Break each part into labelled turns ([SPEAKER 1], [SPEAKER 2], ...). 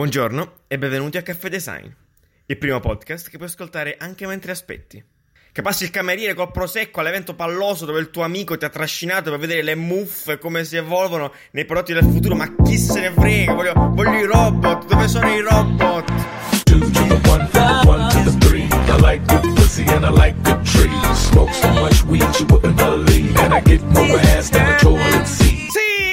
[SPEAKER 1] Buongiorno e benvenuti a Caffè Design, il primo podcast che puoi ascoltare anche mentre aspetti. Che passi il cameriere col prosecco all'evento palloso dove il tuo amico ti ha trascinato per vedere le muffe come si evolvono nei prodotti del futuro, ma chi se ne frega? Voglio, voglio i robot, dove sono i robot?
[SPEAKER 2] two to the one, one to the three. I like good pussy and I like good trees. Smoke so much weed you wouldn't believe, and I get more ass than a toilet seat.
[SPEAKER 1] Sì!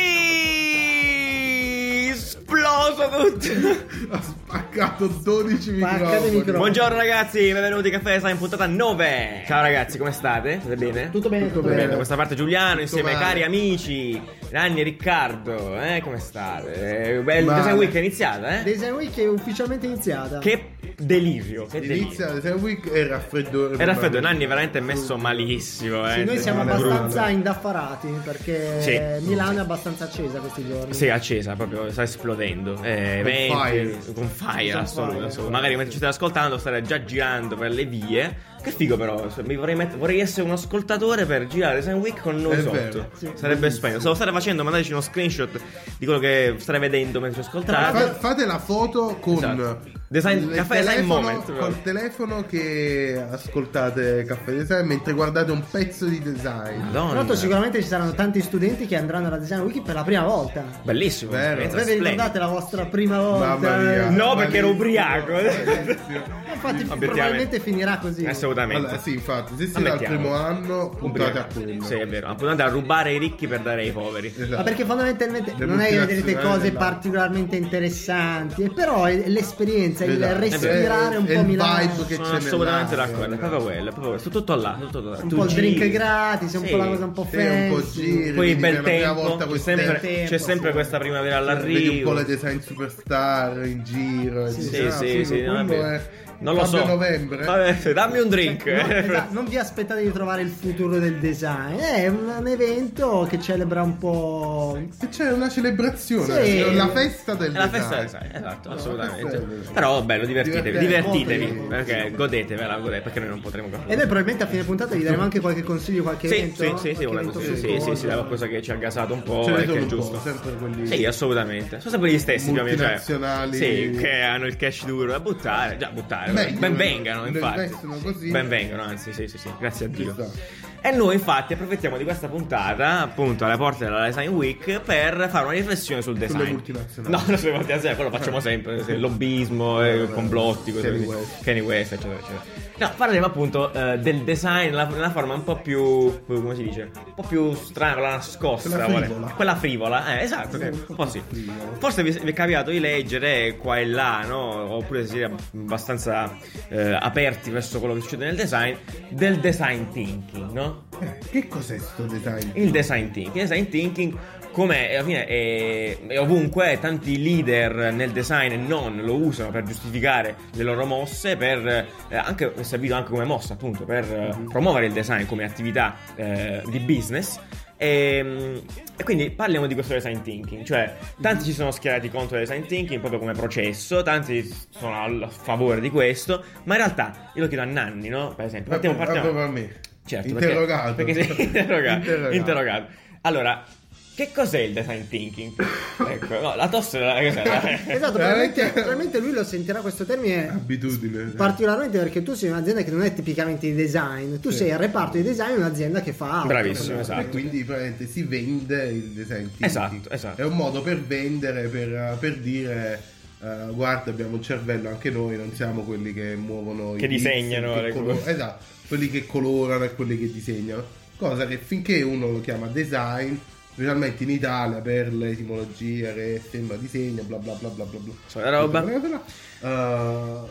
[SPEAKER 1] Esploso tutto!
[SPEAKER 3] Ha spaccato 12
[SPEAKER 4] Spaccate i
[SPEAKER 3] microfoni.
[SPEAKER 4] microfoni.
[SPEAKER 1] Buongiorno ragazzi, benvenuti a Caffè Design puntata 9. Ciao ragazzi, come state? State bene?
[SPEAKER 4] Tutto bene, tutto,
[SPEAKER 3] Tutto
[SPEAKER 1] Bene,
[SPEAKER 4] bene.
[SPEAKER 1] da questa parte Giuliano insieme ai
[SPEAKER 3] male.
[SPEAKER 1] cari amici Nanni e Riccardo, eh, come state? Eh, bello, il
[SPEAKER 3] Male.
[SPEAKER 1] Design Week è iniziata, eh?
[SPEAKER 4] Design Week è ufficialmente iniziata.
[SPEAKER 1] Che delirio, che delirio.
[SPEAKER 3] Inizia la Design Week e il raffreddore.
[SPEAKER 1] E Raffaello Nanni è veramente messo malissimo, eh.
[SPEAKER 4] Sì, noi siamo
[SPEAKER 3] Male,
[SPEAKER 4] abbastanza
[SPEAKER 3] male.
[SPEAKER 4] indaffarati perché
[SPEAKER 1] Sì.
[SPEAKER 4] Milano è abbastanza accesa questi giorni.
[SPEAKER 1] Sì, è accesa, proprio sta esplodendo. Eh,
[SPEAKER 3] Con
[SPEAKER 1] eventi,
[SPEAKER 3] fire. Esatto.
[SPEAKER 1] Con fire,
[SPEAKER 4] Con
[SPEAKER 1] assoluto,
[SPEAKER 4] fire.
[SPEAKER 1] assoluto. Magari mentre ci state ascoltando state già girando per le vie. Che figo però, se- mi vorrei, met- vorrei essere un ascoltatore per girare Design Week con noi
[SPEAKER 3] È
[SPEAKER 1] sotto.
[SPEAKER 3] vero.
[SPEAKER 4] Sì.
[SPEAKER 1] Sarebbe splendido. Se lo state facendo mandateci uno screenshot di quello che state vedendo mentre ci
[SPEAKER 3] Fa-
[SPEAKER 1] ascoltate.
[SPEAKER 3] fate la foto con
[SPEAKER 1] Esatto. Design-
[SPEAKER 3] il
[SPEAKER 1] caffè design
[SPEAKER 3] telefono-
[SPEAKER 1] moment, però.
[SPEAKER 3] col telefono che ascoltate caffè design mentre guardate un pezzo di design.
[SPEAKER 4] Tra
[SPEAKER 1] Madonna.
[SPEAKER 4] l'altro sicuramente ci saranno tanti studenti che andranno alla Design Week per la prima volta.
[SPEAKER 1] Bellissimo.
[SPEAKER 3] Vero.
[SPEAKER 1] un'esperienza
[SPEAKER 4] Voi vi
[SPEAKER 1] splendida.
[SPEAKER 4] ricordate la vostra prima volta?
[SPEAKER 3] Mamma mia.
[SPEAKER 1] No, perché ero ubriaco.
[SPEAKER 3] Bellissimo.
[SPEAKER 4] Infatti
[SPEAKER 1] Obiettivamente.
[SPEAKER 4] probabilmente finirà così.
[SPEAKER 1] Assolutamente.
[SPEAKER 3] Allora, sì, infatti, se siete al
[SPEAKER 1] Ammettiamo.
[SPEAKER 3] primo anno, puntate a quello.
[SPEAKER 1] Sì, è vero. Appuntate a rubare ai ricchi per dare ai poveri.
[SPEAKER 3] Esatto.
[SPEAKER 4] Ma perché fondamentalmente
[SPEAKER 3] Le
[SPEAKER 4] non è che vedrete
[SPEAKER 3] multinazionali
[SPEAKER 4] cose
[SPEAKER 3] della-
[SPEAKER 4] particolarmente interessanti, però è l'esperienza, il
[SPEAKER 3] Esatto.
[SPEAKER 4] respirare
[SPEAKER 3] È-
[SPEAKER 4] un
[SPEAKER 3] è
[SPEAKER 4] po'
[SPEAKER 3] il
[SPEAKER 4] Milano.
[SPEAKER 3] vibe che-
[SPEAKER 1] Sono
[SPEAKER 3] c'è
[SPEAKER 1] assolutamente
[SPEAKER 3] nell'aria,
[SPEAKER 1] d'accordo, è proprio quello, è proprio quello. Sto tutto là, tutto là.
[SPEAKER 4] Un
[SPEAKER 1] Tu
[SPEAKER 4] po' il drink
[SPEAKER 1] giri.
[SPEAKER 4] gratis, un
[SPEAKER 1] Sì.
[SPEAKER 4] po' la cosa un po'
[SPEAKER 3] Sì, un po'
[SPEAKER 4] fancy.
[SPEAKER 3] giri,
[SPEAKER 1] Poi
[SPEAKER 3] vedi
[SPEAKER 1] bel
[SPEAKER 3] per la prima
[SPEAKER 1] tempo,
[SPEAKER 3] volta
[SPEAKER 1] c'è
[SPEAKER 3] questo
[SPEAKER 1] sempre,
[SPEAKER 4] tempo,
[SPEAKER 1] c'è sempre
[SPEAKER 4] sì.
[SPEAKER 1] questa primavera
[SPEAKER 3] Vedi un po'
[SPEAKER 1] all'arrivo.
[SPEAKER 3] le design superstar in giro. e
[SPEAKER 4] Sì,
[SPEAKER 3] dici,
[SPEAKER 1] Sì,
[SPEAKER 3] ah,
[SPEAKER 1] sì, sì,
[SPEAKER 3] quello
[SPEAKER 1] vabbè.
[SPEAKER 3] è
[SPEAKER 1] Non lo
[SPEAKER 3] Fabio
[SPEAKER 1] so.
[SPEAKER 3] novembre.
[SPEAKER 1] Vabbè, dammi un drink.
[SPEAKER 4] No, esatto, non vi aspettate di trovare il futuro del design, è un, un evento che celebra un po'...
[SPEAKER 3] E c'è una celebrazione,
[SPEAKER 4] Sì.
[SPEAKER 3] c'è la festa del
[SPEAKER 1] È la festa
[SPEAKER 3] design.
[SPEAKER 1] del design, esatto,
[SPEAKER 3] la festa del
[SPEAKER 1] assolutamente.
[SPEAKER 3] design.
[SPEAKER 1] Però bello, divertitevi,
[SPEAKER 3] Divertente,
[SPEAKER 1] divertitevi,
[SPEAKER 4] molto
[SPEAKER 1] perché godetevela, godete, perché noi non potremo
[SPEAKER 4] E
[SPEAKER 1] capire.
[SPEAKER 4] noi probabilmente a fine puntata vi daremo anche qualche consiglio, qualche
[SPEAKER 1] Sì,
[SPEAKER 4] evento.
[SPEAKER 1] sì, sì, sì,
[SPEAKER 4] qualche
[SPEAKER 1] una
[SPEAKER 4] evento
[SPEAKER 1] cosa, sì,
[SPEAKER 4] su
[SPEAKER 1] sì, sì,
[SPEAKER 4] cosa.
[SPEAKER 1] sì, la cosa che ci ha gasato un po'
[SPEAKER 3] Ce ne
[SPEAKER 1] e che
[SPEAKER 3] sono
[SPEAKER 1] Oh, è
[SPEAKER 3] un po',
[SPEAKER 1] giusto.
[SPEAKER 3] sempre quelli-
[SPEAKER 1] Sì, assolutamente. Sono sempre gli stessi, più o meno, cioè,
[SPEAKER 3] Multinazionali.
[SPEAKER 1] sì, che hanno il cash duro da buttare, già buttare.
[SPEAKER 3] Meglio,
[SPEAKER 1] ben vengano,
[SPEAKER 3] ne
[SPEAKER 1] infatti.
[SPEAKER 3] investono così.
[SPEAKER 1] Ben vengano, anzi, sì, sì, sì, grazie a Dio.
[SPEAKER 3] Ci
[SPEAKER 1] E noi infatti approfittiamo di questa puntata, appunto alla porta della Design Week, per fare una riflessione sul design.
[SPEAKER 3] multinazionali. Ah.
[SPEAKER 1] No, non sulle multinazionali, quello facciamo sempre, se- lobbismo, eh, complotti, cose
[SPEAKER 3] Kanye
[SPEAKER 1] così.
[SPEAKER 3] West.
[SPEAKER 1] Kanye West, eccetera, eccetera. No, parleremo appunto eh, del design nella, nella forma un po' più, come si dice, un po' più strana, quella nascosta.
[SPEAKER 3] Quella
[SPEAKER 1] vuole-
[SPEAKER 3] frivola.
[SPEAKER 1] Quella frivola, eh, esatto, che- un po' sì.
[SPEAKER 3] Frivola.
[SPEAKER 1] Forse vi, vi è capitato di leggere qua e là, no? Oppure se siete abbastanza eh, aperti verso quello che succede nel design, del design thinking, no?
[SPEAKER 3] Eh, Che cos'è sto design?
[SPEAKER 1] Il design thinking. Il design thinking, come alla fine è, è ovunque, tanti leader nel design e non lo usano per giustificare le loro mosse, per, eh, anche, è servito anche come mossa, appunto, per eh, promuovere il design come attività eh, di business. E, mm, e quindi parliamo di questo design thinking, cioè tanti si sono schierati contro il design thinking proprio come processo, tanti sono al- a favore di questo, ma in realtà io lo chiedo a Nanni, no? Per esempio, partiamo,
[SPEAKER 3] Proprio-
[SPEAKER 1] partiamo,
[SPEAKER 3] proprio a me.
[SPEAKER 1] Certo,
[SPEAKER 3] interrogato.
[SPEAKER 1] Perché, perché sei interrogato,
[SPEAKER 3] Interrogato.
[SPEAKER 1] interrogato. Allora, che cos'è il design thinking? ecco, no, la tosse non è cos'è?
[SPEAKER 4] Esatto, probabilmente, probabilmente lui lo sentirà questo termine
[SPEAKER 3] Abitudine.
[SPEAKER 4] particolarmente perché tu sei un'azienda che non è tipicamente di design, tu
[SPEAKER 3] Sì.
[SPEAKER 4] sei il reparto di design di un'azienda che fa
[SPEAKER 1] Ah.
[SPEAKER 4] altro.
[SPEAKER 1] Bravissimo,
[SPEAKER 3] E
[SPEAKER 1] esatto.
[SPEAKER 3] quindi praticamente si vende il design thinking.
[SPEAKER 1] Esatto, esatto.
[SPEAKER 3] È un modo per vendere, per, per dire eh, guarda abbiamo un cervello anche noi, non siamo quelli che muovono
[SPEAKER 1] Che
[SPEAKER 3] i pixel,
[SPEAKER 1] disegnano eh,
[SPEAKER 3] che
[SPEAKER 1] le
[SPEAKER 3] colo-
[SPEAKER 1] cose."
[SPEAKER 3] Esatto, quelli che colorano e quelli che disegnano. Cosa che finché uno lo chiama design, specialmente in Italia per l'etimologia che sembra disegno, bla bla bla bla bla bla.
[SPEAKER 1] Cioè, la roba.
[SPEAKER 3] Tutta quella cosa là.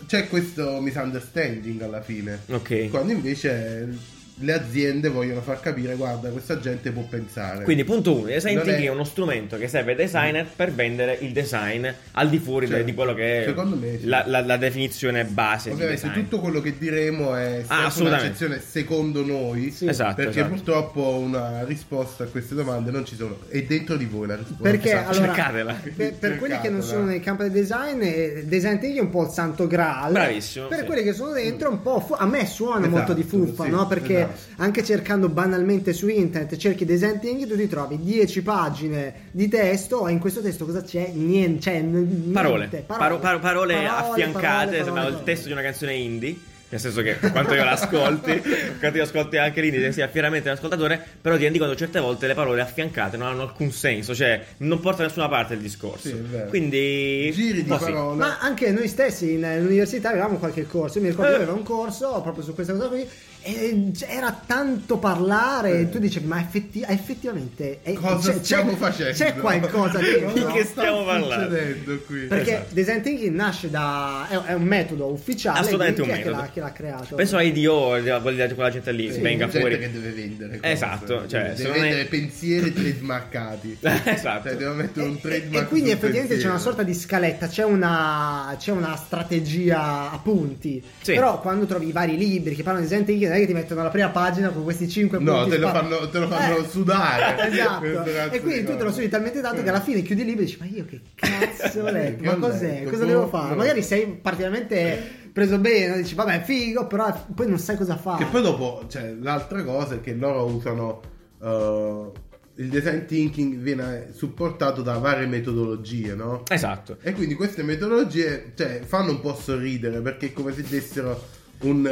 [SPEAKER 3] Eh, c'è questo misunderstanding alla fine.
[SPEAKER 1] Ok.
[SPEAKER 3] Quando invece le aziende vogliono far capire, guarda, questa gente può pensare.
[SPEAKER 1] Quindi punto 1, il design
[SPEAKER 3] Non è-
[SPEAKER 1] thinking è uno strumento che serve ai designer per vendere il design al di fuori
[SPEAKER 3] Cioè,
[SPEAKER 1] de- di quello che è
[SPEAKER 3] secondo me sì.
[SPEAKER 1] la, la- la definizione base di
[SPEAKER 3] Ovviamente
[SPEAKER 1] design.
[SPEAKER 3] tutto quello che diremo è
[SPEAKER 1] Ah,
[SPEAKER 3] sempre
[SPEAKER 1] assolutamente.
[SPEAKER 3] un'eccezione secondo noi,
[SPEAKER 4] Sì.
[SPEAKER 1] Esatto,
[SPEAKER 3] perché
[SPEAKER 1] esatto.
[SPEAKER 3] purtroppo una risposta a queste domande non ci sono. È dentro di voi la risposta.
[SPEAKER 4] Perché
[SPEAKER 3] Esatto.
[SPEAKER 4] allora,
[SPEAKER 1] cercatela.
[SPEAKER 4] per- per, quelli che non sono nel campo del design, eh, design thinking è un po' il santo graal.
[SPEAKER 1] Bravissimo,
[SPEAKER 4] Per
[SPEAKER 1] sì.
[SPEAKER 4] quelli che sono dentro, un po' fu- a me suona
[SPEAKER 3] Esatto,
[SPEAKER 4] molto di fuffa,
[SPEAKER 3] sì,
[SPEAKER 4] no? Perché cioè, anche cercando banalmente su internet, cerchi design thinking, tu ti trovi 10 pagine di testo e in questo testo cosa c'è? Niente, cioè, n- niente.
[SPEAKER 1] Parole, paro- paro- parole affiancate,
[SPEAKER 4] parole,
[SPEAKER 1] sembrava il
[SPEAKER 4] parole.
[SPEAKER 1] testo di una canzone indie. Nel senso che quanto io l'ascolti, quanto io ascolti anche l'indie, sia fieramente l'ascoltatore, però ti rendi conto che certe volte le parole affiancate non hanno alcun senso, cioè non porta da nessuna parte il discorso.
[SPEAKER 3] Sì, è vero.
[SPEAKER 1] Quindi.
[SPEAKER 3] Giri di
[SPEAKER 1] un po' sì.
[SPEAKER 3] parole.
[SPEAKER 4] Ma anche noi stessi in, eh, all'università avevamo qualche corso. Io mi
[SPEAKER 1] Eh.
[SPEAKER 4] ricordo che avevo un corso proprio su questa cosa qui. E c- era tanto parlare,
[SPEAKER 1] Eh.
[SPEAKER 4] e tu dicevi, ma effetti- ah, effettivamente eh,
[SPEAKER 3] Cosa stiamo facendo?
[SPEAKER 4] C'è qualcosa dentro?"
[SPEAKER 1] Di che stiamo
[SPEAKER 3] sta
[SPEAKER 1] parlando?
[SPEAKER 3] succedendo qui?
[SPEAKER 4] Perché
[SPEAKER 1] Esatto.
[SPEAKER 4] design thinking nasce da. è, è un metodo ufficiale.
[SPEAKER 1] Assolutamente
[SPEAKER 4] quindi
[SPEAKER 1] un
[SPEAKER 4] chi è Ah, che
[SPEAKER 1] metodo.
[SPEAKER 4] l'ha- Che l'ha, creato?
[SPEAKER 1] Penso ai Dio, a quella, quella gente lì,
[SPEAKER 3] Sì,
[SPEAKER 1] venga
[SPEAKER 3] gente
[SPEAKER 1] fuori.
[SPEAKER 3] che deve vendere cose.
[SPEAKER 1] Esatto, cioè, se
[SPEAKER 3] deve
[SPEAKER 1] non è-
[SPEAKER 3] vendere pensieri trademarkati
[SPEAKER 1] esatto.
[SPEAKER 3] cioè, devo mettere un
[SPEAKER 4] E- e,
[SPEAKER 3] trademark
[SPEAKER 4] e quindi
[SPEAKER 3] sul
[SPEAKER 4] effettivamente c'è
[SPEAKER 3] pensiero.
[SPEAKER 4] una sorta di scaletta, c'è una, c'è una strategia a punti.
[SPEAKER 1] Sì.
[SPEAKER 4] Però quando trovi i vari libri che parlano di design thinking, non è che ti mettono la prima pagina con questi 5
[SPEAKER 3] No,
[SPEAKER 4] punti.
[SPEAKER 3] te lo
[SPEAKER 4] spa-
[SPEAKER 3] fanno, te lo fanno
[SPEAKER 4] Eh,
[SPEAKER 3] sudare. Questo
[SPEAKER 4] Esatto,
[SPEAKER 3] cazzo
[SPEAKER 4] e quindi
[SPEAKER 3] di
[SPEAKER 4] tu te lo
[SPEAKER 3] cosa.
[SPEAKER 4] studi talmente tanto che alla
[SPEAKER 3] Eh.
[SPEAKER 4] fine chiudi il libro e dici: Ma io che cazzo ho letto?
[SPEAKER 3] Che
[SPEAKER 4] Ma
[SPEAKER 3] ho
[SPEAKER 4] cos'è?
[SPEAKER 3] letto?
[SPEAKER 4] Cosa
[SPEAKER 3] Boh,
[SPEAKER 4] devo fare?
[SPEAKER 3] boh.
[SPEAKER 4] Magari sei particolarmente preso bene, dici: Vabbè, figo, però poi non sai cosa fare.
[SPEAKER 3] Che poi dopo, cioè, l'altra cosa è che loro usano. eh, il design thinking viene supportato da varie metodologie, no?
[SPEAKER 1] Esatto.
[SPEAKER 3] E quindi queste metodologie cioè, fanno un po' sorridere perché è come se dessero un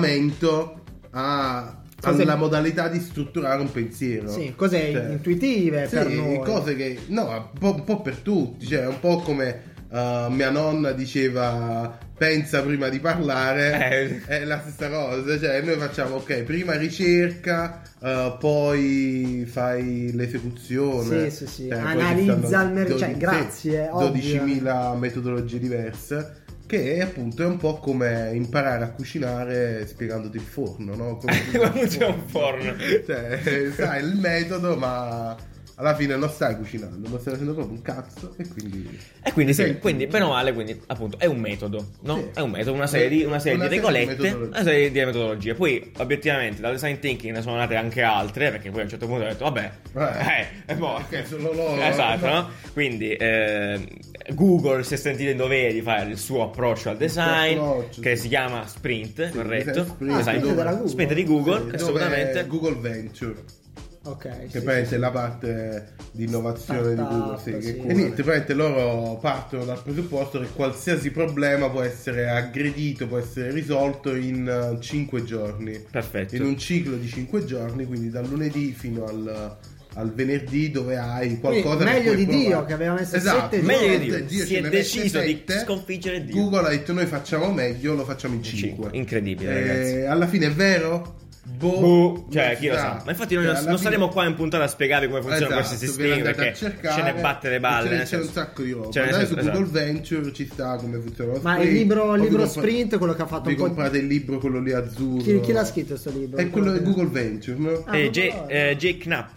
[SPEAKER 3] regolamento a-
[SPEAKER 4] Cose-
[SPEAKER 3] alla modalità di strutturare un pensiero.
[SPEAKER 4] Sì, cose
[SPEAKER 3] Cioè,
[SPEAKER 4] intuitive
[SPEAKER 3] sì,
[SPEAKER 4] per noi.
[SPEAKER 3] cose che no, un po', un po' per tutti, cioè un po' come eh, mia nonna diceva pensa prima di parlare,
[SPEAKER 4] Eh.
[SPEAKER 3] è la stessa cosa, cioè noi facciamo ok, prima ricerca, eh, poi fai l'esecuzione,
[SPEAKER 4] Sì, sì, sì,
[SPEAKER 3] eh, poi ci
[SPEAKER 4] analizza
[SPEAKER 3] stanno
[SPEAKER 4] il mercato, cioè,
[SPEAKER 3] dodici-
[SPEAKER 4] grazie,
[SPEAKER 3] sì,
[SPEAKER 4] ovvio.
[SPEAKER 3] 12.000 metodologie diverse. Che appunto è un po' come imparare a cucinare spiegandoti il forno, no? Come
[SPEAKER 1] Quando c'è un forno.
[SPEAKER 3] cioè, sai il metodo, ma alla fine non stai cucinando, non stai facendo proprio un cazzo. E quindi.
[SPEAKER 1] E quindi sì,
[SPEAKER 3] Senti. eh.
[SPEAKER 1] quindi bene o male, quindi appunto è un metodo, no?
[SPEAKER 3] Sì.
[SPEAKER 1] È un metodo, una serie di, una serie
[SPEAKER 3] Una
[SPEAKER 1] di
[SPEAKER 3] serie di
[SPEAKER 1] regolette,
[SPEAKER 3] metodologie.
[SPEAKER 1] una serie di metodologie. Poi obiettivamente dal design thinking ne sono nate anche altre, perché poi a un certo punto ho detto vabbè,
[SPEAKER 3] Eh.
[SPEAKER 1] eh, e mo-
[SPEAKER 3] Perché sono loro,
[SPEAKER 1] Esatto,
[SPEAKER 3] no?
[SPEAKER 1] no? Quindi eh, Google si è sentito in dovere di fare il suo approccio al design,
[SPEAKER 3] approccio,
[SPEAKER 1] che
[SPEAKER 3] sì.
[SPEAKER 1] si chiama Sprint,
[SPEAKER 3] Sì,
[SPEAKER 1] corretto?
[SPEAKER 3] design sprint,
[SPEAKER 1] Design-
[SPEAKER 4] dove- della Google.
[SPEAKER 1] Sprint di Google,
[SPEAKER 3] dove-
[SPEAKER 1] assolutamente.
[SPEAKER 3] Google Venture, che
[SPEAKER 4] ok, sì, sì,
[SPEAKER 3] praticamente
[SPEAKER 4] sì.
[SPEAKER 3] è la parte di innovazione di
[SPEAKER 4] Startup,
[SPEAKER 3] Google. sì, che-
[SPEAKER 4] sì.
[SPEAKER 3] E niente, praticamente loro partono dal presupposto che qualsiasi problema può essere aggredito, può essere risolto in 5 giorni.
[SPEAKER 1] Perfetto.
[SPEAKER 3] in un ciclo di 5 giorni, quindi dal lunedì fino al, al venerdì dove hai qualcosa
[SPEAKER 4] Quindi,
[SPEAKER 3] che
[SPEAKER 4] meglio
[SPEAKER 3] puoi
[SPEAKER 4] di Dio,
[SPEAKER 3] provare.
[SPEAKER 4] che aveva messo
[SPEAKER 3] esatto,
[SPEAKER 4] sette
[SPEAKER 1] Meglio di
[SPEAKER 3] no,
[SPEAKER 1] Dio.
[SPEAKER 3] Dio
[SPEAKER 1] Si
[SPEAKER 3] ce
[SPEAKER 1] è
[SPEAKER 3] ne
[SPEAKER 1] deciso
[SPEAKER 3] mette
[SPEAKER 1] di
[SPEAKER 3] sette.
[SPEAKER 1] sconfiggere Dio.
[SPEAKER 3] Google ha detto noi facciamo meglio, lo facciamo in
[SPEAKER 1] Cinque.
[SPEAKER 3] 5.
[SPEAKER 1] Incredibile, ragazzi.
[SPEAKER 3] Alla fine è vero? Boh,
[SPEAKER 1] Boh,
[SPEAKER 3] non
[SPEAKER 1] cioè,
[SPEAKER 3] si
[SPEAKER 1] chi lo sa. Ma infatti, noi non,
[SPEAKER 3] Cioè, alla
[SPEAKER 1] non
[SPEAKER 3] fine-
[SPEAKER 1] saremo qua in puntata a spiegare come funzionano questi
[SPEAKER 3] Esatto, ve
[SPEAKER 1] sistemi
[SPEAKER 3] l'andate a
[SPEAKER 1] perché
[SPEAKER 3] cercare,
[SPEAKER 1] ce ne batte le
[SPEAKER 3] e
[SPEAKER 1] balle.
[SPEAKER 3] ce ne-
[SPEAKER 1] nel
[SPEAKER 3] C'è un
[SPEAKER 1] senso-
[SPEAKER 3] sacco di roba.
[SPEAKER 1] Cioè, nel
[SPEAKER 3] Andate su
[SPEAKER 1] senso-
[SPEAKER 3] Google
[SPEAKER 1] esatto.
[SPEAKER 3] Venture, ci sta come funziona lo
[SPEAKER 4] Ma il
[SPEAKER 3] Sprint,
[SPEAKER 4] libro-
[SPEAKER 3] o vi
[SPEAKER 4] libro
[SPEAKER 3] compra-
[SPEAKER 4] Sprint, quello che ha fatto
[SPEAKER 3] Vi
[SPEAKER 4] un po' di-
[SPEAKER 3] comprate il libro, quello lì azzurro.
[SPEAKER 4] Chi, chi l'ha scritto sto libro?
[SPEAKER 3] È quello di Google Venture, no?
[SPEAKER 4] Ah,
[SPEAKER 1] Eh,
[SPEAKER 4] proprio
[SPEAKER 1] J-
[SPEAKER 4] loro.
[SPEAKER 1] eh, Jake Knapp,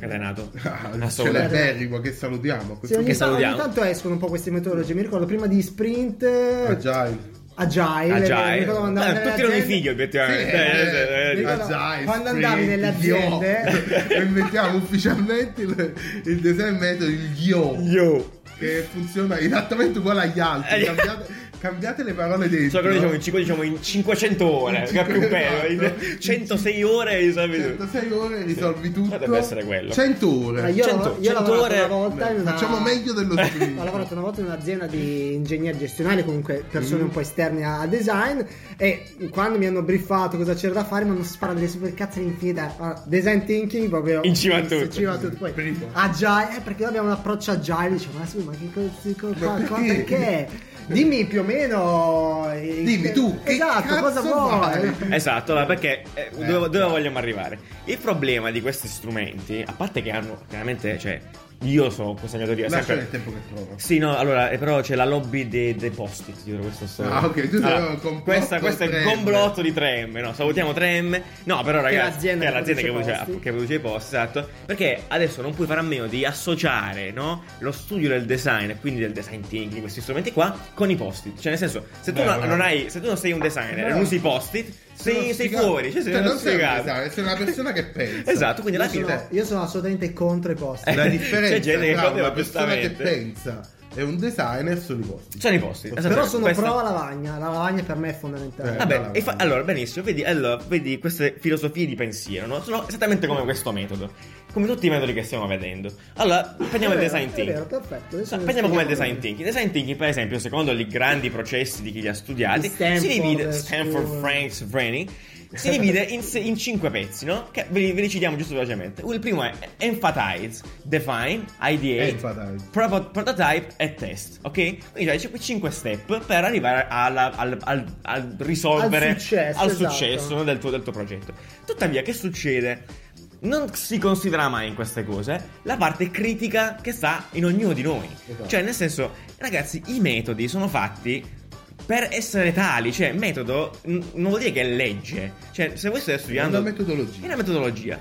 [SPEAKER 1] catenato.
[SPEAKER 3] Ah,
[SPEAKER 1] Assolutamente.
[SPEAKER 3] celeberrimo che salutiamo.
[SPEAKER 4] Sì,
[SPEAKER 3] Questo
[SPEAKER 4] ogni,
[SPEAKER 1] che
[SPEAKER 4] ta- ogni
[SPEAKER 1] salutiamo.
[SPEAKER 4] tanto escono un po' queste metodologie. Mi ricordo prima di sprint eh,
[SPEAKER 3] Ah, Agile.
[SPEAKER 4] agile, mi
[SPEAKER 1] Agile.
[SPEAKER 4] ricordo quando andavo
[SPEAKER 1] Eh,
[SPEAKER 4] nelle
[SPEAKER 1] tutti erano i
[SPEAKER 4] aziende-
[SPEAKER 1] figli, obiettivamente.
[SPEAKER 3] Sì,
[SPEAKER 1] Eh,
[SPEAKER 3] eh,
[SPEAKER 1] eh, eh,
[SPEAKER 4] mi ricordo
[SPEAKER 3] Agile,
[SPEAKER 4] quando andavi
[SPEAKER 3] sprint,
[SPEAKER 4] nelle aziende-
[SPEAKER 3] Io. e mettiamo ufficialmente il, il design method, il Yo,
[SPEAKER 1] Yo.
[SPEAKER 3] che funziona esattamente uguale agli altri.
[SPEAKER 1] Eh.
[SPEAKER 3] Cambiate, cambiate le parole dentro.
[SPEAKER 1] Solo che noi diciamo in, cinque- diciamo in 500 ore, che è più bello, in 106 ore di sapere.
[SPEAKER 3] 106 Certo, ore risolvi tutto.
[SPEAKER 1] Cioè, Deve essere quello.
[SPEAKER 3] 100 ore.
[SPEAKER 4] Ah, Io,
[SPEAKER 1] 100
[SPEAKER 4] ho- io ho lavorato
[SPEAKER 1] ore- eh,
[SPEAKER 4] una volta in una-
[SPEAKER 3] Facciamo meglio dello
[SPEAKER 4] Ho lavorato
[SPEAKER 3] sprint.
[SPEAKER 4] una volta in un'azienda di ingegneria gestionale, comunque
[SPEAKER 1] Mm.
[SPEAKER 4] persone un po' esterne a design. E quando mi hanno briefato cosa c'era da fare, mi hanno sparato delle supercazzole infinite. Allora, Ah, design thinking proprio
[SPEAKER 1] In cima a tutto.
[SPEAKER 4] in cima a tutto. Poi,
[SPEAKER 3] Primo.
[SPEAKER 4] agile, eh, perché noi abbiamo un approccio agile. Dicevo, ma sì, ma che cazzo, co-
[SPEAKER 3] Ma
[SPEAKER 4] qua- qua-
[SPEAKER 3] perché?
[SPEAKER 4] perché? Dimmi più o meno. eh,
[SPEAKER 3] Dimmi tu, che
[SPEAKER 4] esatto,
[SPEAKER 3] cazzo
[SPEAKER 4] cosa vuoi?
[SPEAKER 3] fai?
[SPEAKER 1] Esatto, allora, perché eh,
[SPEAKER 3] Eh.
[SPEAKER 1] dove, dove vogliamo arrivare? Il problema di questi strumenti, a parte che hanno chiaramente, cioè, io so questa mia teoria,
[SPEAKER 3] Lascia
[SPEAKER 1] Eh, sempre,
[SPEAKER 3] il tempo che trovo.
[SPEAKER 1] Sì, no, allora, eh, però c'è la lobby dei, dei post-it dietro questa storia.
[SPEAKER 3] Ah, ok, tu sei un complotto
[SPEAKER 1] questa, questo è il
[SPEAKER 3] 3M.
[SPEAKER 1] complotto di 3M, no? Salutiamo 3M. No, però ragazzi,
[SPEAKER 4] l'azienda
[SPEAKER 1] che è
[SPEAKER 4] che
[SPEAKER 1] l'azienda che
[SPEAKER 4] produce
[SPEAKER 1] produce,
[SPEAKER 4] i post-it.
[SPEAKER 1] che produce i post, esatto. Perché adesso non puoi fare a meno di associare, no? Lo studio del design, quindi del design thinking, questi strumenti qua, con i post-it. Cioè, nel senso, se tu,
[SPEAKER 3] Beh,
[SPEAKER 1] non,
[SPEAKER 3] bravo.
[SPEAKER 1] non hai, se tu non sei un designer e
[SPEAKER 3] Bravo.
[SPEAKER 1] non usi i post-it, sei, sei fuori, cioè, sei uno
[SPEAKER 3] non sei un
[SPEAKER 1] sfigato.
[SPEAKER 3] designer, sei una persona che pensa.
[SPEAKER 1] Esatto, quindi alla
[SPEAKER 4] Io
[SPEAKER 1] fine...
[SPEAKER 4] sono, io sono assolutamente contro i post.
[SPEAKER 1] Eh,
[SPEAKER 3] La differenza
[SPEAKER 1] C'è gente che
[SPEAKER 3] tra
[SPEAKER 1] poteva
[SPEAKER 3] una persona che
[SPEAKER 1] giustamente.
[SPEAKER 3] pensa e un designer sono i posti.
[SPEAKER 1] Sono i posti.
[SPEAKER 4] Però
[SPEAKER 1] esattamente.
[SPEAKER 4] sono
[SPEAKER 1] Questa-
[SPEAKER 4] pro la lavagna. La lavagna per me è fondamentale.
[SPEAKER 3] Eh,
[SPEAKER 1] Vabbè,
[SPEAKER 3] bravo.
[SPEAKER 1] e fa- allora, benissimo, vedi, allora, vedi queste filosofie di pensiero, no? Sono esattamente come questo metodo, come tutti i metodi che stiamo vedendo. Allora, prendiamo
[SPEAKER 4] È
[SPEAKER 1] il
[SPEAKER 4] vero,
[SPEAKER 1] design
[SPEAKER 4] Eh, è
[SPEAKER 1] thinking.
[SPEAKER 4] vero, perfetto. Certo, Adesso
[SPEAKER 1] No,
[SPEAKER 4] ne
[SPEAKER 1] prendiamo come il
[SPEAKER 4] spieghiamo
[SPEAKER 1] design
[SPEAKER 4] bene.
[SPEAKER 1] thinking. Il design thinking, per esempio, secondo i grandi processi di chi li ha studiati,
[SPEAKER 4] Di Stanford,
[SPEAKER 1] si divide
[SPEAKER 4] eh,
[SPEAKER 1] Stanford,
[SPEAKER 4] su-
[SPEAKER 1] Franks, Vreni, si divide in, se- in cinque pezzi, no? Che ve, ve li citiamo giusto velocemente. Il primo è emphasize, define, ideate,
[SPEAKER 3] Emphasize.
[SPEAKER 1] propo- prototype e test, ok? Quindi c'è 5 step per arrivare alla- al, al- al risolvere
[SPEAKER 4] Al successo,
[SPEAKER 1] al
[SPEAKER 4] esatto.
[SPEAKER 1] successo, no, del, tuo, del tuo progetto. Tuttavia, che succede? Non si considera mai in queste cose la parte critica che sta in ognuno di noi.
[SPEAKER 3] Esatto.
[SPEAKER 1] Cioè, nel senso, ragazzi, i metodi sono fatti per essere tali. Cioè, metodo n- non vuol dire che è legge. Cioè, se voi state studiando.
[SPEAKER 3] una metodologia.
[SPEAKER 1] È una metodologia.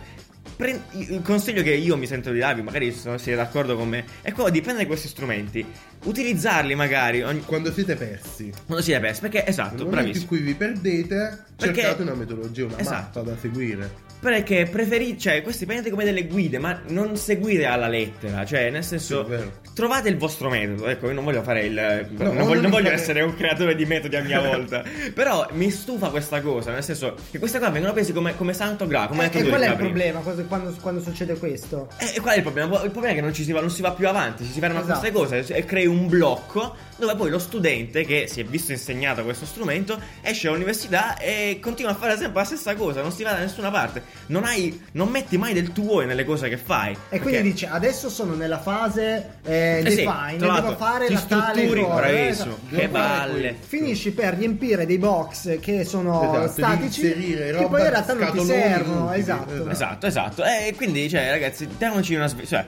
[SPEAKER 1] Pre- il consiglio che io mi sento di darvi, magari se siete d'accordo con me, è quello di prendere questi strumenti, utilizzarli magari ogni-
[SPEAKER 3] Quando siete persi,
[SPEAKER 1] quando siete persi. Perché,
[SPEAKER 3] nel
[SPEAKER 1] esatto,
[SPEAKER 3] momento in
[SPEAKER 1] bravissimo.
[SPEAKER 3] cui vi perdete,
[SPEAKER 1] Perché-
[SPEAKER 3] cercate una metodologia, una
[SPEAKER 1] Esatto.
[SPEAKER 3] mappa da seguire.
[SPEAKER 1] Perché preferite, cioè, questi prendete come delle guide, ma non seguite alla lettera. Cioè, nel senso,
[SPEAKER 3] Sì, è vero.
[SPEAKER 1] trovate il vostro metodo. Ecco, io non voglio fare il. non
[SPEAKER 3] non
[SPEAKER 1] voglio, non
[SPEAKER 3] devi
[SPEAKER 1] voglio
[SPEAKER 3] fare-
[SPEAKER 1] essere un creatore di metodi a mia volta. Però mi stufa questa cosa, nel senso che queste qua vengono prese come, come santo gra. Come hai detto
[SPEAKER 4] Eh, e
[SPEAKER 1] tu,
[SPEAKER 4] qual è il
[SPEAKER 1] Gabri.
[SPEAKER 4] problema cosa- quando, quando succede questo?
[SPEAKER 1] Eh, E qual è il problema? Il problema è che non ci si va, non si va più avanti, ci si ferma a
[SPEAKER 4] Esatto.
[SPEAKER 1] queste cose e crei un blocco dove poi lo studente che si è visto insegnato questo strumento esce dall'università e continua a fare sempre la stessa cosa, non si va da nessuna parte. Non, hai, non metti mai del tuo nelle cose che fai.
[SPEAKER 4] E quindi
[SPEAKER 1] perché-
[SPEAKER 4] dice adesso sono nella fase eh,
[SPEAKER 1] Eh sì,
[SPEAKER 4] define,
[SPEAKER 1] tra l'altro,
[SPEAKER 4] devo fare
[SPEAKER 1] ti
[SPEAKER 4] la tale
[SPEAKER 1] strutturi,
[SPEAKER 4] cosa,
[SPEAKER 1] bravissimo,
[SPEAKER 4] eh,
[SPEAKER 1] che
[SPEAKER 4] devo fare
[SPEAKER 1] balle.
[SPEAKER 4] quello. Finisci per riempire dei box che sono
[SPEAKER 3] Esatto, devi
[SPEAKER 4] statici
[SPEAKER 3] inserire
[SPEAKER 4] che
[SPEAKER 3] roba,
[SPEAKER 4] poi in realtà non ti
[SPEAKER 3] scatoloni
[SPEAKER 4] servono,
[SPEAKER 3] inutili,
[SPEAKER 4] esatto.
[SPEAKER 3] esatto.
[SPEAKER 1] Esatto, esatto. E quindi, cioè, ragazzi, diamoci una sve- Cioè,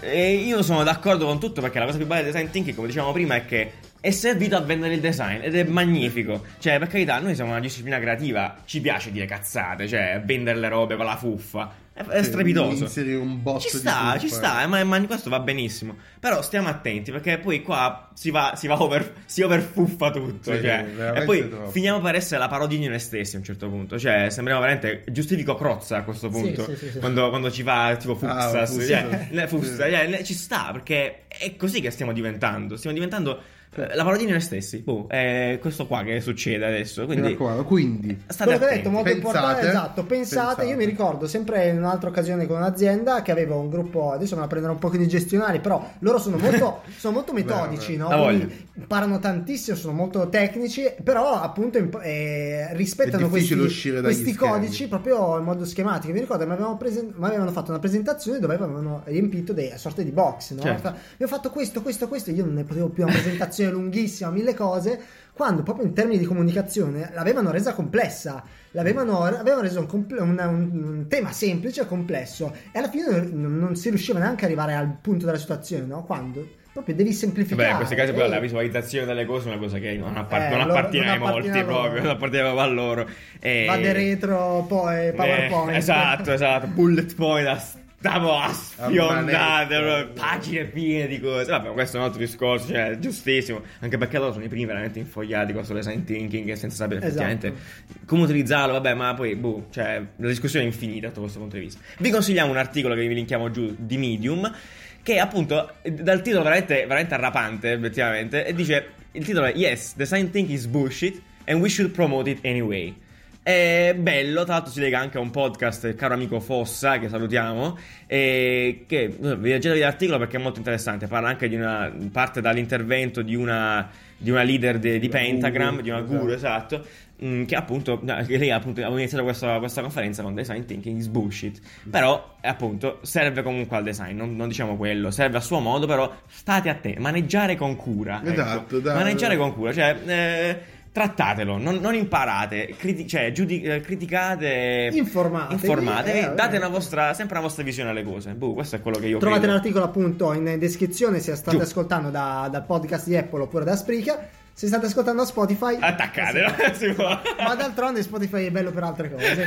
[SPEAKER 1] eh, io sono d'accordo con tutto perché la cosa più bella del design thinking, come dicevamo prima, è che è servito a vendere il design ed è magnifico. Cioè, per carità, noi siamo una disciplina creativa, ci piace dire cazzate, cioè, vendere le robe con la fuffa. È, è
[SPEAKER 3] Sì,
[SPEAKER 1] strepitoso.
[SPEAKER 3] Cioè, inserire un botto
[SPEAKER 1] Ci
[SPEAKER 3] di
[SPEAKER 1] sta,
[SPEAKER 3] fuffa.
[SPEAKER 1] ci sta, eh, ma, ma questo va benissimo. Però stiamo attenti perché poi qua si va, si va over, si overfuffa tutto.
[SPEAKER 3] Sì,
[SPEAKER 1] cioè.
[SPEAKER 3] veramente
[SPEAKER 1] E poi
[SPEAKER 3] troppo.
[SPEAKER 1] finiamo per essere la parodia di noi stessi a un certo punto. Cioè, sembriamo veramente giustifico Crozza a questo
[SPEAKER 4] Sì,
[SPEAKER 1] punto.
[SPEAKER 4] sì, sì, sì.
[SPEAKER 1] Quando, quando ci fa tipo Fuxas,
[SPEAKER 3] Ah, Fuxas.
[SPEAKER 1] cioè, le- Fuxas,
[SPEAKER 3] Sì.
[SPEAKER 1] cioè, le- ci sta perché è così che stiamo diventando. Stiamo diventando eh, la parodia di noi stessi. Boh, è questo qua che succede adesso.
[SPEAKER 3] Mi
[SPEAKER 1] Quindi,
[SPEAKER 3] raccomando, quindi
[SPEAKER 1] state
[SPEAKER 4] Quello che ho
[SPEAKER 1] attenti.
[SPEAKER 4] detto, molto
[SPEAKER 3] Pensate,
[SPEAKER 4] importante, esatto, pensate,
[SPEAKER 3] pensate.
[SPEAKER 4] io mi ricordo sempre in un'altra occasione con un'azienda che aveva un gruppo, adesso me la prenderò un po' con i gestionali, però loro sono molto, sono molto metodici,
[SPEAKER 3] Bravo.
[SPEAKER 4] no?
[SPEAKER 1] Ah,
[SPEAKER 4] Quindi
[SPEAKER 1] voglio.
[SPEAKER 4] imparano tantissimo, sono molto tecnici, però appunto imp- eh, rispettano
[SPEAKER 3] È difficile
[SPEAKER 4] questi,
[SPEAKER 3] uscire dagli
[SPEAKER 4] questi
[SPEAKER 3] schemi.
[SPEAKER 4] codici proprio in modo schematico. Mi ricordo, mi avevano, presen- mi avevano fatto una presentazione dove avevano riempito delle sorte di box, no?
[SPEAKER 1] Certo.
[SPEAKER 4] Mi ho fatto questo, questo, questo, io non ne potevo più, una presentazione lunghissima, mille cose, quando proprio in termini di comunicazione l'avevano resa complessa, l'avevano avevano reso un, compl- una- un- un tema semplice e complesso e alla fine non, non si riusciva neanche ad arrivare al punto della situazione, no? Quando proprio devi semplificare.
[SPEAKER 1] Beh, in questi casi
[SPEAKER 4] Eh,
[SPEAKER 1] poi la visualizzazione delle cose è una cosa che non, appar-
[SPEAKER 4] Eh,
[SPEAKER 1] non
[SPEAKER 4] loro-
[SPEAKER 1] appartiene
[SPEAKER 4] non
[SPEAKER 1] ai molti
[SPEAKER 4] appartiene a loro.
[SPEAKER 1] proprio, non appartiene proprio a loro. E-
[SPEAKER 4] Vade retro, poi PowerPoint.
[SPEAKER 1] Eh, esatto, esatto, bullet point a stavo a sfiondate,
[SPEAKER 3] A manetta.
[SPEAKER 1] proprio, pagine piene di cose. Vabbè, ma questo è un altro discorso, cioè, giustissimo. Anche perché loro sono i primi veramente infogliati con questo design thinking e senza sapere
[SPEAKER 4] Esatto.
[SPEAKER 1] effettivamente come utilizzarlo. Vabbè, ma poi, boh, cioè, la discussione è infinita da questo punto di vista. Vi consigliamo un articolo che vi linkiamo giù di Medium. Che appunto dal titolo veramente, veramente arrapante, effettivamente, e dice: Il titolo è Yes, Design Thinking is Bullshit and we should promote it anyway. È bello, tra l'altro si lega anche a un podcast, il caro amico Fossa, che salutiamo, e che eh, vi leggetevi l'articolo perché è molto interessante, parla anche di una parte dall'intervento di una, di una leader de- di
[SPEAKER 3] Una guru,
[SPEAKER 1] Pentagram, di una guru, esatto, mm, che appunto, no, che lei appunto aveva iniziato questa, questa conferenza con design thinking is bullshit, però eh, appunto serve comunque al design, non, non diciamo quello, serve a suo modo, però state attenti, maneggiare con cura. ecco.
[SPEAKER 3] Esatto, dai.
[SPEAKER 1] maneggiare con cura, cioè... eh, Trattatelo, non, non imparate, criti- cioè giudi- eh, criticate,
[SPEAKER 4] Informatevi,
[SPEAKER 1] informatevi,
[SPEAKER 4] eh,
[SPEAKER 1] date
[SPEAKER 4] vabbè.
[SPEAKER 1] una vostra, sempre una vostra visione alle cose. Boh, questo è quello che io
[SPEAKER 4] Trovate
[SPEAKER 1] credo.
[SPEAKER 4] l'articolo appunto in descrizione se state
[SPEAKER 1] Giù.
[SPEAKER 4] ascoltando da- dal podcast di Apple oppure da Spreaker. Se state ascoltando a Spotify,
[SPEAKER 1] Ah. Attaccatelo, si può.
[SPEAKER 4] Ma d'altronde Spotify è bello per altre cose.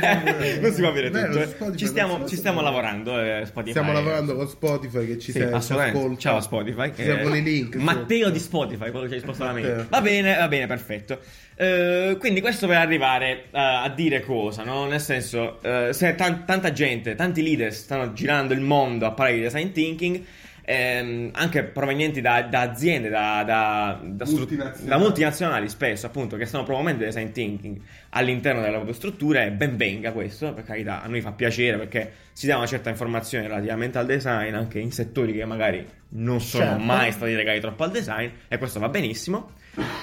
[SPEAKER 4] quindi-
[SPEAKER 1] non si può avere
[SPEAKER 3] Vero,
[SPEAKER 1] tutto. eh.
[SPEAKER 3] Spotify
[SPEAKER 1] Ci
[SPEAKER 3] non
[SPEAKER 1] stiamo,
[SPEAKER 3] si può
[SPEAKER 1] ci stiamo
[SPEAKER 3] sapere.
[SPEAKER 1] lavorando. eh, Spotify.
[SPEAKER 3] stiamo lavorando con Spotify che ci
[SPEAKER 1] Sì,
[SPEAKER 3] serve.
[SPEAKER 1] assolutamente. Ciao Spotify.
[SPEAKER 3] Ci
[SPEAKER 1] che-
[SPEAKER 3] servono i link.
[SPEAKER 1] Matteo di Spotify, quello che ci ha risposto alla mail.
[SPEAKER 3] Matteo.
[SPEAKER 1] Va bene, va bene, perfetto. Eh, quindi questo per arrivare eh, a dire cosa, no? Nel senso, eh, se tan- tanta gente, tanti leader stanno girando il mondo a parlare di design thinking. ehm, anche provenienti da, da aziende, da, da- da stru-
[SPEAKER 3] Multinazionali.
[SPEAKER 1] da multinazionali spesso, appunto, che stanno promuovendo il design thinking all'interno delle loro strutture. Ben venga questo, per carità, a noi fa piacere perché si dà una certa informazione relativamente al design, anche in settori che magari non sono
[SPEAKER 4] Certo.
[SPEAKER 1] mai stati legati troppo al design, e questo va benissimo.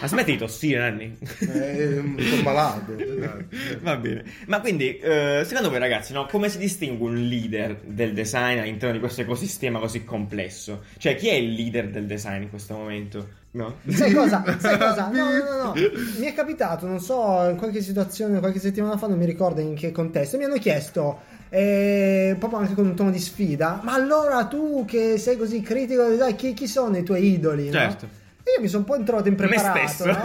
[SPEAKER 1] Ha smettito? Sì, Nanni.
[SPEAKER 3] Eh, sono malato.
[SPEAKER 1] Va bene, ma quindi eh, secondo voi ragazzi, no, come si distingue un leader del design all'interno di questo ecosistema così complesso? Cioè chi è il leader del design in questo momento? No?
[SPEAKER 4] Sai cosa? Sai cosa? No, no, no, no. Mi è capitato, non so, in qualche situazione, qualche settimana fa, non mi ricordo in che contesto, mi hanno chiesto, eh, proprio anche con un tono di sfida, ma allora tu che sei così critico, dai, chi, chi sono i tuoi idoli? no?"
[SPEAKER 1] Certo.
[SPEAKER 4] E Io mi sono un po' entrato impreparato,
[SPEAKER 1] stesso.
[SPEAKER 4] no?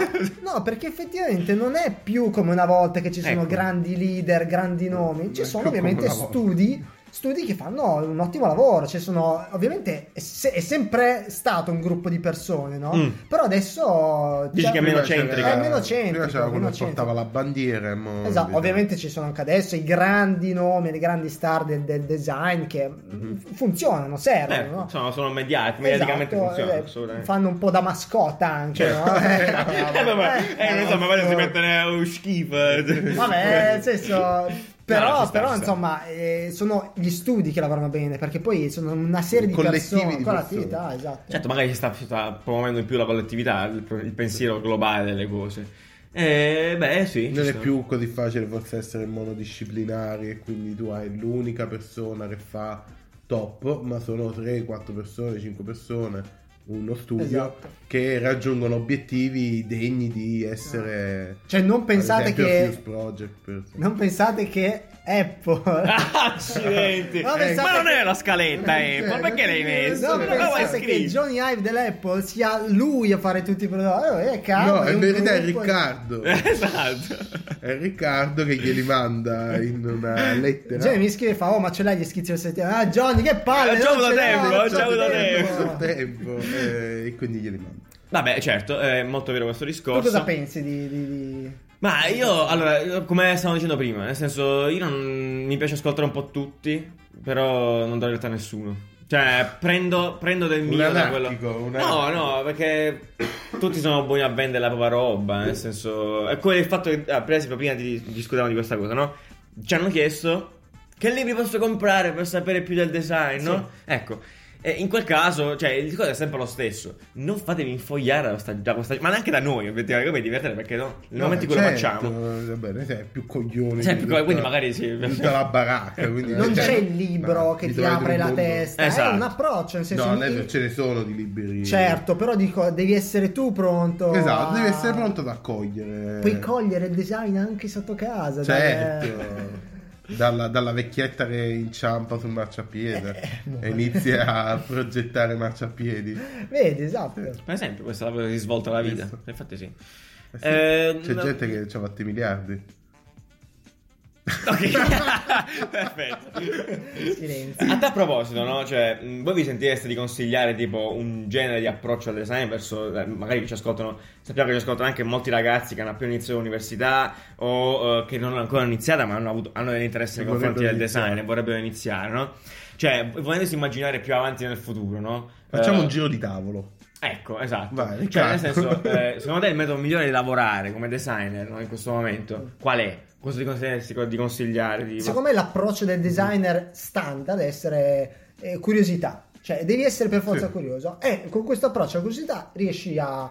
[SPEAKER 4] No, perché effettivamente non è più come una volta che ci sono
[SPEAKER 1] Ecco.
[SPEAKER 4] grandi leader, grandi nomi, ci
[SPEAKER 3] Non è
[SPEAKER 4] sono
[SPEAKER 3] più come
[SPEAKER 4] ovviamente
[SPEAKER 3] una volta.
[SPEAKER 4] studi studi che fanno un ottimo lavoro. Ci sono, ovviamente, è, se- è sempre stato un gruppo di persone, no?
[SPEAKER 1] Mm.
[SPEAKER 4] Però adesso.
[SPEAKER 1] Dici
[SPEAKER 4] già-
[SPEAKER 1] che è meno
[SPEAKER 3] Prima c'era-
[SPEAKER 1] centrica.
[SPEAKER 4] È Eh, meno
[SPEAKER 3] Prima
[SPEAKER 4] centrico,
[SPEAKER 3] c'era quello
[SPEAKER 4] meno
[SPEAKER 3] che portava la bandiera. e mo-
[SPEAKER 4] Esatto,
[SPEAKER 3] vediamo.
[SPEAKER 4] ovviamente ci sono anche adesso i grandi nomi, le grandi star del, del design che
[SPEAKER 1] Mhm.
[SPEAKER 4] f- funzionano, servono,
[SPEAKER 1] Eh,
[SPEAKER 4] no?
[SPEAKER 1] sono, sono mediati, mediaticamente
[SPEAKER 4] Esatto,
[SPEAKER 1] funziona.
[SPEAKER 4] eh,
[SPEAKER 1] assolutamente.
[SPEAKER 4] fanno un po' da mascotta anche,
[SPEAKER 1] Cioè,
[SPEAKER 4] no?
[SPEAKER 1] eh, vabbè, eh, non so, magari si mettono
[SPEAKER 4] mettono
[SPEAKER 1] eh, uno schifo.
[SPEAKER 4] eh, Vabbè, nel senso. Però,
[SPEAKER 1] No, ci sta,
[SPEAKER 4] però,
[SPEAKER 1] ci sta.
[SPEAKER 4] insomma, eh, sono gli studi che lavorano bene, perché poi sono una serie di
[SPEAKER 3] Collettivi
[SPEAKER 4] persone,
[SPEAKER 3] di
[SPEAKER 4] collettività,
[SPEAKER 3] persone.
[SPEAKER 4] esatto.
[SPEAKER 1] Certo, magari si sta, si sta promuovendo in più la collettività, il, il pensiero globale delle cose. Eh, beh, sì.
[SPEAKER 3] Non
[SPEAKER 1] ci
[SPEAKER 3] è
[SPEAKER 1] sta.
[SPEAKER 3] più così facile forse essere monodisciplinari e quindi tu hai l'unica persona che fa top, ma sono 3, 4 persone, 5 persone, uno studio
[SPEAKER 4] Esatto.
[SPEAKER 3] che raggiungono obiettivi degni di essere...
[SPEAKER 4] Cioè, non
[SPEAKER 3] ad
[SPEAKER 4] pensate
[SPEAKER 3] esempio,
[SPEAKER 4] che-
[SPEAKER 3] Fuse Project, per esempio.
[SPEAKER 4] Non pensate che
[SPEAKER 1] Ah,
[SPEAKER 4] Apple.
[SPEAKER 1] Accidenti!
[SPEAKER 4] Ma
[SPEAKER 1] Eh,
[SPEAKER 4] pensate
[SPEAKER 1] ma non
[SPEAKER 4] che-
[SPEAKER 1] è la scaletta, eh! Ma
[SPEAKER 3] Eh,
[SPEAKER 1] perché l'hai
[SPEAKER 3] perché-
[SPEAKER 1] messa?
[SPEAKER 4] No,
[SPEAKER 3] ma
[SPEAKER 1] Ma
[SPEAKER 4] ma
[SPEAKER 3] non
[SPEAKER 1] cosa hai
[SPEAKER 4] pensate che
[SPEAKER 1] scritto?
[SPEAKER 4] Johnny Hive dell'Apple sia lui a fare tutti i prodotti. Allora, eh, calma,
[SPEAKER 3] no,
[SPEAKER 4] è
[SPEAKER 3] in
[SPEAKER 4] un
[SPEAKER 3] verità è
[SPEAKER 4] gruppo-
[SPEAKER 3] Riccardo.
[SPEAKER 1] Esatto.
[SPEAKER 3] È Riccardo che glieli manda in una lettera.
[SPEAKER 4] Johnny mi scrive e fa, oh, ma ce l'hai gli schizzi del settimana? Ah, Johnny, che palle!
[SPEAKER 1] Eh, c'ho
[SPEAKER 4] non
[SPEAKER 1] avuto
[SPEAKER 4] ce l'hai,
[SPEAKER 1] tempo,
[SPEAKER 4] non
[SPEAKER 1] eh,
[SPEAKER 4] c'ho
[SPEAKER 1] c'ho avuto
[SPEAKER 4] tempo.
[SPEAKER 3] Sul tempo, eh, e quindi glieli manda.
[SPEAKER 1] Vabbè, certo, è molto vero questo
[SPEAKER 4] Tu
[SPEAKER 1] discorso.
[SPEAKER 4] cosa pensi di... di- di-
[SPEAKER 1] Ma io, allora, io- come stavo dicendo prima, nel senso, io non mi piace ascoltare un po' tutti, però non do retta a nessuno. Cioè, prendo, prendo del
[SPEAKER 3] Un
[SPEAKER 1] mio da quello.
[SPEAKER 3] anarchico, un
[SPEAKER 1] No,
[SPEAKER 3] anarchico.
[SPEAKER 1] no, perché tutti sono buoni a vendere la propria roba. Nel senso, è come il fatto che, ah, per esempio, prima di- discutevamo di questa cosa, no? Ci hanno chiesto che libri posso comprare per sapere più del design, no? Ecco. e in quel caso, cioè, il discorso è sempre lo stesso. Non fatevi infogliare da questa, da questa- ma neanche da noi, obiettivamente, come divertente, perché no, nel
[SPEAKER 3] No,
[SPEAKER 1] momento in cui lo
[SPEAKER 3] certo,
[SPEAKER 1] facciamo,
[SPEAKER 3] Vabbè, noi siamo più coglioni.
[SPEAKER 1] Cioè,
[SPEAKER 3] di
[SPEAKER 1] più
[SPEAKER 3] tutta-
[SPEAKER 1] co- quindi magari sì.
[SPEAKER 3] di Tutta la baracca. quindi-
[SPEAKER 4] Non
[SPEAKER 3] cioè,
[SPEAKER 4] c'è il libro
[SPEAKER 3] ma
[SPEAKER 4] che
[SPEAKER 3] vi
[SPEAKER 4] ti
[SPEAKER 3] trovate
[SPEAKER 4] apre
[SPEAKER 3] un
[SPEAKER 4] la
[SPEAKER 3] mondo-
[SPEAKER 4] testa,
[SPEAKER 1] Esatto.
[SPEAKER 4] è un approccio, nel senso...
[SPEAKER 3] No,
[SPEAKER 4] mi-
[SPEAKER 3] adesso ce ne sono di libri.
[SPEAKER 4] Certo, però dico, devi essere tu pronto.
[SPEAKER 3] Esatto,
[SPEAKER 4] a-
[SPEAKER 3] devi essere pronto ad accogliere.
[SPEAKER 4] Puoi cogliere il design anche sotto casa. dai, eh.
[SPEAKER 3] Certo. Dalla, dalla vecchietta che inciampa sul
[SPEAKER 4] Eh,
[SPEAKER 3] marciapiede e inizia a progettare marciapiedi.
[SPEAKER 4] Vedi, esatto.
[SPEAKER 1] per esempio, questa è la cosa che svolta la vita.
[SPEAKER 3] Giusto.
[SPEAKER 1] Infatti, sì.
[SPEAKER 3] Eh sì,
[SPEAKER 1] Eh,
[SPEAKER 3] C'è
[SPEAKER 1] no-
[SPEAKER 3] gente che ci ha fatto i miliardi.
[SPEAKER 1] Ok, perfetto.
[SPEAKER 4] Silenzio.
[SPEAKER 1] A tal proposito, no? Cioè, mh, voi vi sentireste di consigliare tipo un genere di approccio al design verso eh, magari ci ascoltano, sappiamo che ci ascoltano anche molti ragazzi che hanno appena iniziato l'università o eh, che non hanno ancora iniziata, ma hanno avuto hanno dell'interesse
[SPEAKER 3] E
[SPEAKER 1] nei confronti del
[SPEAKER 3] vorrebbero
[SPEAKER 1] design e vorrebbero iniziare, no? Cioè, volendosi immaginare più avanti nel futuro, no?
[SPEAKER 3] Facciamo
[SPEAKER 1] Eh,
[SPEAKER 3] un giro di tavolo.
[SPEAKER 1] Ecco, esatto.
[SPEAKER 3] Vai,
[SPEAKER 1] cioè,
[SPEAKER 3] Riccardo.
[SPEAKER 1] nel senso, eh, secondo te il metodo migliore di lavorare come designer no, in questo momento qual è? Cosa ti consiglieresti co- di consigliare? Di...
[SPEAKER 4] Secondo me l'approccio
[SPEAKER 3] Mhm.
[SPEAKER 4] del designer standa ad essere eh, curiosità. Cioè, devi essere per forza
[SPEAKER 3] Sì.
[SPEAKER 4] curioso. E con questo approccio alla curiosità riesci a-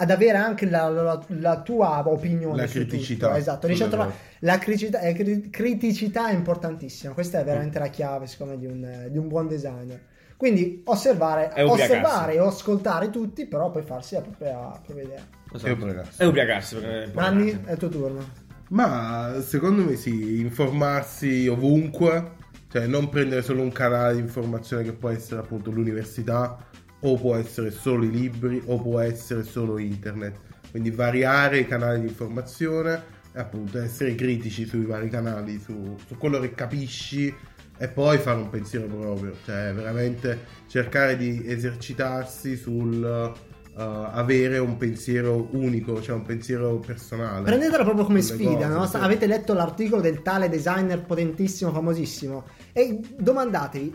[SPEAKER 4] ad avere anche la, la- la tua opinione.
[SPEAKER 3] La
[SPEAKER 4] su tutto.
[SPEAKER 3] criticità.
[SPEAKER 4] Esatto, riesci a
[SPEAKER 3] Quello
[SPEAKER 4] trovare. La criticità, eh, cri- criticità è importantissima. Questa è veramente la chiave, secondo me, di un, eh, di un buon designer. Quindi osservare,
[SPEAKER 1] E ubriacarsi.
[SPEAKER 4] osservare e ascoltare tutti, però poi farsi la propria, la propria idea.
[SPEAKER 1] Lo
[SPEAKER 3] È ubriacarsi.
[SPEAKER 1] È ubriacarsi, perché è importante.
[SPEAKER 4] Nanni, eh, è il tuo turno.
[SPEAKER 3] Ma secondo me sì, informarsi ovunque, cioè non prendere solo un canale di informazione che può essere appunto l'università, o può essere solo i libri, o può essere solo internet. Quindi variare i canali di informazione e appunto essere critici sui vari canali, su, su quello che capisci e poi fare un pensiero proprio, cioè veramente cercare di esercitarsi sul eh, avere un pensiero unico, cioè un pensiero personale.
[SPEAKER 4] Prendetela proprio come
[SPEAKER 3] Sulle
[SPEAKER 4] sfida,
[SPEAKER 3] cose,
[SPEAKER 4] no?
[SPEAKER 3] sì.
[SPEAKER 4] Avete letto l'articolo del tale designer potentissimo, famosissimo, e domandatevi,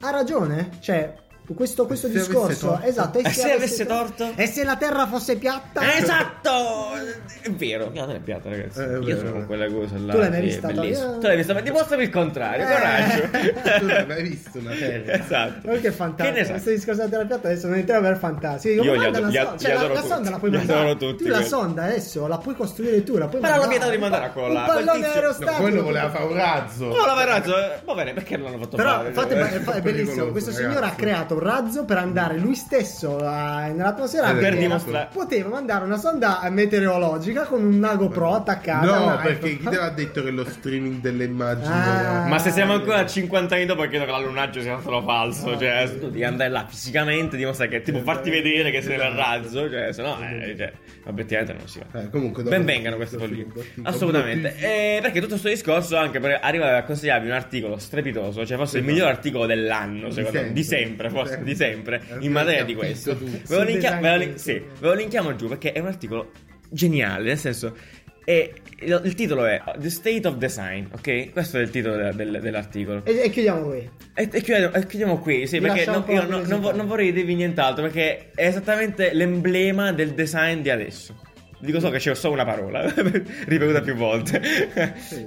[SPEAKER 4] ha ragione? Cioè, questo, questo
[SPEAKER 3] se avesse
[SPEAKER 4] discorso,
[SPEAKER 3] torto.
[SPEAKER 4] esatto,
[SPEAKER 1] E se avesse torto? Eh,
[SPEAKER 4] E se la terra fosse piatta?
[SPEAKER 1] Esatto! È vero, piano è piatta, ragazzi.
[SPEAKER 3] Eh, è
[SPEAKER 1] Io
[SPEAKER 3] vero,
[SPEAKER 1] sono con
[SPEAKER 3] eh.
[SPEAKER 1] quella cosa là.
[SPEAKER 4] Tu l'hai mai
[SPEAKER 1] sì, è
[SPEAKER 4] vista,
[SPEAKER 1] bellissimo.
[SPEAKER 4] Tony? Eh.
[SPEAKER 1] Tu l'hai vista, ma dimostrami il contrario, coraggio.
[SPEAKER 3] Eh, tu non hai mai visto una terra.
[SPEAKER 1] esatto.
[SPEAKER 4] Oh,
[SPEAKER 1] Che
[SPEAKER 4] che
[SPEAKER 1] ne
[SPEAKER 4] fantastico,
[SPEAKER 1] sai?
[SPEAKER 4] questo discorso della terra piatta adesso non entriamo per fantastico.
[SPEAKER 1] Io
[SPEAKER 4] Io
[SPEAKER 1] li
[SPEAKER 4] manda
[SPEAKER 1] adoro-
[SPEAKER 4] una
[SPEAKER 1] li
[SPEAKER 4] sonda,
[SPEAKER 1] ad-
[SPEAKER 4] cioè,
[SPEAKER 1] li
[SPEAKER 4] la,
[SPEAKER 1] adoro
[SPEAKER 4] la
[SPEAKER 1] tutti.
[SPEAKER 4] sonda la puoi
[SPEAKER 1] Li
[SPEAKER 4] mandare.
[SPEAKER 1] adoro tutti, eh.
[SPEAKER 4] tu la
[SPEAKER 1] quelli.
[SPEAKER 4] sonda adesso la puoi costruire tu, la puoi
[SPEAKER 1] Però la
[SPEAKER 4] mandare.
[SPEAKER 1] vieta di mandare a quella
[SPEAKER 4] Un
[SPEAKER 1] là, quel
[SPEAKER 4] pallone
[SPEAKER 1] tizio- no,
[SPEAKER 3] No,
[SPEAKER 4] aerostatico.
[SPEAKER 3] quello voleva fare un razzo.
[SPEAKER 1] No, la verrazzo, eh, va bene, perché non l'hanno fatto
[SPEAKER 4] Però
[SPEAKER 1] fare?
[SPEAKER 4] fate-
[SPEAKER 1] Eh,
[SPEAKER 4] è, è bellissimo.
[SPEAKER 3] pericoloso,
[SPEAKER 4] Questo
[SPEAKER 3] ragazzi.
[SPEAKER 4] signore ha creato un razzo per andare lui stesso eh, a- nell'atmosfera
[SPEAKER 3] Per
[SPEAKER 4] perché
[SPEAKER 1] dimostrare-
[SPEAKER 4] Poteva mandare una sonda meteorologica con un nago pro attaccato. a un
[SPEAKER 3] No,
[SPEAKER 4] iPhone.
[SPEAKER 3] perché chi te l'ha detto che lo streaming delle immagini
[SPEAKER 4] Ah.
[SPEAKER 1] Ma se siamo ancora a 50 anni dopo, credo che l'allunaggio sia stato falso. Cioè, tu devi andare là fisicamente, dimostra che tipo farti vedere che sei nel razzo. Cioè, se no, eh, cioè, obiettivamente non si va.
[SPEAKER 3] Eh, comunque dopo-
[SPEAKER 1] Ben vengano queste follie.
[SPEAKER 3] Dopo-
[SPEAKER 1] Assolutamente. Eh, perché tutto questo discorso anche per arrivare a consigliarvi un articolo strepitoso, cioè forse il miglior articolo dell'anno, secondo me,
[SPEAKER 3] Esatto. sempre.
[SPEAKER 1] di sempre,
[SPEAKER 3] Di
[SPEAKER 1] forse di sempre,
[SPEAKER 3] sempre.
[SPEAKER 1] in materia di
[SPEAKER 3] Abbiamo
[SPEAKER 1] questo.
[SPEAKER 3] capito tutto.
[SPEAKER 1] Ve lo,
[SPEAKER 4] Sul
[SPEAKER 1] linkia-
[SPEAKER 4] design
[SPEAKER 1] ve lo
[SPEAKER 4] del
[SPEAKER 1] lin- sì,
[SPEAKER 4] programma.
[SPEAKER 1] ve lo linkiamo giù perché è un articolo geniale, nel senso è- il, il titolo è The State of Design, ok? Questo è il titolo del- del- dell'articolo.
[SPEAKER 4] E, e chiudiamo qui.
[SPEAKER 1] E, e chiudiamo, e chiudiamo qui, sì,
[SPEAKER 4] Vi
[SPEAKER 1] perché
[SPEAKER 4] lasciamo
[SPEAKER 1] non,
[SPEAKER 4] un po'
[SPEAKER 1] io no-
[SPEAKER 4] di
[SPEAKER 1] non vo-
[SPEAKER 4] curiosità.
[SPEAKER 1] non vorrei dirvi nient'altro, perché è esattamente l'emblema del design di adesso. Dico
[SPEAKER 4] Mm.
[SPEAKER 1] solo che c'è solo una parola, ripetuta più volte.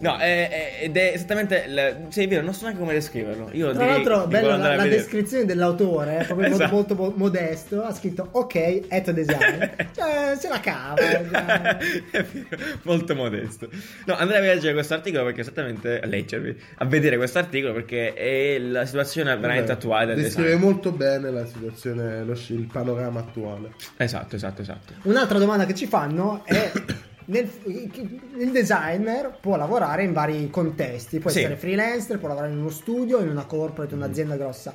[SPEAKER 1] no, è- è- ed è esattamente... il- sì, è vero, non so neanche come descriverlo. Io
[SPEAKER 4] Tra
[SPEAKER 1] direi
[SPEAKER 4] l'altro,
[SPEAKER 1] di
[SPEAKER 4] bella
[SPEAKER 1] guardare
[SPEAKER 4] la,
[SPEAKER 1] a
[SPEAKER 4] la
[SPEAKER 1] vedere.
[SPEAKER 4] descrizione dell'autore, eh, proprio in modo
[SPEAKER 1] Esatto.
[SPEAKER 4] molto, mo- modesto. Ha scritto ok, at design. cioè, se la cava. cioè.
[SPEAKER 1] È vero, Molto modesto. No, andrei a leggere questo articolo perché esattamente... A leggervi, a vedere questo articolo perché è la situazione veramente attuale del
[SPEAKER 3] eh, Descrive
[SPEAKER 1] design.
[SPEAKER 3] molto bene la situazione, lo sci- il panorama attuale.
[SPEAKER 1] Esatto, esatto, esatto.
[SPEAKER 4] Un'altra domanda che ci fanno è. nel- il designer può lavorare in vari contesti, può
[SPEAKER 1] Sì.
[SPEAKER 4] essere freelancer, può lavorare in uno studio, in una corporate, in un'azienda grossa.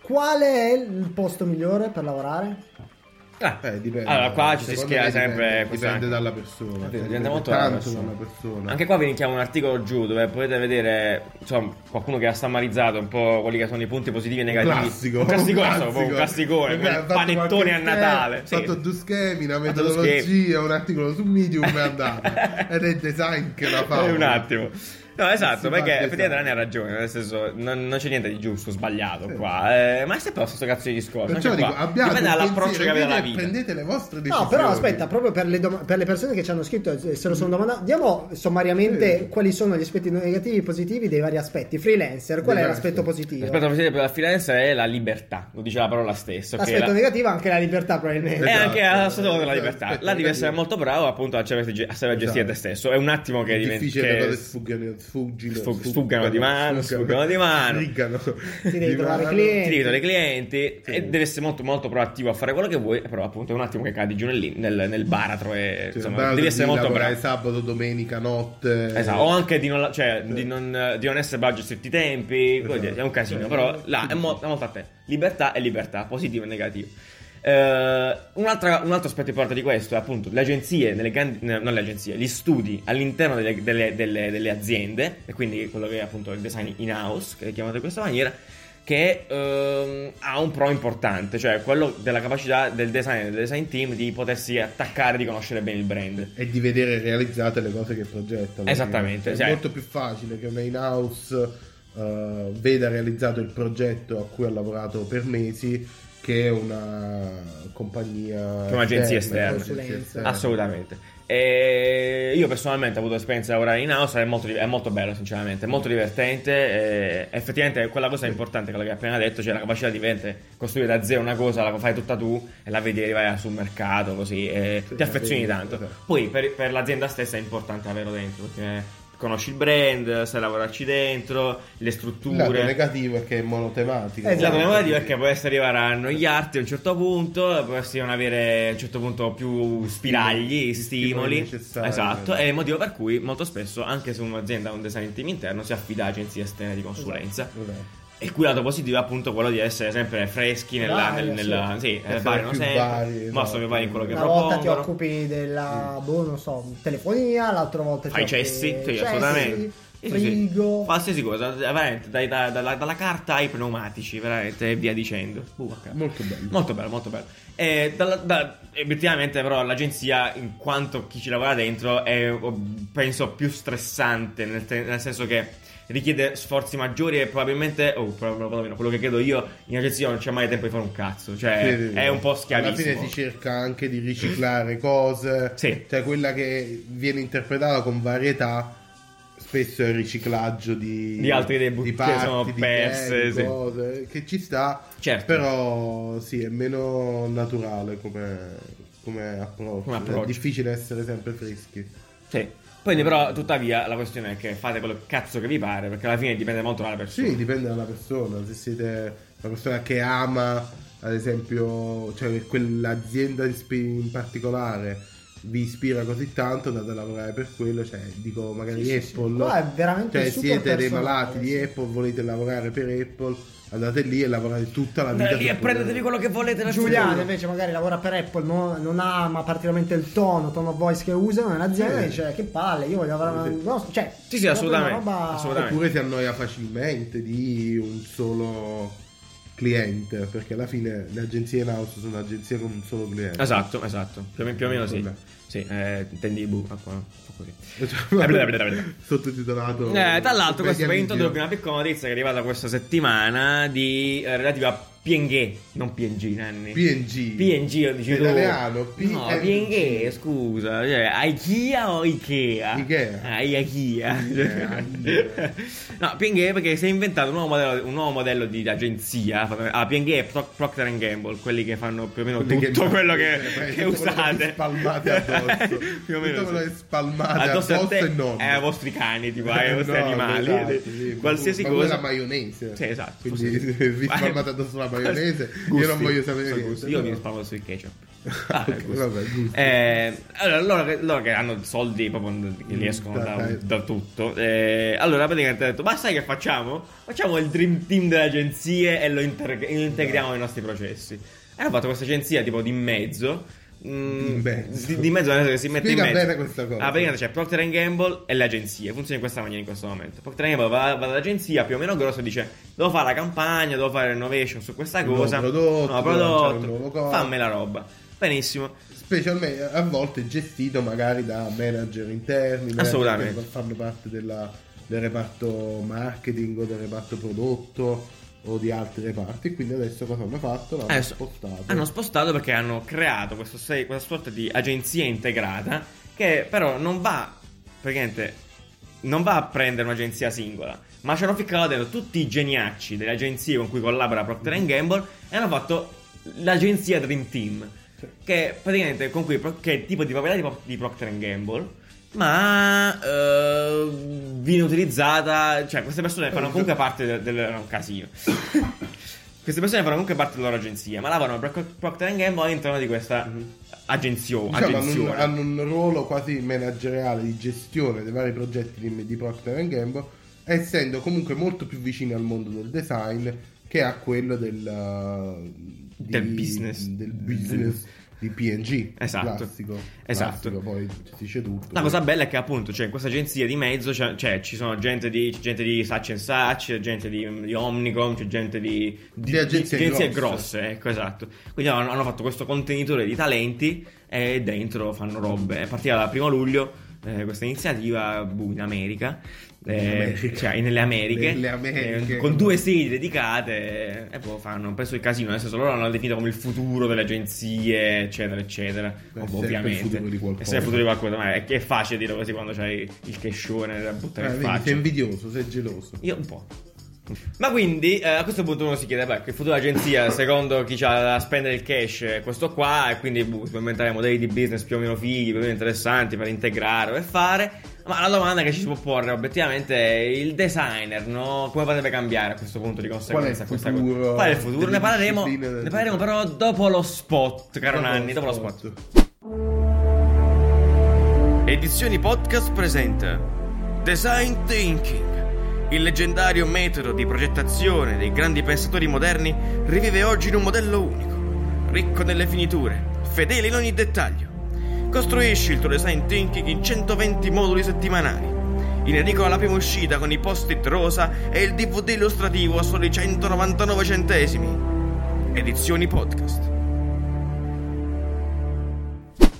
[SPEAKER 4] Qual è il posto migliore per lavorare?
[SPEAKER 1] Ah,
[SPEAKER 3] Eh, dipende.
[SPEAKER 1] Allora, qua ci si
[SPEAKER 3] Secondo
[SPEAKER 1] schiera
[SPEAKER 3] me dipende-
[SPEAKER 1] sempre.
[SPEAKER 3] Dipende,
[SPEAKER 1] questa-
[SPEAKER 3] dalla
[SPEAKER 1] È
[SPEAKER 3] persona.
[SPEAKER 1] vero,
[SPEAKER 3] cioè,
[SPEAKER 1] dipende
[SPEAKER 3] dipende
[SPEAKER 1] molto dalla
[SPEAKER 3] tanto
[SPEAKER 1] persona.
[SPEAKER 3] dalla persona.
[SPEAKER 1] Anche qua vi linkiamo un articolo giù dove potete vedere insomma, qualcuno che ha stammarizzato un po' quelli che sono i punti positivi e negativi.
[SPEAKER 3] classico.
[SPEAKER 1] un classico, proprio un classicone,
[SPEAKER 3] Vabbè, ha
[SPEAKER 1] un
[SPEAKER 3] fatto
[SPEAKER 1] panettone
[SPEAKER 3] qualche
[SPEAKER 1] a
[SPEAKER 3] schema,
[SPEAKER 1] Natale.
[SPEAKER 3] Ha
[SPEAKER 1] Sì.
[SPEAKER 3] fatto due schemi, una
[SPEAKER 1] fatto due
[SPEAKER 3] metodologia, un articolo su Medium è andato. Ed è il design che la fa.
[SPEAKER 1] Eh, un attimo. No, esatto,
[SPEAKER 3] Si
[SPEAKER 1] perché
[SPEAKER 3] fa
[SPEAKER 1] effettivamente
[SPEAKER 3] esatto.
[SPEAKER 1] Rani ha ragione, nel senso non, non c'è niente di giusto, sbagliato qua. Eh, ma è sempre lo stesso cazzo di discorso.
[SPEAKER 3] Perciò
[SPEAKER 1] anche
[SPEAKER 3] dico,
[SPEAKER 1] qua.
[SPEAKER 3] abbiamo
[SPEAKER 1] Dipende dall'approccio che avete alla vita.
[SPEAKER 3] prendete le vostre decisioni.
[SPEAKER 4] No, però aspetta, proprio per le, dom- per le persone che ci hanno scritto e se lo sono domandato, diamo sommariamente
[SPEAKER 3] Sì.
[SPEAKER 4] quali sono gli aspetti negativi e positivi dei vari aspetti. Freelancer, qual è
[SPEAKER 3] Dei vari
[SPEAKER 4] l'aspetto
[SPEAKER 3] aspetti.
[SPEAKER 4] positivo?
[SPEAKER 1] L'aspetto positivo per la Firenze è la libertà, lo dice la parola stessa. ok?
[SPEAKER 4] L'aspetto
[SPEAKER 1] La-
[SPEAKER 4] negativo è anche la libertà, probabilmente.
[SPEAKER 1] E
[SPEAKER 3] Esatto.
[SPEAKER 1] anche a seconda della
[SPEAKER 3] Esatto,
[SPEAKER 1] libertà.
[SPEAKER 3] aspetta,
[SPEAKER 1] Là devi
[SPEAKER 3] voglio
[SPEAKER 1] essere
[SPEAKER 3] dire.
[SPEAKER 1] molto bravo appunto a saper gestire, a saper gestire
[SPEAKER 3] Esatto.
[SPEAKER 1] te stesso. È un attimo che
[SPEAKER 3] È
[SPEAKER 1] diventi.
[SPEAKER 3] difficile
[SPEAKER 1] che
[SPEAKER 3] quando sfuggano, sfuggino,
[SPEAKER 1] sfug- sfuggano di mano, sfuggano di mano.
[SPEAKER 3] Sfuggano.
[SPEAKER 4] devi
[SPEAKER 3] di
[SPEAKER 4] trovare
[SPEAKER 3] mano.
[SPEAKER 4] clienti.
[SPEAKER 1] Ti dividono i clienti
[SPEAKER 3] Sì.
[SPEAKER 1] e devi essere molto molto proattivo a fare quello che vuoi, però appunto è un attimo che cadi giù nel, nel, nel baratro e
[SPEAKER 3] Cioè,
[SPEAKER 1] insomma
[SPEAKER 3] bravo,
[SPEAKER 1] devi essere molto
[SPEAKER 3] lavorare
[SPEAKER 1] bravo.
[SPEAKER 3] sabato, domenica, notte.
[SPEAKER 1] Esatto, o anche di non, cioè, di non, di non essere bravo a gestirti i tempi, voglio dire, è un casino, però là è, mo- è molto a te. Libertà e libertà, positivo e negativo. Eh, un'altra- un altro aspetto importante di questo è appunto le agenzie, nelle grandi- ne- non le agenzie, gli studi all'interno delle, delle- delle- delle aziende, e quindi quello che è appunto il design in house, che è chiamato in questa maniera, che ehm, ha un pro importante, cioè quello della capacità del design, del design team di potersi attaccare, di conoscere bene il brand.
[SPEAKER 3] E di vedere realizzate le cose che progettano.
[SPEAKER 1] Esattamente,
[SPEAKER 3] È
[SPEAKER 1] cioè-
[SPEAKER 3] molto più facile che una in-house eh, veda realizzato il progetto a cui ha lavorato per mesi che una compagnia.
[SPEAKER 1] Che un'agenzia esterna.
[SPEAKER 3] un'agenzia
[SPEAKER 4] Consulenza.
[SPEAKER 3] esterna.
[SPEAKER 1] Assolutamente. E io personalmente ho avuto l'esperienza di lavorare in house, è molto, è molto bello sinceramente, è molto divertente. e effettivamente quella cosa è importante, quella che hai appena detto, cioè la capacità di veramente costruire da zero una cosa, la fai tutta tu e la vedi arrivare sul mercato così e
[SPEAKER 3] Sì,
[SPEAKER 1] ti affezioni
[SPEAKER 3] sì,
[SPEAKER 1] tanto.
[SPEAKER 3] esatto.
[SPEAKER 1] Poi per, per l'azienda stessa è importante averlo dentro perché conosci il brand, sai lavorarci dentro, le
[SPEAKER 3] Il lato
[SPEAKER 1] strutture.
[SPEAKER 3] negativo è che è monotematico.
[SPEAKER 1] Esatto, la moda perché potresti arrivare a annoiarti a un certo punto, potresti non avere a un certo punto più spiragli,
[SPEAKER 3] Stimoli
[SPEAKER 1] stimoli.
[SPEAKER 3] necessari.
[SPEAKER 1] esatto, è il motivo per cui molto spesso, anche se un'azienda ha un design team interno, si affida a agenzie esterne di consulenza.
[SPEAKER 3] Esatto.
[SPEAKER 1] E qui lato positivo è appunto quello di essere sempre freschi nella...
[SPEAKER 4] Varia,
[SPEAKER 1] nel- nella- sì, eh,
[SPEAKER 3] Essere
[SPEAKER 1] variano
[SPEAKER 3] più
[SPEAKER 1] sempre,
[SPEAKER 3] vari, esatto.
[SPEAKER 1] ma so che vari in quello che
[SPEAKER 4] Una volta ti
[SPEAKER 1] propongono.
[SPEAKER 4] occupi della, boh, non so, telefonia, l'altra volta ti
[SPEAKER 1] Fai i
[SPEAKER 4] occupi
[SPEAKER 1] cessi, sì,
[SPEAKER 4] cessi,
[SPEAKER 1] assolutamente. Sì, sì, sì.
[SPEAKER 4] Frigo.
[SPEAKER 1] Qualsiasi cosa, veramente, dai- dai- dalla, dalla carta ai pneumatici, veramente, e via dicendo. Buca.
[SPEAKER 3] Molto bello.
[SPEAKER 1] Molto bello, molto bello. E dalla- da- obiettivamente, però, l'agenzia, in oh, quanto chi ci lavora dentro, è o- penso più stressante, nel, te- nel senso che richiede sforzi maggiori e probabilmente, oh, probabilmente quello che credo io, in agenzia non c'è mai tempo di fare un cazzo, cioè
[SPEAKER 3] Sì, sì, sì.
[SPEAKER 1] è un po' schiavissimo.
[SPEAKER 3] Alla fine si cerca anche di riciclare cose,
[SPEAKER 1] Sì.
[SPEAKER 3] cioè quella che viene interpretata con varietà spesso è il riciclaggio di,
[SPEAKER 1] Di altri dei
[SPEAKER 3] di
[SPEAKER 1] buchi che
[SPEAKER 3] parti,
[SPEAKER 1] sono
[SPEAKER 3] di
[SPEAKER 1] perse,
[SPEAKER 3] piedi,
[SPEAKER 1] sì.
[SPEAKER 3] cose, che ci sta,
[SPEAKER 1] Certo.
[SPEAKER 3] però sì, è meno naturale come... Come approccio.
[SPEAKER 1] Come approccio.
[SPEAKER 3] è difficile essere sempre freschi.
[SPEAKER 1] Sì. Quindi però, tuttavia, la questione è che fate quello cazzo che vi pare, perché alla fine dipende molto dalla persona.
[SPEAKER 3] Sì, dipende dalla persona. Se siete una persona che ama, ad esempio, cioè che quell'azienda in spe- in particolare vi ispira così tanto, andate a lavorare per quello. Cioè, dico magari
[SPEAKER 4] Sì, sì, sì.
[SPEAKER 3] Apple.
[SPEAKER 4] Qua è veramente
[SPEAKER 3] cioè,
[SPEAKER 4] super
[SPEAKER 3] siete dei
[SPEAKER 4] personale,
[SPEAKER 3] malati di
[SPEAKER 4] sì.
[SPEAKER 3] Apple, volete lavorare per Apple, andate lì e lavorate tutta la vita.
[SPEAKER 1] Andate Eh, lì
[SPEAKER 3] per
[SPEAKER 1] e prendetevi quello che volete la
[SPEAKER 4] Giuliano invece magari lavora per Apple, no- non ama particolarmente il tono, tono voice che usano nell'azienda
[SPEAKER 3] Sì.
[SPEAKER 4] e dice che palle, io voglio lavorare...
[SPEAKER 3] Sì.
[SPEAKER 4] No, cioè,
[SPEAKER 1] Sì, sì,
[SPEAKER 4] proprio
[SPEAKER 1] assolutamente,
[SPEAKER 4] una roba-
[SPEAKER 1] assolutamente.
[SPEAKER 3] Oppure si annoia facilmente di un solo cliente, perché alla fine le agenzie in house sono agenzie con un solo cliente.
[SPEAKER 1] Esatto, esatto. Più o meno, più o meno sì.
[SPEAKER 3] Vabbè. Eh,
[SPEAKER 1] Sì, eh, intendi bu, ah, qua, fa così.
[SPEAKER 3] sottotitolato
[SPEAKER 1] Eh, tra l'altro, questo per
[SPEAKER 3] Media
[SPEAKER 1] introdurre
[SPEAKER 3] Video.
[SPEAKER 1] una piccola notizia che è arrivata questa settimana di, eh, relativa a PNG, non PNG, Nanni.
[SPEAKER 3] PNG
[SPEAKER 1] PNG, lo dici tu.
[SPEAKER 3] Italiano,
[SPEAKER 1] No,
[SPEAKER 3] Eh,
[SPEAKER 1] PNG, scusa. Cioè, Ikea o Ikea?
[SPEAKER 3] Ikea.
[SPEAKER 1] Ah, Ikea.
[SPEAKER 3] Ikea, Ikea.
[SPEAKER 1] no, PNG perché si è inventato un nuovo modello, un nuovo modello di agenzia. Ah, PNG e Pro- Procter Gamble, quelli che fanno più o meno
[SPEAKER 3] Quelli
[SPEAKER 1] tutto
[SPEAKER 3] che-
[SPEAKER 1] quello che,
[SPEAKER 3] eh,
[SPEAKER 1] che
[SPEAKER 3] tutto quello che
[SPEAKER 1] usate.
[SPEAKER 3] vi spalmate addosso.
[SPEAKER 1] più o meno.
[SPEAKER 3] Tutto quello
[SPEAKER 1] sì.
[SPEAKER 3] che spalmate addosso
[SPEAKER 1] a te-
[SPEAKER 3] e non. Eh,
[SPEAKER 1] eh, ai vostri cani, tipo, ai vostri
[SPEAKER 3] No,
[SPEAKER 1] animali.
[SPEAKER 3] esatto, sì, ma-
[SPEAKER 1] Qualsiasi
[SPEAKER 3] ma
[SPEAKER 1] cosa.
[SPEAKER 3] la maionese
[SPEAKER 1] Sì, esatto.
[SPEAKER 3] quindi
[SPEAKER 1] sì.
[SPEAKER 3] vi spalmate addosso la maionese io non
[SPEAKER 1] Gusti,
[SPEAKER 3] voglio sapere
[SPEAKER 1] sono
[SPEAKER 3] niente
[SPEAKER 1] gusti. Io
[SPEAKER 3] no.
[SPEAKER 1] mi spalmo sui ketchup. Ah,
[SPEAKER 3] Ok,
[SPEAKER 1] gusti.
[SPEAKER 3] vabbè, gusti.
[SPEAKER 1] Eh, allora, loro che, loro che hanno soldi proprio che li escono
[SPEAKER 3] Da-
[SPEAKER 1] da,
[SPEAKER 3] Mm, dai.
[SPEAKER 1] da tutto. eh, allora, praticamente ha detto: Ma sai che facciamo? Facciamo il dream team delle agenzie e lo, inter- lo integriamo nei nostri processi. E hanno fatto questa agenzia tipo di mezzo. mm,
[SPEAKER 3] Di mezzo.
[SPEAKER 1] Di, di mezzo nel senso che si mette
[SPEAKER 3] Spiega
[SPEAKER 1] in mezzo.
[SPEAKER 3] bene questa cosa.
[SPEAKER 1] Ah, praticamente c'è Procter Gamble e le agenzie. Funziona in questa maniera in questo momento. Procter Gamble va, va dall'agenzia più o meno grossa e dice: Devo fare la campagna, devo fare l'innovation su questa
[SPEAKER 3] Un nuovo
[SPEAKER 1] cosa.
[SPEAKER 3] prodotto,
[SPEAKER 1] nuovo
[SPEAKER 3] devo lanciare
[SPEAKER 1] prodotto,
[SPEAKER 3] un nuovo corpo."
[SPEAKER 1] fammi la roba. Benissimo.
[SPEAKER 3] specialmente a volte gestito magari da manager interni manager
[SPEAKER 1] Assolutamente.
[SPEAKER 3] che fanno parte della- del reparto marketing o del reparto prodotto o di altri reparti quindi adesso cosa hanno fatto? l'hanno
[SPEAKER 1] Adesso-
[SPEAKER 3] spostato
[SPEAKER 1] Eh, Hanno spostato perché hanno creato questo sei- questa sorta di agenzia integrata che però non va praticamente non va a prendere un'agenzia singola, ma ci hanno ficcato dentro tutti i geniacci delle agenzie con cui collabora Procter
[SPEAKER 3] Mm.
[SPEAKER 1] Gamble e hanno fatto l'agenzia Dream Team, che praticamente con cui Pro- che è tipo di proprietà di, Pro- di Procter Gamble. Ma eh, viene utilizzata, cioè queste persone fanno comunque parte del, del no, casino. Queste persone fanno comunque parte della loro agenzia, ma lavorano per Pro- Procter Gamble all'interno di questa agenzio,
[SPEAKER 3] Diciamo, hanno, un,
[SPEAKER 1] agenzione.
[SPEAKER 3] hanno un ruolo quasi manageriale di gestione dei vari progetti di, di Procter Gamble, essendo comunque molto più vicini al mondo del design che a quello del, uh, di-
[SPEAKER 1] Del business.
[SPEAKER 3] del business di PNG.
[SPEAKER 1] Esatto.
[SPEAKER 3] Classico,
[SPEAKER 1] Esatto.
[SPEAKER 3] classico, poi ci dice tutto.
[SPEAKER 1] La cosa bella è che appunto c'è in questa agenzia di mezzo, c'è- c'è- ci sono gente di, c'è gente di Satch Satch, c'è gente di, di Omnicom, c'è gente di,
[SPEAKER 3] Di agenzie grosse.
[SPEAKER 1] grosse, ecco esatto. Quindi hanno, hanno fatto questo contenitore di talenti e dentro fanno robe. È partita dal primo luglio eh, questa iniziativa boh, in America, eh,
[SPEAKER 3] America.
[SPEAKER 1] cioè nelle Americhe,
[SPEAKER 3] Nelle Americhe.
[SPEAKER 1] eh, con due sedi dedicate eh, e poi fanno presso il casino, nel senso loro l'hanno definito come il futuro delle agenzie, eccetera, eccetera.
[SPEAKER 3] Beh,
[SPEAKER 1] Ov-
[SPEAKER 3] sempre il
[SPEAKER 1] ovviamente.
[SPEAKER 3] futuro di qualcosa.
[SPEAKER 1] È sempre il futuro di qualcosa, ma è, è facile dire così quando c'hai il cashone da
[SPEAKER 3] Eh,
[SPEAKER 1] buttare in
[SPEAKER 3] vedi,
[SPEAKER 1] faccia.
[SPEAKER 3] sei invidioso, sei geloso.
[SPEAKER 1] Io un po'. Ma quindi eh, a questo punto uno si chiede, beh, che futuro agenzia, secondo chi ha da spendere il cash, è questo qua, e quindi boh, sperimentare modelli di business più o meno fighi, più o meno interessanti per integrare, per fare. Ma la domanda che ci si può porre obiettivamente è il designer, no? Come potrebbe cambiare a questo punto di conseguenza
[SPEAKER 3] Qual è il
[SPEAKER 1] questa
[SPEAKER 3] futuro
[SPEAKER 1] cosa? Qual è il futuro?
[SPEAKER 3] delle
[SPEAKER 1] Ne parleremo,
[SPEAKER 3] discipline del
[SPEAKER 1] ne parleremo però dopo lo spot, caro Nanni, dopo lo spot.
[SPEAKER 5] Edizioni Podcast presenta Design Thinking. Il leggendario metodo di progettazione dei grandi pensatori moderni rivive oggi in un modello unico, ricco nelle finiture, fedele in ogni dettaglio. Costruisci il tuo design thinking in 120 moduli settimanali. In edicola la prima uscita con i post-it rosa e il DVD illustrativo a soli 199 centesimi. Edizioni Podcast.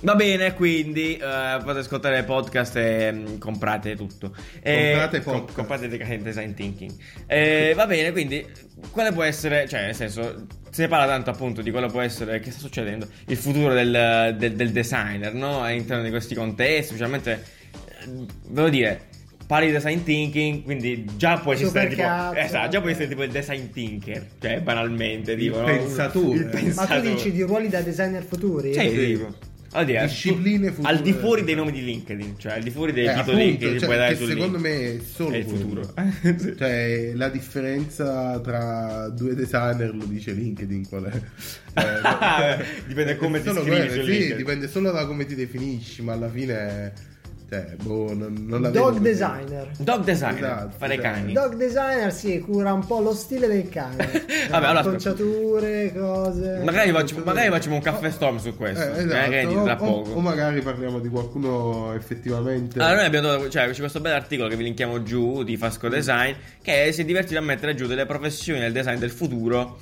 [SPEAKER 1] Va bene, quindi eh, potete ascoltare il podcast e mm, comprate tutto. Eh,
[SPEAKER 3] Comprate
[SPEAKER 1] com-
[SPEAKER 3] podcast.
[SPEAKER 1] comprate de- Design Thinking. Eh, va bene, quindi quale può essere, cioè nel senso, se ne parla tanto appunto di quello può essere, che sta succedendo, il futuro del, del- del designer, no? All'interno di questi contesti, specialmente, eh, devo dire, parli di design thinking, quindi già può esistere tipo,
[SPEAKER 4] Supercazzo.
[SPEAKER 1] esatto, già può esistere tipo il design thinker, cioè banalmente,
[SPEAKER 3] Il
[SPEAKER 1] tipo, no?
[SPEAKER 3] pensatore.
[SPEAKER 1] Il
[SPEAKER 3] Ma tu
[SPEAKER 4] Ma
[SPEAKER 1] pensatore.
[SPEAKER 4] tu dici di ruoli da designer futuri?
[SPEAKER 1] Cioè,
[SPEAKER 3] Sì.
[SPEAKER 1] tipo, oddio,
[SPEAKER 3] Discipline
[SPEAKER 1] al-
[SPEAKER 3] future.
[SPEAKER 1] Al di fuori dei nomi di LinkedIn, cioè al di fuori dei
[SPEAKER 3] Eh,
[SPEAKER 1] titoli
[SPEAKER 3] appunto,
[SPEAKER 1] LinkedIn
[SPEAKER 3] cioè,
[SPEAKER 1] puoi dare
[SPEAKER 3] che
[SPEAKER 1] sul
[SPEAKER 3] secondo
[SPEAKER 1] link.
[SPEAKER 3] me è solo
[SPEAKER 1] È il
[SPEAKER 3] quello.
[SPEAKER 1] futuro. Sì.
[SPEAKER 3] Cioè, la differenza tra due designer lo dice LinkedIn qual è.
[SPEAKER 1] Ah, dipende
[SPEAKER 3] è
[SPEAKER 1] come ti
[SPEAKER 3] solo
[SPEAKER 1] iscrivi
[SPEAKER 3] quello,
[SPEAKER 1] su
[SPEAKER 3] sì,
[SPEAKER 1] LinkedIn.
[SPEAKER 3] dipende solo da come ti definisci, ma alla fine cioè, boh, non, non la vedo
[SPEAKER 4] Dog
[SPEAKER 3] così.
[SPEAKER 4] designer.
[SPEAKER 1] Dog design,
[SPEAKER 3] Esatto,
[SPEAKER 1] fare
[SPEAKER 3] esatto.
[SPEAKER 1] cani.
[SPEAKER 4] Dog designer si cura un po' lo stile del cane.
[SPEAKER 1] Vabbè, allora-
[SPEAKER 4] Conciature, cose.
[SPEAKER 1] Magari, facciamo, magari facciamo un caffè storm su questo.
[SPEAKER 3] Eh,
[SPEAKER 1] Magari
[SPEAKER 3] esatto.
[SPEAKER 1] di tra
[SPEAKER 3] o, o-
[SPEAKER 1] poco.
[SPEAKER 3] o magari parliamo di qualcuno effettivamente
[SPEAKER 1] Allora, noi abbiamo trovato- cioè, c'è questo bel articolo che vi linkiamo giù di Fasco Design. Che si è divertito a mettere giù delle professioni del design del futuro.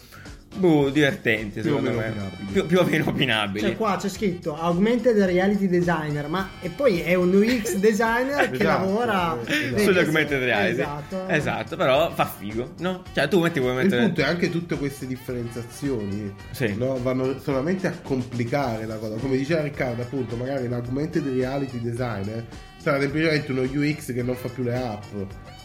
[SPEAKER 1] Boh, divertenti.
[SPEAKER 3] Più o
[SPEAKER 1] secondo
[SPEAKER 3] meno
[SPEAKER 1] me.
[SPEAKER 3] opinabili.
[SPEAKER 1] Più, più o meno opinabili.
[SPEAKER 4] Cioè qua c'è scritto augmented reality designer, ma e poi è un UX designer che
[SPEAKER 3] Esatto,
[SPEAKER 4] lavora
[SPEAKER 3] esatto.
[SPEAKER 4] Vedi,
[SPEAKER 1] Sugli augmented
[SPEAKER 4] sì,
[SPEAKER 1] reality
[SPEAKER 4] Esatto.
[SPEAKER 1] Esatto, però fa figo no? cioè tu metti puoi
[SPEAKER 3] il
[SPEAKER 1] mettere
[SPEAKER 3] punto è anche tutte queste differenziazioni
[SPEAKER 1] Sì.
[SPEAKER 3] no? vanno solamente a complicare la cosa come diceva Riccardo appunto magari l'augmented reality designer sarà semplicemente uno UX che non fa più le app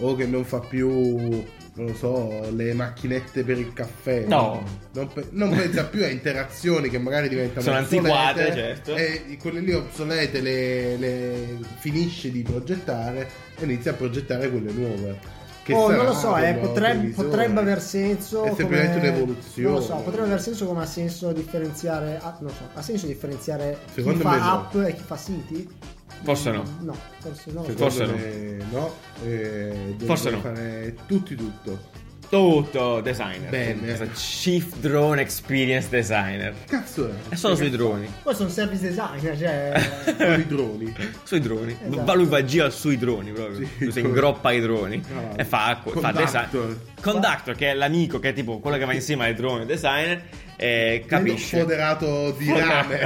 [SPEAKER 3] o che non fa più non lo so le macchinette per il caffè
[SPEAKER 1] No.
[SPEAKER 3] non, pe- non pensa più a interazioni che magari diventano
[SPEAKER 1] Sono
[SPEAKER 3] obsolete,
[SPEAKER 1] antiquate, certo.
[SPEAKER 3] e quelle lì obsolete le, le finisce di progettare e inizia a progettare quelle nuove che
[SPEAKER 4] oh,
[SPEAKER 3] sarà
[SPEAKER 4] non lo so,
[SPEAKER 3] del
[SPEAKER 4] eh,
[SPEAKER 3] nuovo
[SPEAKER 4] potrebbe,
[SPEAKER 3] televisore.
[SPEAKER 4] potrebbe aver senso.
[SPEAKER 3] È semplicemente
[SPEAKER 4] come-
[SPEAKER 3] un'evoluzione.
[SPEAKER 4] Non lo so, potrebbe aver senso come ha senso differenziare. ah, non lo so, ha senso differenziare
[SPEAKER 3] Secondo
[SPEAKER 4] chi fa
[SPEAKER 3] me no.
[SPEAKER 4] app e chi fa siti?
[SPEAKER 1] forse no
[SPEAKER 4] No, forse no.
[SPEAKER 3] Secondo
[SPEAKER 1] Forse no.
[SPEAKER 3] me no. eh,
[SPEAKER 1] Forse
[SPEAKER 3] dovrebbero
[SPEAKER 1] no.
[SPEAKER 3] fare tutti tutto.
[SPEAKER 1] tutto designer
[SPEAKER 3] Bene.
[SPEAKER 1] Questa chief drone experience designer
[SPEAKER 3] Cazzo è?
[SPEAKER 1] è solo sui droni
[SPEAKER 4] Poi sono service designer, cioè.
[SPEAKER 3] Con i droni.
[SPEAKER 1] sui droni
[SPEAKER 4] Esatto.
[SPEAKER 1] va lui va a giro sui droni proprio
[SPEAKER 3] Sì.
[SPEAKER 1] lui si ingroppa ai droni
[SPEAKER 3] Ah,
[SPEAKER 1] e fa fa
[SPEAKER 3] conductor.
[SPEAKER 1] design conductor che è l'amico che è tipo quello che va insieme ai droni designer e
[SPEAKER 3] Meno
[SPEAKER 1] capisce
[SPEAKER 3] Foderato di
[SPEAKER 1] Foderato.
[SPEAKER 3] rame.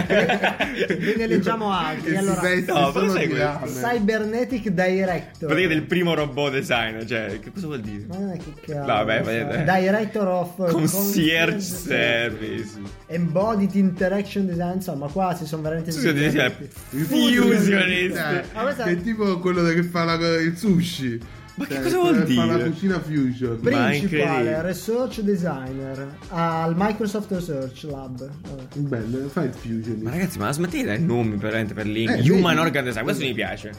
[SPEAKER 4] Ve ne leggiamo altri,
[SPEAKER 3] Che
[SPEAKER 4] allora.
[SPEAKER 3] si veste
[SPEAKER 1] No,
[SPEAKER 3] solo
[SPEAKER 1] forse è
[SPEAKER 3] di
[SPEAKER 1] questo.
[SPEAKER 3] rame.
[SPEAKER 4] Cybernetic Director.
[SPEAKER 1] praticamente il primo robot designer cioè che cosa vuol dire
[SPEAKER 4] Ma non è che cavolo,
[SPEAKER 1] No, vabbè,
[SPEAKER 4] so.
[SPEAKER 1] vedete.
[SPEAKER 4] Director of
[SPEAKER 1] concierge service
[SPEAKER 4] Embodied Interaction Design, insomma, qua si sono veramente
[SPEAKER 1] Scusa, ti dici,
[SPEAKER 4] sentiti.
[SPEAKER 1] eh, fusionista.
[SPEAKER 3] Eh,
[SPEAKER 4] Ma questa-
[SPEAKER 3] È tipo quello che fa la- il sushi.
[SPEAKER 1] Ma che
[SPEAKER 3] Cioè,
[SPEAKER 1] cosa vuol
[SPEAKER 3] Fa la
[SPEAKER 1] dire?
[SPEAKER 3] cucina fusion.
[SPEAKER 1] Ma è
[SPEAKER 4] Principale
[SPEAKER 1] incredibile.
[SPEAKER 4] Research Designer al Microsoft Research Lab. Vabbè.
[SPEAKER 3] Bello, fai il
[SPEAKER 1] Ma
[SPEAKER 3] fusion.
[SPEAKER 1] ragazzi, ma smettete di dare nomi veramente per link.
[SPEAKER 3] Eh,
[SPEAKER 1] Human
[SPEAKER 3] vedi?
[SPEAKER 1] Organ Design, questo mi piace.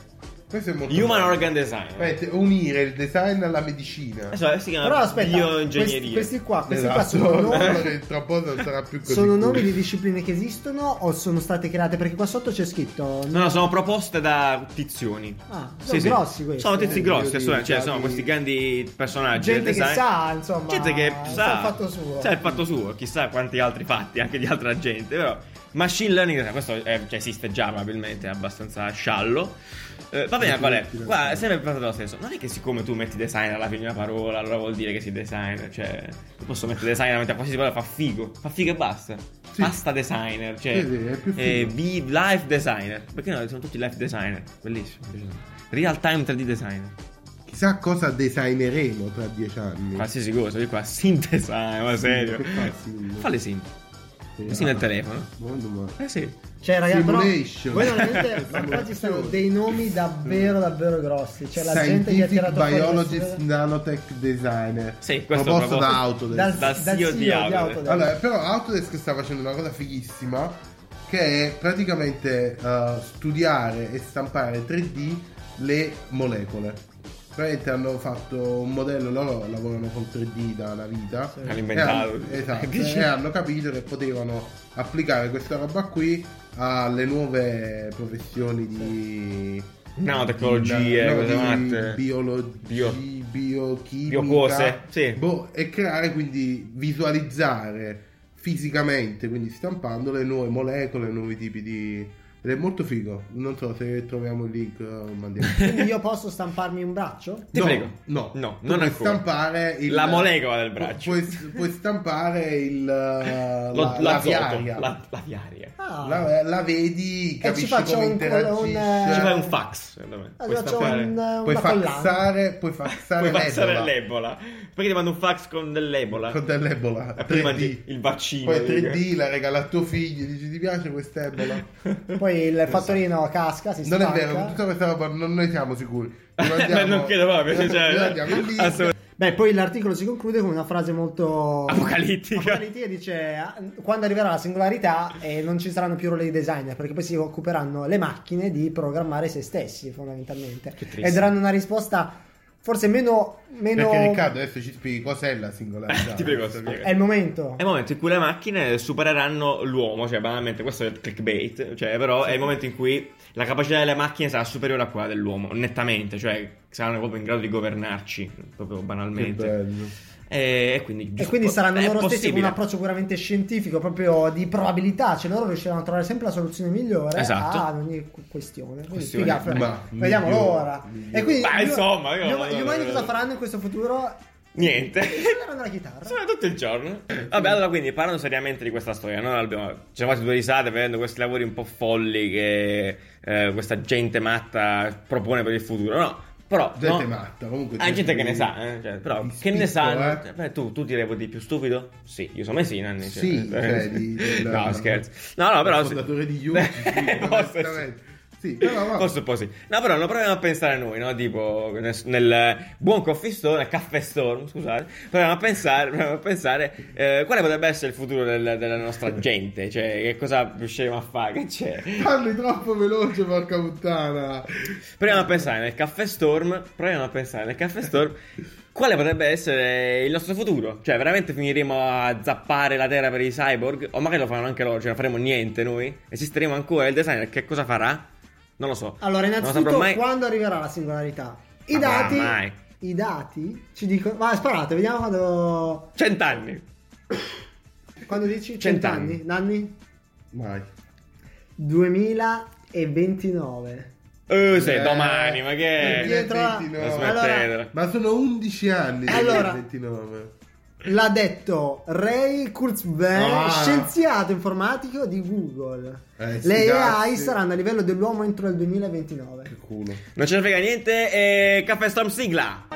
[SPEAKER 3] Questo è molto
[SPEAKER 1] Human
[SPEAKER 3] bello.
[SPEAKER 1] Organ Design.
[SPEAKER 3] Aspetta, unire il design alla medicina.
[SPEAKER 1] Adesso si chiama
[SPEAKER 4] Però aspetta, questi,
[SPEAKER 1] Ah, bioingegneria.
[SPEAKER 4] questi qua, questi qua
[SPEAKER 3] Esatto.
[SPEAKER 4] sono nomi,
[SPEAKER 3] Che tra poco non sarà più così.
[SPEAKER 4] sono nomi
[SPEAKER 3] cool.
[SPEAKER 4] di discipline che esistono o sono state create? Perché qua sotto c'è scritto
[SPEAKER 1] No, no, sono proposte da tizioni.
[SPEAKER 4] Ah, sono grossi questi,
[SPEAKER 1] Sono tizi
[SPEAKER 4] eh.
[SPEAKER 1] grossi,
[SPEAKER 3] Voglio
[SPEAKER 1] assolutamente,
[SPEAKER 3] dire,
[SPEAKER 1] cioè sono
[SPEAKER 3] capi-
[SPEAKER 1] questi grandi personaggi. del
[SPEAKER 4] gente che
[SPEAKER 1] design.
[SPEAKER 4] sa, insomma,
[SPEAKER 1] Gente che sa,
[SPEAKER 4] il fatto suo.
[SPEAKER 1] sa il fatto suo, chissà quanti altri fatti anche di altra gente, però machine learning, design, questo eh, cioè, esiste già probabilmente, è abbastanza sciallo. Eh, va bene, qual è? Qua è sempre pensato lo stesso. Non è che siccome tu metti design alla prima parola, allora vuol dire che sei designer, cioè io posso mettere designer a qualsiasi parola, fa figo, fa figo e basta.
[SPEAKER 3] Sì.
[SPEAKER 1] Basta designer, cioè
[SPEAKER 3] Sì, sì, è più
[SPEAKER 1] eh,
[SPEAKER 3] figo.
[SPEAKER 1] vi- life designer. Perché no, sono tutti life designer, bellissimo. Real time 3D designer.
[SPEAKER 3] Chissà cosa designeremo tra dieci anni.
[SPEAKER 1] Qualsiasi cosa, io qua sintesa, ma serio.
[SPEAKER 3] che facile.
[SPEAKER 1] Fa le sim.
[SPEAKER 3] Eh,
[SPEAKER 1] Le sim nel
[SPEAKER 3] ah,
[SPEAKER 1] telefono.
[SPEAKER 3] mondo, ma-
[SPEAKER 1] Eh sì.
[SPEAKER 4] Cioè, ragazzi, però,
[SPEAKER 3] Simulation.
[SPEAKER 4] voi non avete, ma qua ci sono dei nomi davvero, davvero grossi. Cioè, la gente che ha
[SPEAKER 3] Scientific
[SPEAKER 4] tirato fuori
[SPEAKER 3] Biologist
[SPEAKER 4] questo-
[SPEAKER 3] Nanotech Designer.
[SPEAKER 1] Sì, questo
[SPEAKER 3] proposto
[SPEAKER 1] proprio-
[SPEAKER 3] da Autodesk.
[SPEAKER 4] dal,
[SPEAKER 1] dal
[SPEAKER 4] dal
[SPEAKER 1] CEO di Autodesk.
[SPEAKER 4] Autodesk.
[SPEAKER 3] Allora, però Autodesk sta facendo una cosa fighissima che è praticamente eh, studiare e stampare 3D le molecole. Praticamente hanno fatto un modello, loro lavorano con 3D da una vita.
[SPEAKER 4] Sì.
[SPEAKER 1] Hanno
[SPEAKER 3] E
[SPEAKER 1] inventato.
[SPEAKER 3] hanno- esatto,
[SPEAKER 1] Eh, Dici-
[SPEAKER 3] e hanno capito che potevano applicare questa roba qui alle nuove professioni di
[SPEAKER 1] Nanotecnologie,
[SPEAKER 3] no,
[SPEAKER 1] cose
[SPEAKER 3] di
[SPEAKER 1] matte.
[SPEAKER 3] biologi-
[SPEAKER 1] Bio-
[SPEAKER 3] biochimica,
[SPEAKER 1] Biocose, sì.
[SPEAKER 3] boh, e creare quindi visualizzare fisicamente, quindi stampando le nuove molecole, nuovi tipi di Ed è molto figo. Non so se troviamo il link. eh, mandiamo.
[SPEAKER 4] Quindi io posso stamparmi un braccio?
[SPEAKER 1] Ti
[SPEAKER 3] no,
[SPEAKER 1] prego.
[SPEAKER 3] No,
[SPEAKER 1] No,
[SPEAKER 3] Tu
[SPEAKER 1] non
[SPEAKER 3] puoi
[SPEAKER 1] ancora.
[SPEAKER 3] stampare il-
[SPEAKER 1] La molecola del braccio.
[SPEAKER 3] Puoi, puoi stampare il. eh,
[SPEAKER 1] Lo-
[SPEAKER 3] la, la
[SPEAKER 1] l'azoto,
[SPEAKER 3] fiaria. Eh,
[SPEAKER 1] la- la fiaria.
[SPEAKER 4] Ah,
[SPEAKER 3] La, la vedi,
[SPEAKER 4] E Eh,
[SPEAKER 3] capisci
[SPEAKER 4] ci faccio
[SPEAKER 3] come
[SPEAKER 4] un-
[SPEAKER 3] interagisce.
[SPEAKER 4] un-
[SPEAKER 1] Ci fai un fax, secondo
[SPEAKER 3] eh,
[SPEAKER 1] me.
[SPEAKER 4] allora
[SPEAKER 1] Puoi
[SPEAKER 4] c'ho
[SPEAKER 1] stampare-
[SPEAKER 4] un,
[SPEAKER 3] Puoi
[SPEAKER 4] una collana.
[SPEAKER 3] faxare, puoi faxare
[SPEAKER 1] Puoi passare
[SPEAKER 3] l'ebola.
[SPEAKER 1] l'ebola. Perché ti mando un fax con dell'ebola?
[SPEAKER 3] Con dell'ebola.
[SPEAKER 1] E poi mangi
[SPEAKER 3] 3D.
[SPEAKER 1] Eh, il vaccino.
[SPEAKER 3] Poi
[SPEAKER 1] dico.
[SPEAKER 3] 3D la regala a tuo figlio, dici ti piace quest'ebola?
[SPEAKER 4] Poi il fattorino casca, si
[SPEAKER 3] Non è
[SPEAKER 4] spacca.
[SPEAKER 3] vero, tutta questa roba non ne siamo sicuri. Ti
[SPEAKER 1] Ma non credo proprio.
[SPEAKER 3] ti
[SPEAKER 1] Cioè,
[SPEAKER 3] mandiamo il link.
[SPEAKER 1] assolutamente.
[SPEAKER 4] Beh, poi l'articolo si conclude con una frase molto
[SPEAKER 1] Apocalittica.
[SPEAKER 4] apocalittica, dice "Ah, quando arriverà la singolarità eh, non ci saranno più ruoli di designer perché poi si occuperanno le macchine di programmare se stessi fondamentalmente
[SPEAKER 1] triste.
[SPEAKER 4] e daranno una risposta forse meno, meno...
[SPEAKER 3] Perché Riccardo adesso ci spieghi cos'è la singolarità.
[SPEAKER 1] Ti prego, spiega.
[SPEAKER 4] è il momento
[SPEAKER 1] È il momento in cui le macchine supereranno l'uomo, cioè banalmente questo è il clickbait, cioè, però è il momento in cui la capacità delle macchine sarà superiore a quella dell'uomo, nettamente, cioè saranno proprio in grado di governarci, proprio
[SPEAKER 3] Che
[SPEAKER 1] banalmente.
[SPEAKER 3] bello.
[SPEAKER 1] E, e quindi,
[SPEAKER 4] e quindi saranno
[SPEAKER 1] è
[SPEAKER 4] loro stessi con un
[SPEAKER 1] possibile.
[SPEAKER 4] approccio puramente scientifico proprio di probabilità cioè loro riusciranno a trovare sempre la soluzione migliore
[SPEAKER 1] Esatto.
[SPEAKER 4] ad ogni cu- questione quindi
[SPEAKER 1] Questione.
[SPEAKER 4] figa, fra-
[SPEAKER 3] Ma,
[SPEAKER 4] vediamo
[SPEAKER 3] migliore,
[SPEAKER 4] l'ora
[SPEAKER 3] migliore.
[SPEAKER 4] e quindi
[SPEAKER 1] Ma,
[SPEAKER 4] gli-
[SPEAKER 1] insomma, io
[SPEAKER 4] gli,
[SPEAKER 1] non-
[SPEAKER 4] gli umani cosa faranno in questo futuro
[SPEAKER 1] Niente.
[SPEAKER 4] suoneranno la chitarra
[SPEAKER 1] Sono tutto il giorno. Vabbè, allora quindi parlando seriamente di questa storia, noi abbiamo, ci siamo fatti due risate vedendo questi lavori un po' folli che eh, questa gente matta propone per il futuro, no? Però,
[SPEAKER 3] Gente
[SPEAKER 1] no.
[SPEAKER 3] matta, comunque.
[SPEAKER 1] Ah, gente che ne sa, eh, cioè, però
[SPEAKER 3] Di
[SPEAKER 1] che ne cioè. sa?
[SPEAKER 3] spicco, eh.
[SPEAKER 1] tu, tu ti reputi più stupido? Sì, io sono sì, Nanni. cioè,
[SPEAKER 3] Sì,
[SPEAKER 1] eh,
[SPEAKER 3] cioè, di- del-
[SPEAKER 1] no, scherzo. No, no, però.
[SPEAKER 3] Il fondatore di YouTube, sì,
[SPEAKER 1] posso,
[SPEAKER 3] onestamente. Sì, però va.
[SPEAKER 1] Forse un po' sì. No, però lo proviamo a pensare noi, no? Tipo, nel, nel buon coffee store, nel caffè store, scusate. Proviamo a pensare, proviamo a pensare eh, quale potrebbe essere il futuro del- della nostra gente. Cioè, che cosa riusciremo a fare? Che c'è?
[SPEAKER 3] Parli troppo veloce, porca puttana.
[SPEAKER 1] Proviamo a pensare nel caffè Storm. Proviamo a pensare nel caffè Storm. Quale potrebbe essere il nostro futuro? Cioè, veramente finiremo a zappare la terra per i cyborg? O magari lo faranno anche loro, cioè non faremo niente noi? Esisteremo ancora? E Il designer che cosa farà? Non lo so.
[SPEAKER 4] Allora,
[SPEAKER 1] Non lo saprò
[SPEAKER 4] innanzitutto,
[SPEAKER 1] mai.
[SPEAKER 4] quando arriverà la singolarità? I
[SPEAKER 1] Ma
[SPEAKER 4] dati.
[SPEAKER 1] ormai.
[SPEAKER 4] I dati ci dicono. Ma sparate, vediamo quando.
[SPEAKER 1] Cent'anni.
[SPEAKER 4] Quando dici
[SPEAKER 1] Cent'anni.
[SPEAKER 4] cent'anni. Nanni?
[SPEAKER 3] Mai.
[SPEAKER 4] 2029.
[SPEAKER 1] Eh, se
[SPEAKER 3] Eh,
[SPEAKER 1] domani, ma
[SPEAKER 4] Perché-
[SPEAKER 1] che...
[SPEAKER 4] Dietro la-
[SPEAKER 3] 29.
[SPEAKER 1] Lo
[SPEAKER 4] Allora-
[SPEAKER 1] smettetela.
[SPEAKER 3] Ma sono 11 anni.
[SPEAKER 4] Allora.
[SPEAKER 3] 29.
[SPEAKER 4] L'ha detto Ray Kurzweil,
[SPEAKER 3] Ah.
[SPEAKER 4] scienziato informatico di Google.
[SPEAKER 3] Eh, sti
[SPEAKER 4] Le
[SPEAKER 3] cazzi.
[SPEAKER 4] AI saranno a livello dell'uomo entro il 2029.
[SPEAKER 3] Che culo.
[SPEAKER 1] Non ce ne frega niente. E caffè Storm sigla.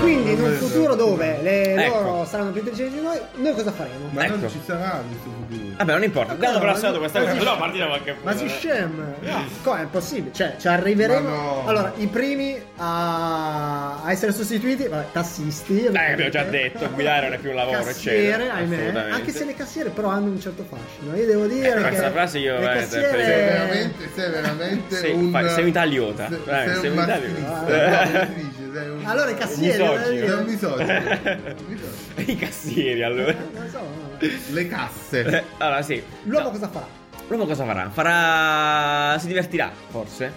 [SPEAKER 4] Quindi, in un
[SPEAKER 3] Eh,
[SPEAKER 4] futuro
[SPEAKER 3] eh,
[SPEAKER 4] dove le
[SPEAKER 1] Ecco.
[SPEAKER 4] loro saranno più intelligenti di noi, noi cosa faremo?
[SPEAKER 3] Ma
[SPEAKER 1] Ecco.
[SPEAKER 3] non ci sarà questo futuro.
[SPEAKER 4] Eh.
[SPEAKER 1] Vabbè, non importa. Abbiamo
[SPEAKER 4] no,
[SPEAKER 1] passato
[SPEAKER 4] ma-
[SPEAKER 1] questa
[SPEAKER 4] ma
[SPEAKER 1] cosa.
[SPEAKER 4] si-
[SPEAKER 1] No, partiamo anche
[SPEAKER 4] Ma si
[SPEAKER 1] fuori.
[SPEAKER 4] scema, no, come è possibile? Cioè, ci arriveremo.
[SPEAKER 3] eh. Ma no.
[SPEAKER 4] Allora, i primi a, a essere sostituiti, vabbè, tassisti.
[SPEAKER 1] Eh, abbiamo già detto, guidare non è più un lavoro,
[SPEAKER 4] Cassiere,
[SPEAKER 1] eccetera,
[SPEAKER 4] ahimè.
[SPEAKER 1] assolutamente.
[SPEAKER 4] Anche se le cassiere, però, hanno un certo fascino. Io devo dire
[SPEAKER 1] Eh,
[SPEAKER 4] che.
[SPEAKER 1] questa frase io
[SPEAKER 4] le
[SPEAKER 1] veramente
[SPEAKER 4] cassiere-
[SPEAKER 1] penso-
[SPEAKER 3] Sei veramente, sei veramente
[SPEAKER 1] Sei-
[SPEAKER 3] un...
[SPEAKER 1] fai- sei un italiota.
[SPEAKER 3] Se-
[SPEAKER 1] Dai,
[SPEAKER 3] sei,
[SPEAKER 1] sei
[SPEAKER 3] un
[SPEAKER 1] un
[SPEAKER 3] maschilista.
[SPEAKER 1] italiota.
[SPEAKER 3] no, come si dice? Sei un...
[SPEAKER 4] Allora, i cassieri.
[SPEAKER 1] Misogino.
[SPEAKER 3] Sei
[SPEAKER 4] eh,
[SPEAKER 3] un misogino. Un misogino.
[SPEAKER 1] I cassieri, allora.
[SPEAKER 4] Non so. no.
[SPEAKER 3] Le casse.
[SPEAKER 1] Eh, Allora, sì.
[SPEAKER 4] L'uomo
[SPEAKER 1] No,
[SPEAKER 4] cosa farà?
[SPEAKER 1] l'uomo cosa farà? Farà... Si divertirà, forse?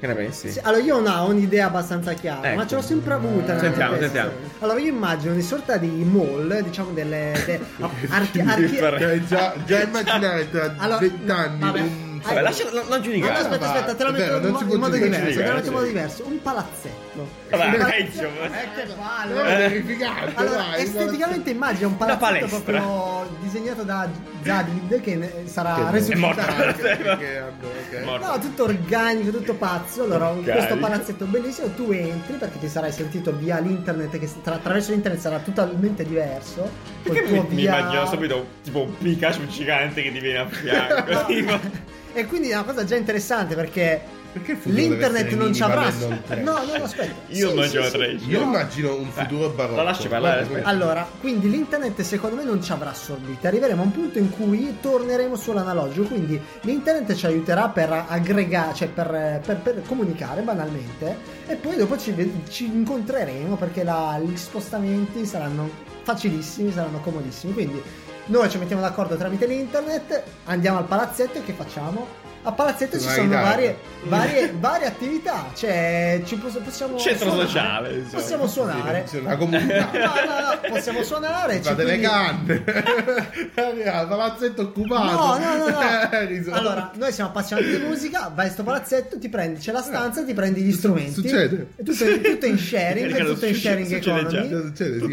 [SPEAKER 1] Che ne pensi?
[SPEAKER 4] Sì, Allora, io non ho un'idea abbastanza chiara,
[SPEAKER 1] Ecco.
[SPEAKER 4] ma ce l'ho sempre avuta. nella
[SPEAKER 1] Sentiamo,
[SPEAKER 4] mia testa.
[SPEAKER 1] sentiamo.
[SPEAKER 4] Allora, io immagino una sorta di mall, diciamo, delle. de- archi- archi-
[SPEAKER 1] Differente.
[SPEAKER 3] Cioè, già, già immaginare tra
[SPEAKER 4] Allora,
[SPEAKER 3] 20 anni
[SPEAKER 4] vabbè.
[SPEAKER 3] un... Cioè,
[SPEAKER 1] Vabbè, lascia, non, non
[SPEAKER 4] No,
[SPEAKER 1] giudicare.
[SPEAKER 4] aspetta, aspetta, te la
[SPEAKER 3] È
[SPEAKER 4] metto
[SPEAKER 3] vero,
[SPEAKER 4] in,
[SPEAKER 3] non
[SPEAKER 4] mo-
[SPEAKER 3] si
[SPEAKER 4] in
[SPEAKER 3] può
[SPEAKER 4] modo
[SPEAKER 3] giudicare,
[SPEAKER 4] diverso. Te
[SPEAKER 1] giudicare,
[SPEAKER 4] la metto in modo
[SPEAKER 1] sì.
[SPEAKER 4] diverso. Un palazzetto.
[SPEAKER 1] Vabbè,
[SPEAKER 4] Un
[SPEAKER 1] peggio, ma-
[SPEAKER 4] Eh, che palle.
[SPEAKER 3] Però è verificante,
[SPEAKER 4] Allora,
[SPEAKER 3] dai,
[SPEAKER 4] esteticamente immagina un
[SPEAKER 1] Una
[SPEAKER 4] palazzetto
[SPEAKER 1] palestra.
[SPEAKER 4] proprio disegnato da Zadid che ne- sarà
[SPEAKER 1] È morto.
[SPEAKER 4] resuscitato.
[SPEAKER 3] Perché- perché hanno- ok.
[SPEAKER 1] Morto.
[SPEAKER 4] No, tutto organico, tutto pazzo. Allora,
[SPEAKER 1] Organico.
[SPEAKER 4] questo palazzetto bellissimo, tu entri perché ti sarai sentito via l'internet, che tra- attraverso l'internet sarà totalmente diverso. Col
[SPEAKER 1] Perché
[SPEAKER 4] tuo
[SPEAKER 1] mi, mi
[SPEAKER 4] via-
[SPEAKER 1] immagino subito tipo un Pikachu gigante che ti viene a fianco. tipo.
[SPEAKER 4] E quindi è una cosa già interessante perché
[SPEAKER 3] Perché il futuro
[SPEAKER 4] L'internet
[SPEAKER 3] deve
[SPEAKER 4] non ci
[SPEAKER 3] essere
[SPEAKER 4] avrà.
[SPEAKER 3] minimamente un tre?
[SPEAKER 4] No, no, no, aspetta.
[SPEAKER 1] Io
[SPEAKER 4] Sì,
[SPEAKER 1] immagino
[SPEAKER 4] sì, sì.
[SPEAKER 1] tre.
[SPEAKER 3] Io immagino un futuro barocco.
[SPEAKER 1] Eh, la lasci parlare,
[SPEAKER 3] Guarda,
[SPEAKER 1] aspetta.
[SPEAKER 4] Allora, quindi l'internet secondo me non ci avrà assorbiti. Arriveremo a un punto in cui torneremo sull'analogico. Quindi l'internet ci aiuterà per aggregare, cioè per, per- per comunicare banalmente. E poi dopo ci, ved- ci incontreremo perché la- gli spostamenti saranno facilissimi, saranno comodissimi. Quindi noi ci mettiamo d'accordo tramite l'internet, andiamo al palazzetto e che facciamo? a Palazzetto ci
[SPEAKER 3] Una
[SPEAKER 4] sono
[SPEAKER 3] chitarra.
[SPEAKER 4] varie, varie, varie attività. Cioè, ci poss- possiamo.
[SPEAKER 1] Centro
[SPEAKER 4] suonare,
[SPEAKER 1] sociale, insomma.
[SPEAKER 4] Possiamo suonare.
[SPEAKER 3] C'è una comunità.
[SPEAKER 4] No, no, no, possiamo suonare. c'è
[SPEAKER 3] Fate le
[SPEAKER 4] quindi-
[SPEAKER 3] canne. Arriva, palazzetto occupato. Eh,
[SPEAKER 4] No, no, no,
[SPEAKER 3] Riso-
[SPEAKER 4] no. allora, noi siamo appassionati di musica, vai a sto palazzetto, ti prendi, c'è la stanza, ti prendi gli strumenti.
[SPEAKER 3] Succede.
[SPEAKER 4] E tutto, tutto in sharing,
[SPEAKER 1] Riccardo,
[SPEAKER 4] tutto in
[SPEAKER 1] succede-
[SPEAKER 4] sharing
[SPEAKER 1] succede già.
[SPEAKER 4] economy.
[SPEAKER 3] Cosa succede? Cioè, Si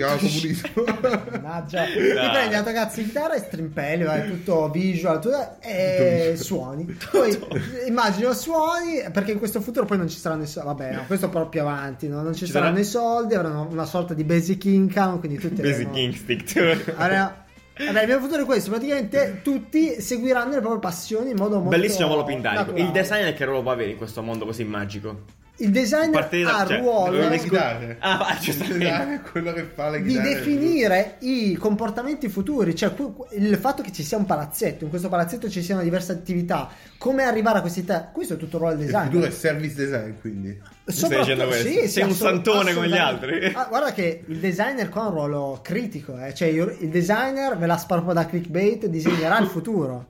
[SPEAKER 3] chiama comunismo.
[SPEAKER 4] Mannaggia. Ti prendi la tua cazzo di chitarra e strimpelli, vai tutto visual tutto- e suoni. Poi immagino suoni, perché in questo futuro poi non ci saranno i soldi. Vabbè, no, questo proprio avanti, no? non ci,
[SPEAKER 1] Ci sarà-
[SPEAKER 4] saranno i soldi, avranno una sorta di basic income, quindi tutti
[SPEAKER 1] Basic
[SPEAKER 4] avranno-
[SPEAKER 1] Instinct.
[SPEAKER 4] Allora, vabbè, il mio futuro è questo, praticamente tutti seguiranno le proprio passioni in modo molto
[SPEAKER 1] Bellissimo volo pindarico.
[SPEAKER 4] naturale.
[SPEAKER 1] Il designer che ruolo può avere in questo mondo così magico?
[SPEAKER 4] Il design
[SPEAKER 1] Partire da-
[SPEAKER 4] ha il
[SPEAKER 1] cioè,
[SPEAKER 4] ruolo
[SPEAKER 3] Le
[SPEAKER 1] dove-
[SPEAKER 3] chitarre.
[SPEAKER 1] Ah, va, giustamente.
[SPEAKER 3] Chitarre è quello che fa le
[SPEAKER 4] di
[SPEAKER 3] chitarre.
[SPEAKER 4] definire i comportamenti futuri, cioè cu- cu- il fatto che ci sia un palazzetto, in questo palazzetto ci siano diverse attività, come arrivare a queste età, questo è tutto il ruolo del
[SPEAKER 3] Il futuro
[SPEAKER 4] design.
[SPEAKER 3] è service design, quindi.
[SPEAKER 1] stai dicendo questo? Sei un santone come gli altri.
[SPEAKER 4] Ah, guarda che il designer qua ha un ruolo critico, eh, cioè il il designer ve la sparpo da clickbait, disegnerà il futuro.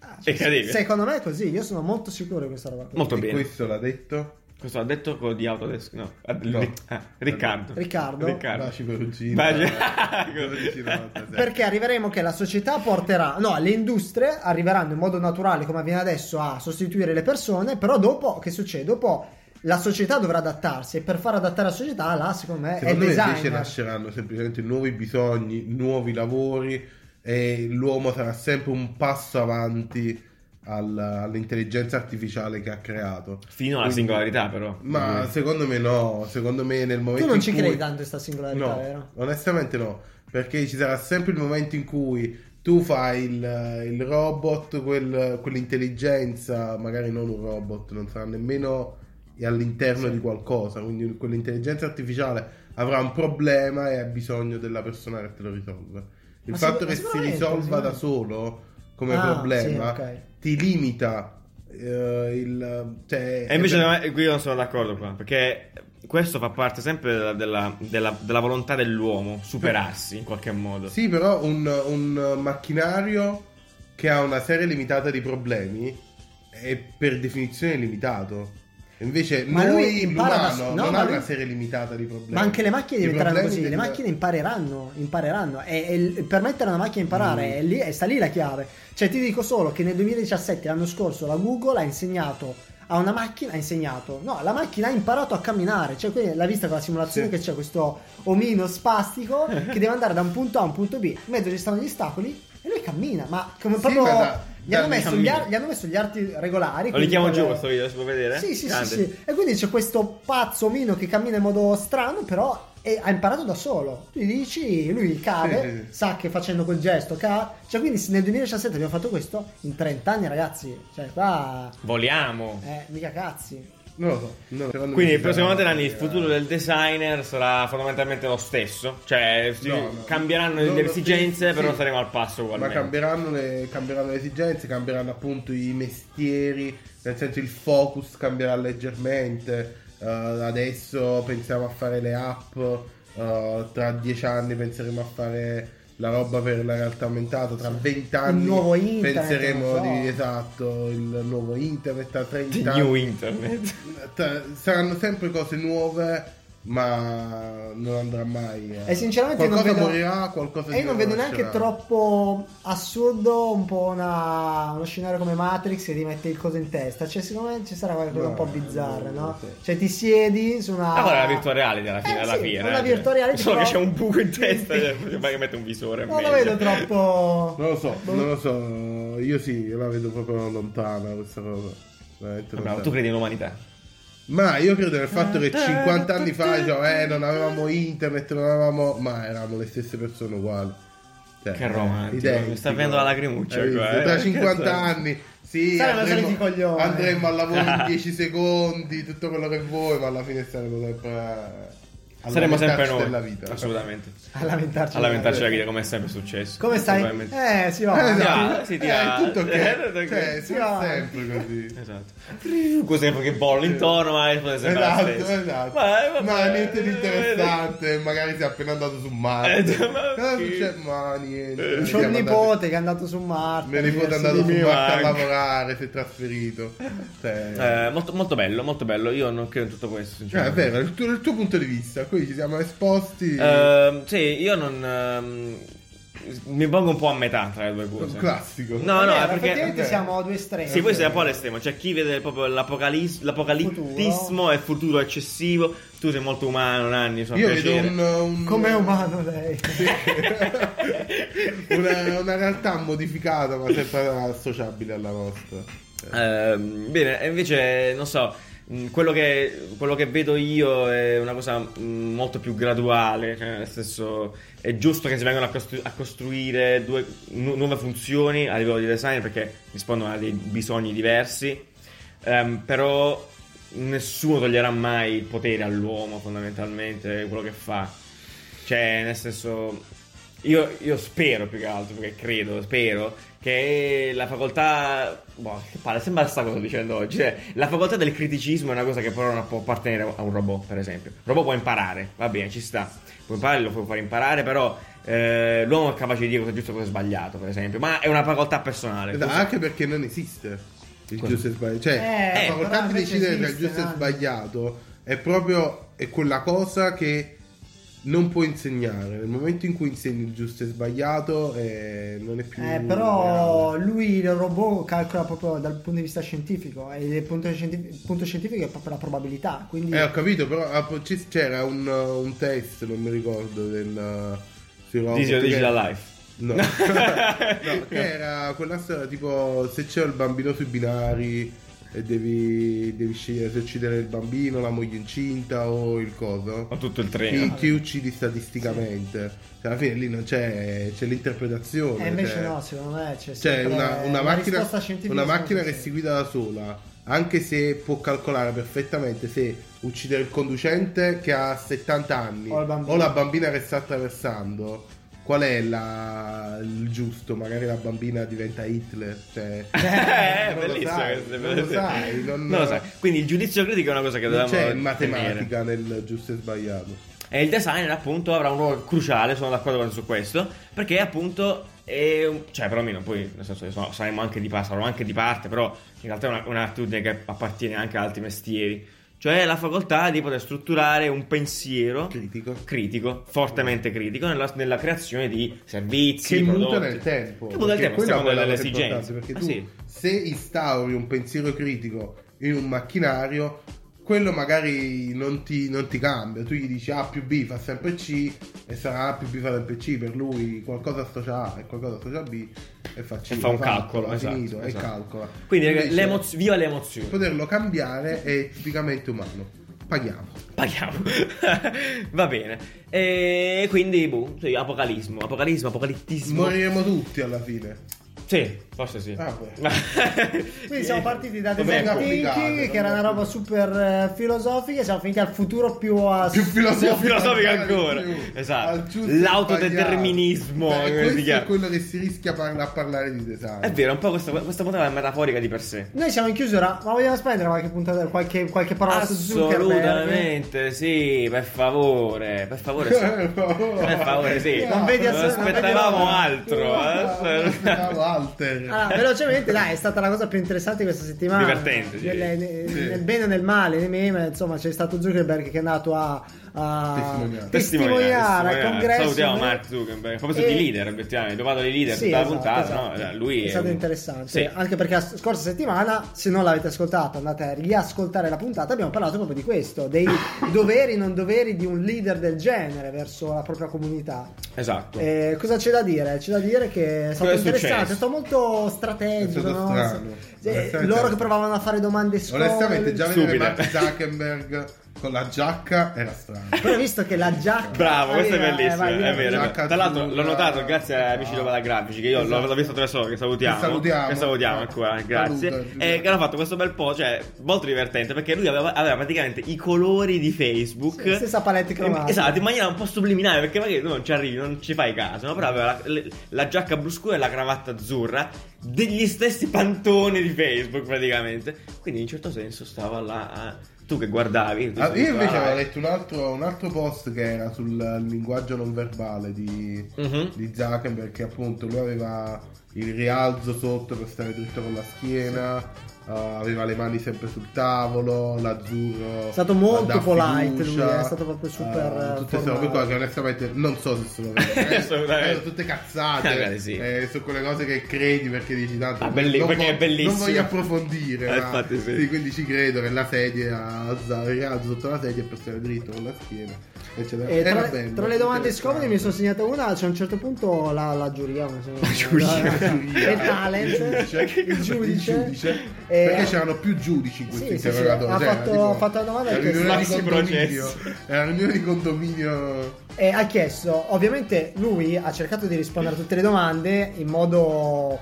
[SPEAKER 4] Ah, cioè,
[SPEAKER 1] Incredibile.
[SPEAKER 4] Secondo me è così, io sono molto sicuro di questa roba. qua.
[SPEAKER 1] Molto
[SPEAKER 3] e
[SPEAKER 1] bene.
[SPEAKER 3] questo l'ha detto
[SPEAKER 1] Questo l'ha detto quello di Autodesk. No, Ah,
[SPEAKER 3] No.
[SPEAKER 1] Ri- ah, Riccardo.
[SPEAKER 4] Riccardo?
[SPEAKER 1] Riccardo.
[SPEAKER 3] Baci Perugino.
[SPEAKER 1] Baci-
[SPEAKER 3] Eh, 12,96.
[SPEAKER 4] Perché arriveremo che la società porterà, no, le industrie arriveranno in modo naturale come avviene adesso a sostituire le persone, però dopo che succede? Dopo la società dovrà adattarsi e per far adattare la società là secondo me è il
[SPEAKER 3] Secondo me invece
[SPEAKER 4] design.
[SPEAKER 3] nasceranno semplicemente nuovi bisogni, nuovi lavori e l'uomo sarà sempre un passo avanti al- all'intelligenza artificiale che ha creato.
[SPEAKER 1] Fino alla
[SPEAKER 3] Quindi-
[SPEAKER 1] singolarità, però.
[SPEAKER 3] Ma
[SPEAKER 1] Mm.
[SPEAKER 3] secondo me no, secondo me nel momento
[SPEAKER 4] Tu non
[SPEAKER 3] in
[SPEAKER 4] ci
[SPEAKER 3] cui-
[SPEAKER 4] credi tanto in questa singolarità,
[SPEAKER 3] No,
[SPEAKER 4] vero?
[SPEAKER 3] onestamente no, perché ci sarà sempre il momento in cui tu fai il, il robot, quel- quell'intelligenza, magari non un robot, non sarà nemmeno all'interno di qualcosa, quindi quell'intelligenza artificiale avrà un problema e ha bisogno della persona che te lo risolve. Il
[SPEAKER 4] Ma
[SPEAKER 3] fatto
[SPEAKER 4] sicur-
[SPEAKER 3] che
[SPEAKER 4] ma
[SPEAKER 3] si
[SPEAKER 4] sicuramente,
[SPEAKER 3] risolva da
[SPEAKER 4] sicuramente.
[SPEAKER 3] solo come
[SPEAKER 4] Ah,
[SPEAKER 3] problema
[SPEAKER 4] sì, ok.
[SPEAKER 3] ti limita eh, il... Cioè,
[SPEAKER 1] E invece
[SPEAKER 3] eh,
[SPEAKER 1] no, eh, qui io non sono d'accordo qua, perché questo fa parte sempre della, della- della- della volontà dell'uomo, superarsi in qualche modo.
[SPEAKER 3] Sì, però un, un macchinario che ha una serie limitata di problemi è per definizione limitato. Invece
[SPEAKER 4] Ma lui
[SPEAKER 3] noi,
[SPEAKER 4] impara da-
[SPEAKER 3] l'umano,
[SPEAKER 4] no,
[SPEAKER 3] non
[SPEAKER 4] ma
[SPEAKER 3] ha
[SPEAKER 4] lui-
[SPEAKER 3] una serie limitata di problemi.
[SPEAKER 4] Ma anche le macchine
[SPEAKER 3] I
[SPEAKER 4] diventeranno
[SPEAKER 3] problemi
[SPEAKER 4] così, le
[SPEAKER 3] diventa-
[SPEAKER 4] macchine impareranno, impareranno e, e il- permettere a una macchina di
[SPEAKER 3] Mm.
[SPEAKER 4] imparare, è lì, e sta lì la chiave. Cioè ti dico solo che nel 2017, l'anno scorso, la Google ha insegnato a una macchina, ha insegnato, no, la macchina ha imparato a camminare, cioè quindi l'ha vista con la simulazione
[SPEAKER 3] Sì.
[SPEAKER 4] che c'è questo omino spastico che deve andare da un punto A a un punto B, in mezzo ci stanno gli ostacoli e lui cammina, ma come
[SPEAKER 3] Sì,
[SPEAKER 4] proprio...
[SPEAKER 3] ma da-
[SPEAKER 4] gli, hanno
[SPEAKER 3] da-
[SPEAKER 4] messo gli, ar- gli hanno messo gli arti regolari.
[SPEAKER 1] Lo li
[SPEAKER 4] quindi
[SPEAKER 1] chiamo
[SPEAKER 4] quelle-
[SPEAKER 1] giù questo video, si può vedere?
[SPEAKER 4] Eh. sì, sì, sì,
[SPEAKER 1] Grande.
[SPEAKER 4] sì. E quindi c'è questo pazzo omino che cammina in modo strano, però e ha imparato da solo. Tu gli dici, lui
[SPEAKER 3] Sì, sì,
[SPEAKER 4] cade,
[SPEAKER 3] sì.
[SPEAKER 4] sa che facendo quel gesto cade. Cioè, quindi se nel 2017 abbiamo fatto questo, in 30 anni, ragazzi, cioè qua...
[SPEAKER 1] Voliamo.
[SPEAKER 4] Eh, mica cazzi.
[SPEAKER 3] Non lo so. non lo so, secondo me
[SPEAKER 1] Quindi,
[SPEAKER 3] ci sarà
[SPEAKER 1] secondo te, Nani, il
[SPEAKER 4] eh,
[SPEAKER 3] una-
[SPEAKER 1] futuro del designer sarà fondamentalmente lo stesso? Cioè, si-
[SPEAKER 3] No, no.
[SPEAKER 1] cambieranno
[SPEAKER 3] Non
[SPEAKER 1] le
[SPEAKER 3] lo-
[SPEAKER 1] esigenze,
[SPEAKER 3] sì,
[SPEAKER 1] però
[SPEAKER 3] sì.
[SPEAKER 1] saremo al passo
[SPEAKER 3] Ma
[SPEAKER 1] ugualmente.
[SPEAKER 3] cambieranno le, cambieranno le esigenze, cambieranno appunto i mestieri, nel senso il focus cambierà leggermente. Eh, adesso pensiamo a fare le app, eh, tra dieci anni penseremo a fare la roba per la realtà aumentata, tra vent'anni
[SPEAKER 4] Il nuovo internet,
[SPEAKER 3] penseremo
[SPEAKER 4] non so.
[SPEAKER 3] di esatto il nuovo internet, tra
[SPEAKER 1] The
[SPEAKER 3] 30
[SPEAKER 1] new internet.
[SPEAKER 3] tra- Cioè, saranno sempre cose nuove. Ma non andrà mai. eh.
[SPEAKER 4] E sinceramente
[SPEAKER 3] qualcosa
[SPEAKER 4] non vedo...
[SPEAKER 3] morirà, qualcosa
[SPEAKER 4] E io non vedo neanche
[SPEAKER 3] rinascerà.
[SPEAKER 4] troppo assurdo un po' una- uno scenario come Matrix che ti mette il coso in testa. Cioè, secondo me ci sarà qualcosa un po'
[SPEAKER 3] No,
[SPEAKER 4] bizzarra,
[SPEAKER 3] no,
[SPEAKER 4] no?
[SPEAKER 3] sì.
[SPEAKER 4] Cioè, ti siedi su una.
[SPEAKER 1] Ah, guarda la virtual reality alla fine,
[SPEAKER 4] Eh,
[SPEAKER 1] alla
[SPEAKER 4] sì,
[SPEAKER 1] fine.
[SPEAKER 4] una
[SPEAKER 1] eh,
[SPEAKER 4] virtual
[SPEAKER 1] cioè.
[SPEAKER 4] reality,
[SPEAKER 1] Solo che
[SPEAKER 4] però-
[SPEAKER 1] c'è un buco in testa, cioè, ma che mette un visore.
[SPEAKER 4] Non
[SPEAKER 1] meglio.
[SPEAKER 4] lo vedo troppo.
[SPEAKER 3] Non lo so,
[SPEAKER 4] Boh.
[SPEAKER 3] non lo so, io sì, io la vedo proprio lontana questa cosa. Veramente
[SPEAKER 1] Vabbè, ma
[SPEAKER 3] lontana.
[SPEAKER 1] tu credi nell'umanità?
[SPEAKER 3] Ma io credo nel fatto che 50 anni fa cioè, eh, non avevamo internet, non avevamo. Ma eravamo le stesse persone uguali. Cioè,
[SPEAKER 1] Che romantico,
[SPEAKER 3] identico.
[SPEAKER 1] mi sta venendo la lacrimuccia
[SPEAKER 3] Hai visto?
[SPEAKER 1] qua, eh.
[SPEAKER 3] Tra
[SPEAKER 1] Che cazzo
[SPEAKER 3] 50
[SPEAKER 1] è?
[SPEAKER 3] anni. Sì,
[SPEAKER 4] Saremo soliti
[SPEAKER 3] andremo,
[SPEAKER 4] coglioni.
[SPEAKER 3] andremo al lavoro in 10 secondi, tutto quello che vuoi, ma alla fine saremo sempre. eh,
[SPEAKER 1] Saremo sempre
[SPEAKER 3] lamentarci
[SPEAKER 1] noi.
[SPEAKER 3] della vita.
[SPEAKER 1] Assolutamente.
[SPEAKER 4] A lamentarci.
[SPEAKER 1] A lamentarci la vita, come è sempre successo.
[SPEAKER 4] Come stai?
[SPEAKER 1] Probabilmente.
[SPEAKER 4] Eh, si va.
[SPEAKER 3] Eh,
[SPEAKER 1] Ti
[SPEAKER 3] esatto.
[SPEAKER 1] va? Sì, ti
[SPEAKER 3] Eh,
[SPEAKER 1] va.
[SPEAKER 3] tutto ok.
[SPEAKER 1] Eh,
[SPEAKER 3] Cioè,
[SPEAKER 4] Sì,
[SPEAKER 3] sì,
[SPEAKER 4] va.
[SPEAKER 3] sempre così.
[SPEAKER 1] Esatto. Cos'è che bolla intorno, ma è sempre la
[SPEAKER 3] Esatto,
[SPEAKER 1] stessa.
[SPEAKER 3] esatto.
[SPEAKER 1] Ma, eh,
[SPEAKER 3] Ma,
[SPEAKER 1] vabbè,
[SPEAKER 3] niente di
[SPEAKER 1] eh,
[SPEAKER 3] interessante, magari sei appena andato su
[SPEAKER 1] Eh,
[SPEAKER 3] Marte.
[SPEAKER 1] già, ma
[SPEAKER 3] Cosa
[SPEAKER 1] chi- Eh.
[SPEAKER 3] succede? Ma niente.
[SPEAKER 4] C'ho un
[SPEAKER 3] siamo andati-
[SPEAKER 4] nipote che è andato su Marte.
[SPEAKER 3] Mio nipote è
[SPEAKER 4] diversi
[SPEAKER 3] andato su
[SPEAKER 4] di-
[SPEAKER 1] mio
[SPEAKER 3] Marte a
[SPEAKER 1] anche.
[SPEAKER 3] lavorare, si è trasferito. Cioè,
[SPEAKER 1] Eh, molto, molto bello, molto bello. Io non credo in tutto questo.
[SPEAKER 3] cioè, è
[SPEAKER 1] sinceramente.
[SPEAKER 3] vero, il tuo, il tuo punto di vista, qui ci siamo esposti.
[SPEAKER 1] Ehm, sì, io non. ehm, mi pongo un po' a metà tra le due cose.
[SPEAKER 3] un classico. Eh,
[SPEAKER 1] No, no,
[SPEAKER 4] Vabbè,
[SPEAKER 1] è perché.
[SPEAKER 4] effettivamente
[SPEAKER 3] ok.
[SPEAKER 4] siamo a due estremi.
[SPEAKER 1] Sì, questo è un po' all'estremo. C'è chi vede proprio l'apocalis- l'apocalittismo
[SPEAKER 4] Futuro.
[SPEAKER 1] e il futuro eccessivo. Tu sei molto umano, Nanni. insomma,
[SPEAKER 3] Io
[SPEAKER 1] piacere.
[SPEAKER 3] vedo un, un-
[SPEAKER 4] Com'è umano lei?
[SPEAKER 3] una, una realtà modificata, ma sempre associabile alla nostra.
[SPEAKER 1] Ehm, bene, e invece, non so, mh, quello che, quello che vedo io è una cosa mh, molto più graduale, cioè, nel senso è giusto che si vengano a, costru- a costruire due nu- nuove funzioni a livello di design perché rispondono a dei bisogni diversi, Ehm, però nessuno toglierà mai il potere all'uomo fondamentalmente, quello che fa. Cioè, nel senso, io, io spero più che altro, perché credo, spero che la facoltà. Boh, che palle, sembra sta cosa dicendo oggi. Cioè, la facoltà del criticismo è una cosa che però non può appartenere a un robot, per esempio. Il robot può imparare, va bene, ci sta. Puoi imparare, lo puoi fare imparare, però eh, l'uomo è capace di dire cosa è giusto e cosa è sbagliato, per esempio. Ma è una facoltà personale.
[SPEAKER 3] Ed
[SPEAKER 1] Cosa-
[SPEAKER 3] Esatto, Anche perché non esiste il
[SPEAKER 1] Eh, Cosa?
[SPEAKER 3] giusto e sbagliato. Cioè,
[SPEAKER 4] Eh,
[SPEAKER 1] eh,
[SPEAKER 3] la facoltà
[SPEAKER 4] però
[SPEAKER 3] di
[SPEAKER 4] invece
[SPEAKER 3] decidere tra il
[SPEAKER 4] esiste, eh.
[SPEAKER 3] giusto e
[SPEAKER 4] no?
[SPEAKER 3] sbagliato è proprio è quella cosa che non puoi insegnare. Nel momento in cui insegni il giusto e sbagliato, eh, non è più.
[SPEAKER 4] Eh, però
[SPEAKER 3] reale.
[SPEAKER 4] lui il robot calcola proprio dal punto di vista scientifico e il punto, scientif- il punto scientifico è proprio la probabilità. Quindi
[SPEAKER 3] Eh, ho capito, però ah, po- c- c'era un, uh, un test, non mi ricordo, del. Uh, sui robot,
[SPEAKER 1] Dici, lo dici
[SPEAKER 3] che-
[SPEAKER 1] la live.
[SPEAKER 3] No. No, che era quella storia tipo se c'è il bambino sui binari e devi, devi scegliere se uccidere il bambino, la moglie incinta o il coso.
[SPEAKER 1] Ho tutto il
[SPEAKER 3] Chi,
[SPEAKER 1] treno.
[SPEAKER 3] chi uccidi statisticamente? Cioè, alla fine lì non c'è, c'è l'interpretazione.
[SPEAKER 4] Eh, invece
[SPEAKER 3] cioè,
[SPEAKER 4] no, secondo me c'è
[SPEAKER 3] Cioè,
[SPEAKER 4] sempre
[SPEAKER 3] una, una
[SPEAKER 4] la
[SPEAKER 3] macchina,
[SPEAKER 4] risposta scientifica
[SPEAKER 3] una macchina
[SPEAKER 4] sempre
[SPEAKER 3] che si guida da sola, anche se può calcolare perfettamente se uccidere il conducente che ha 70 anni
[SPEAKER 4] O il bambino.
[SPEAKER 3] la bambina che sta attraversando, qual è la- il giusto? Magari la bambina diventa Hitler. Cioè,
[SPEAKER 1] Eh,
[SPEAKER 3] non lo
[SPEAKER 1] bellissimo
[SPEAKER 3] sai,
[SPEAKER 1] questo,
[SPEAKER 3] non lo sai, non-
[SPEAKER 1] Non lo sai. Quindi il giudizio critico è una cosa che
[SPEAKER 3] non
[SPEAKER 1] dobbiamo
[SPEAKER 3] c'è
[SPEAKER 1] tenere.
[SPEAKER 3] matematica nel giusto e sbagliato.
[SPEAKER 1] E il designer appunto avrà un ruolo cruciale, sono d'accordo con- su questo, perché appunto è un- cioè perlomeno poi nel senso che sono- saremo anche di, pa- sarò anche di parte, però in realtà è una- un'attitudine che appartiene anche ad altri mestieri, cioè la facoltà di poter strutturare un pensiero
[SPEAKER 3] Critico.
[SPEAKER 1] critico, fortemente critico nella, nella creazione di servizi,
[SPEAKER 3] che muta
[SPEAKER 1] prodotti.
[SPEAKER 3] nel tempo.
[SPEAKER 1] Che muta nel
[SPEAKER 3] perché
[SPEAKER 1] tempo,
[SPEAKER 3] quella
[SPEAKER 1] secondo
[SPEAKER 3] è
[SPEAKER 1] delle
[SPEAKER 3] la cosa
[SPEAKER 1] esigenze.
[SPEAKER 3] importante, Perché
[SPEAKER 1] Ah,
[SPEAKER 3] tu,
[SPEAKER 1] sì.
[SPEAKER 3] se instauri un pensiero critico in un macchinario, quello magari non ti, non ti cambia. Tu gli dici A più B fa sempre C e sarà A più B fa sempre C. Per lui qualcosa associa A e qualcosa associa B e fa C.
[SPEAKER 1] E fa un
[SPEAKER 3] fatto,
[SPEAKER 1] calcolo,
[SPEAKER 3] ha
[SPEAKER 1] esatto,
[SPEAKER 3] finito, e
[SPEAKER 1] esatto.
[SPEAKER 3] calcola.
[SPEAKER 1] Quindi ragazzi, le
[SPEAKER 3] Invece,
[SPEAKER 1] emozio- viva le emozioni.
[SPEAKER 3] Poterlo cambiare è tipicamente umano. Paghiamo.
[SPEAKER 1] Paghiamo. Va bene. E quindi, boh, sì, apocalismo, apocalismo, apocalittismo.
[SPEAKER 3] Moriremo tutti alla fine.
[SPEAKER 1] Sì, forse sì.
[SPEAKER 3] Ah, beh.
[SPEAKER 4] Quindi siamo partiti da
[SPEAKER 3] Come
[SPEAKER 4] design
[SPEAKER 3] è complicato,
[SPEAKER 4] thinking, che
[SPEAKER 3] non
[SPEAKER 4] era
[SPEAKER 3] è
[SPEAKER 4] una roba super eh, filosofica, e siamo finiti al futuro più a...
[SPEAKER 3] più filosofica,
[SPEAKER 1] filosofica ancora.
[SPEAKER 3] di più.
[SPEAKER 1] Esatto.
[SPEAKER 3] Al giusto e
[SPEAKER 1] L'autodeterminismo,
[SPEAKER 3] sbagliato.
[SPEAKER 1] come si
[SPEAKER 3] Beh, questo
[SPEAKER 1] chiama. Eh,
[SPEAKER 3] è quello che si rischia par- a parlare di design
[SPEAKER 1] È vero, un po' questa, questa puntata è metaforica di per sé.
[SPEAKER 4] Noi siamo in chiusura, ma vogliamo spendere qualche puntata, qualche, qualche parola Ah, su Zuckerberg?
[SPEAKER 1] Assolutamente sì, per favore, per favore sì. Per favore, sì.
[SPEAKER 4] Oh. Non vedi Ah, ass-
[SPEAKER 1] Non aspettavamo
[SPEAKER 4] non vedi-
[SPEAKER 1] altro. eh.
[SPEAKER 3] aspettavo Walter
[SPEAKER 1] Ah,
[SPEAKER 4] Allora, Ah, velocemente, dai, è stata la cosa più interessante di questa settimana.
[SPEAKER 1] Divertente, sì.
[SPEAKER 4] Nelle- ne-
[SPEAKER 3] Sì.
[SPEAKER 4] Nel bene e nel male, nei meme, insomma, c'è stato Zuckerberg che è andato a, a
[SPEAKER 3] Testimoniare.
[SPEAKER 4] testimoniare al congresso.
[SPEAKER 1] eh. Salutiamo Mark Zuckerberg. Ho preso
[SPEAKER 4] E-
[SPEAKER 1] di leader, effettivamente. Ho parlato di leader
[SPEAKER 4] Sì,
[SPEAKER 1] tutta
[SPEAKER 4] esatto,
[SPEAKER 1] la puntata.
[SPEAKER 4] esatto.
[SPEAKER 1] no? Lui
[SPEAKER 4] è stato
[SPEAKER 1] un-
[SPEAKER 4] interessante.
[SPEAKER 1] Sì.
[SPEAKER 4] Anche perché la s- scorsa settimana, se non l'avete ascoltato, andate a riascoltare la puntata. Abbiamo parlato proprio di questo: dei doveri e non doveri di un leader del genere verso la propria comunità.
[SPEAKER 1] Esatto.
[SPEAKER 4] Eh, cosa c'è da dire? C'è da dire che è stato
[SPEAKER 1] Cosa è
[SPEAKER 4] interessante,
[SPEAKER 1] successo?
[SPEAKER 4] è stato molto strategico.
[SPEAKER 3] È stato
[SPEAKER 4] no?
[SPEAKER 3] strano.
[SPEAKER 4] Eh,
[SPEAKER 3] Onestamente-
[SPEAKER 4] loro che provavano a fare domande scomode.
[SPEAKER 3] onestamente già vedere
[SPEAKER 1] Stupida.
[SPEAKER 3] Mark Zuckerberg con la giacca era strano.
[SPEAKER 4] Però visto che la giacca...
[SPEAKER 1] Bravo, questo è
[SPEAKER 4] aveva-
[SPEAKER 1] bellissimo,
[SPEAKER 4] vai,
[SPEAKER 1] è vero.
[SPEAKER 4] vai.
[SPEAKER 1] è vero.
[SPEAKER 3] Giacca
[SPEAKER 1] Tra l'altro l'ho
[SPEAKER 3] azzurra.
[SPEAKER 1] notato grazie agli amici di Lopata Grafici che io l'ho- l'ho visto tre solo che salutiamo.
[SPEAKER 3] Esatto. Che salutiamo.
[SPEAKER 1] Che salutiamo
[SPEAKER 3] Eh,
[SPEAKER 1] ancora,
[SPEAKER 3] saluto,
[SPEAKER 1] grazie.
[SPEAKER 3] Giulia.
[SPEAKER 1] e che hanno fatto questo bel po', cioè molto divertente perché lui aveva, aveva praticamente i colori di Facebook.
[SPEAKER 4] Sì, stessa palette cromatica.
[SPEAKER 1] Esatto, in maniera un po' subliminale perché magari tu non ci arrivi, non ci fai caso, no? però aveva la, le- la giacca blu scura e la cravatta azzurra degli stessi pantoni di Facebook praticamente. Quindi in un certo senso stava là a- tu che guardavi. tu
[SPEAKER 3] Ah,
[SPEAKER 1] sei
[SPEAKER 3] io invece
[SPEAKER 1] qua,
[SPEAKER 3] avevo
[SPEAKER 1] eh.
[SPEAKER 3] letto un altro, un altro post che era sul linguaggio non verbale di,
[SPEAKER 1] Mhm.
[SPEAKER 3] di Zuckerberg, che appunto lui aveva il rialzo sotto per stare dritto con la schiena, eh, aveva le mani sempre sul tavolo, l'azzurro.
[SPEAKER 4] È stato molto
[SPEAKER 3] da
[SPEAKER 4] polite
[SPEAKER 3] fiducia,
[SPEAKER 4] lui, è stato proprio super,
[SPEAKER 3] eh,
[SPEAKER 4] eh,
[SPEAKER 3] tutte queste
[SPEAKER 4] formale.
[SPEAKER 3] robe qua che onestamente non so se sono vere.
[SPEAKER 1] Assolutamente.
[SPEAKER 3] Eh, tutte cazzate.
[SPEAKER 1] Magari sì.
[SPEAKER 3] eh, su quelle cose che credi perché dici tanto.
[SPEAKER 1] Ah, belli-
[SPEAKER 3] non
[SPEAKER 1] perché è bellissimo.
[SPEAKER 3] Non voglio approfondire.
[SPEAKER 1] Eh,
[SPEAKER 3] ma-
[SPEAKER 1] infatti sì.
[SPEAKER 3] sì, quindi ci credo che la sedia alza il rialzo sotto la sedia per stare dritto con la schiena eccetera.
[SPEAKER 4] E
[SPEAKER 3] Era
[SPEAKER 4] Eh, tra, le,
[SPEAKER 3] bello,
[SPEAKER 4] tra le domande scomode mi sono
[SPEAKER 3] interessante.
[SPEAKER 4] segnata una, c'è a un certo punto la, la giuria, mi sembra.
[SPEAKER 1] giuria.
[SPEAKER 3] Giuria.
[SPEAKER 4] il talent, Eh, il giudice,
[SPEAKER 3] Il giudice.
[SPEAKER 4] E-
[SPEAKER 3] perché c'erano più giudici in questo
[SPEAKER 4] Sì, sì, sì,
[SPEAKER 3] interrogatorio
[SPEAKER 4] ha
[SPEAKER 3] cioè, era
[SPEAKER 4] fatto-
[SPEAKER 3] tipo-
[SPEAKER 4] ha fatto la domanda
[SPEAKER 3] era
[SPEAKER 4] che-
[SPEAKER 3] riunione di
[SPEAKER 1] Maxi
[SPEAKER 3] condominio
[SPEAKER 1] processo.
[SPEAKER 3] era una riunione di condominio
[SPEAKER 4] e ha chiesto, ovviamente lui ha cercato di rispondere a tutte le domande in modo...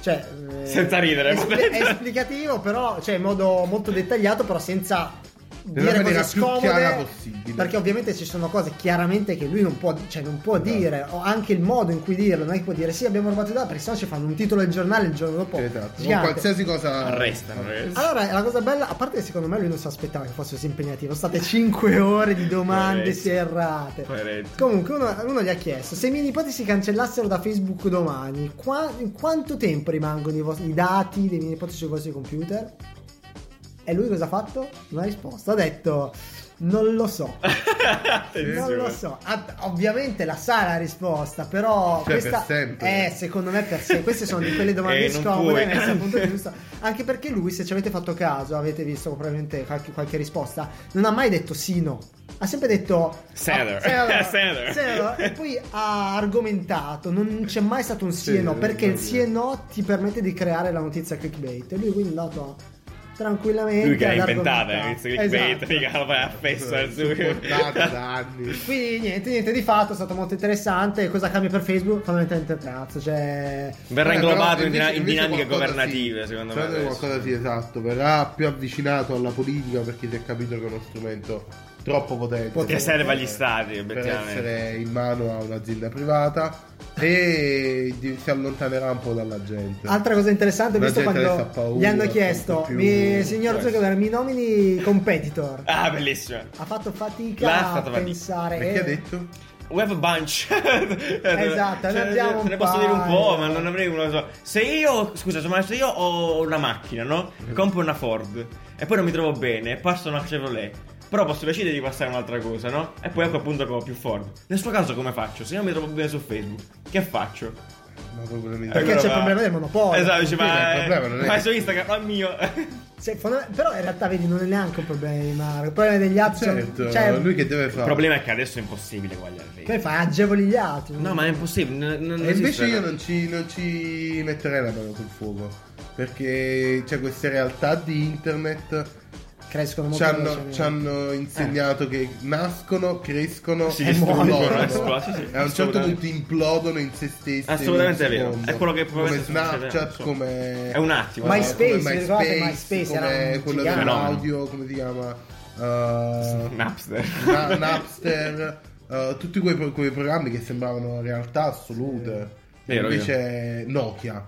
[SPEAKER 4] Cioè, eh,
[SPEAKER 1] Senza ridere,
[SPEAKER 4] espli-
[SPEAKER 1] potete-
[SPEAKER 4] esplicativo, però, cioè, in modo molto dettagliato, però senza dire
[SPEAKER 3] maniera
[SPEAKER 4] cose
[SPEAKER 3] più chiara
[SPEAKER 4] scomode.
[SPEAKER 3] possibile.
[SPEAKER 4] Perché ovviamente ci sono cose chiaramente che lui non può, cioè, non può
[SPEAKER 3] Esatto.
[SPEAKER 4] dire, o anche il modo in cui dirlo, non è che può dire sì, abbiamo rubato i dati, perché sennò ci fanno un titolo del giornale il giorno dopo.
[SPEAKER 3] esatto con
[SPEAKER 4] Gigante.
[SPEAKER 3] qualsiasi cosa
[SPEAKER 1] Arrestano, eh.
[SPEAKER 4] Allora, la cosa bella, a parte che secondo me lui non si aspettava che fosse così impegnativo, sono state 5 ore di domande
[SPEAKER 1] Poveretto.
[SPEAKER 4] serrate.
[SPEAKER 1] Poveretto.
[SPEAKER 4] Comunque uno, uno gli ha chiesto, se i miei nipoti si cancellassero da Facebook domani, qua- in quanto tempo rimangono i, vos- i dati dei miei nipoti sui vostri computer? E lui cosa ha fatto? Non ha risposto, ha detto, non lo so. Non lo so, Ad- ovviamente la Sara ha risposta, però
[SPEAKER 3] Cioè,
[SPEAKER 4] questa
[SPEAKER 3] per sempre.
[SPEAKER 4] Eh, secondo me per sempre. Queste sono di quelle domande
[SPEAKER 1] Eh, non
[SPEAKER 4] scomode
[SPEAKER 1] puoi.
[SPEAKER 4] messe al punto giusto. Anche perché lui, se ci avete fatto caso, avete visto probabilmente qualche, qualche risposta, non ha mai detto sì no. Ha sempre detto
[SPEAKER 1] Senator.
[SPEAKER 4] ah,
[SPEAKER 1] Senator.
[SPEAKER 4] Senator. E poi ha argomentato. Non c'è mai stato un sì,
[SPEAKER 3] Sì,
[SPEAKER 4] e no. Perché il
[SPEAKER 3] sì.
[SPEAKER 4] sì e no ti permette di creare la notizia clickbait. E lui quindi è andato tranquillamente.
[SPEAKER 1] Lui che l'ha
[SPEAKER 4] ad
[SPEAKER 1] inventata,
[SPEAKER 4] argomentare.
[SPEAKER 1] inizia clickbait,
[SPEAKER 4] Esatto.
[SPEAKER 1] figa, la fai a festa al
[SPEAKER 3] Esatto.
[SPEAKER 1] suo.
[SPEAKER 3] portata da anni
[SPEAKER 4] Quindi niente, niente di fatto, è stato molto interessante. Cosa cambia per Facebook? Fondamentalmente cazzo, cioè...
[SPEAKER 1] Verrà
[SPEAKER 3] Eh,
[SPEAKER 1] inglobato
[SPEAKER 3] però
[SPEAKER 1] in, dina-
[SPEAKER 3] invece-
[SPEAKER 1] in
[SPEAKER 3] invece
[SPEAKER 1] dinamiche
[SPEAKER 3] qualcosa
[SPEAKER 1] governative,
[SPEAKER 3] sì.
[SPEAKER 1] secondo me.
[SPEAKER 3] Secondo
[SPEAKER 1] adesso.
[SPEAKER 3] qualcosa sì, esatto. Verrà più avvicinato alla politica perché si è capito che è uno strumento troppo potente.
[SPEAKER 1] Che serve agli
[SPEAKER 3] Eh,
[SPEAKER 1] stati,
[SPEAKER 3] Per
[SPEAKER 1] obiettivamente.
[SPEAKER 3] essere in mano a un'azienda privata e di- si allontanerà un po' dalla gente.
[SPEAKER 4] Altra cosa interessante, ho
[SPEAKER 3] La
[SPEAKER 4] visto
[SPEAKER 3] gente
[SPEAKER 4] quando
[SPEAKER 3] adesso ha paura,
[SPEAKER 4] gli hanno
[SPEAKER 3] non
[SPEAKER 4] chiesto,
[SPEAKER 3] so più. cioè,
[SPEAKER 4] mi, signor Zuckerberg, mi nomini competitor.
[SPEAKER 1] Ah, bellissimo.
[SPEAKER 4] Ha fatto fatica
[SPEAKER 1] L'ha
[SPEAKER 4] a
[SPEAKER 1] fatto fatica.
[SPEAKER 4] pensare...
[SPEAKER 3] Perché
[SPEAKER 4] eh,
[SPEAKER 3] ha detto?
[SPEAKER 1] We have a bunch.
[SPEAKER 4] Esatto, ne
[SPEAKER 1] Cioè,
[SPEAKER 4] abbiamo
[SPEAKER 1] Te ne
[SPEAKER 4] un
[SPEAKER 1] posso dire un po',
[SPEAKER 4] paio.
[SPEAKER 1] ma non avrei uno. so. Se io, scusa, insomma, se io ho una macchina, no? Compro una Ford e poi non mi trovo bene, passo una Chevrolet. Però posso decidere di passare un'altra cosa, no? E poi a quel punto compro più Ford. Nel suo caso come faccio? Se io non mi trovo bene su Facebook, che faccio?
[SPEAKER 3] No, proprio non
[SPEAKER 4] Perché
[SPEAKER 1] Eh,
[SPEAKER 4] c'è il
[SPEAKER 1] ma-
[SPEAKER 4] problema del monopolio.
[SPEAKER 1] Esatto, dice,
[SPEAKER 3] Sì,
[SPEAKER 1] ma
[SPEAKER 3] ma il problema non è-
[SPEAKER 1] ma su Instagram, ma è mio.
[SPEAKER 4] Se fonda- però in realtà vedi, non è neanche un problema di Marco. Il problema degli altri...
[SPEAKER 3] Certo,
[SPEAKER 4] cioè,
[SPEAKER 3] lui che deve
[SPEAKER 1] Il
[SPEAKER 3] fare.
[SPEAKER 1] problema è che adesso è impossibile guagliare il
[SPEAKER 4] Poi
[SPEAKER 1] video.
[SPEAKER 4] fai agevoli gli altri.
[SPEAKER 1] No, ma è impossibile. n- non
[SPEAKER 3] E
[SPEAKER 1] esiste. eh.
[SPEAKER 3] invece io non ci, non ci metterei la mano sul fuoco. Perché c'è questa realtà di internet
[SPEAKER 4] Crescono
[SPEAKER 3] ci
[SPEAKER 4] molto
[SPEAKER 3] hanno,
[SPEAKER 4] velocemente. Eh.
[SPEAKER 3] ci hanno insegnato che nascono, crescono
[SPEAKER 1] Si
[SPEAKER 3] e
[SPEAKER 1] distruggono,
[SPEAKER 3] esplodono.
[SPEAKER 1] esplodono, sì, sì,
[SPEAKER 3] e a un certo
[SPEAKER 1] assolutamente.
[SPEAKER 3] punto implodono in se stessi.
[SPEAKER 1] Assolutamente
[SPEAKER 3] in un
[SPEAKER 1] è vero.
[SPEAKER 3] secondo.
[SPEAKER 1] È quello che
[SPEAKER 3] come
[SPEAKER 1] probabilmente succede,
[SPEAKER 3] Snapchat,
[SPEAKER 1] non so.
[SPEAKER 3] come
[SPEAKER 1] È un attimo. eh.
[SPEAKER 3] come
[SPEAKER 4] MySpace, vi ricordate MySpace? Era
[SPEAKER 3] come
[SPEAKER 4] un
[SPEAKER 3] quello
[SPEAKER 4] gigante.
[SPEAKER 3] dell'audio, come si chiama? Eh,
[SPEAKER 1] Napster.
[SPEAKER 3] Na- Napster, eh, tutti quei, pro- quei programmi che sembravano realtà assolute.
[SPEAKER 1] Vero,
[SPEAKER 3] Invece Nokia.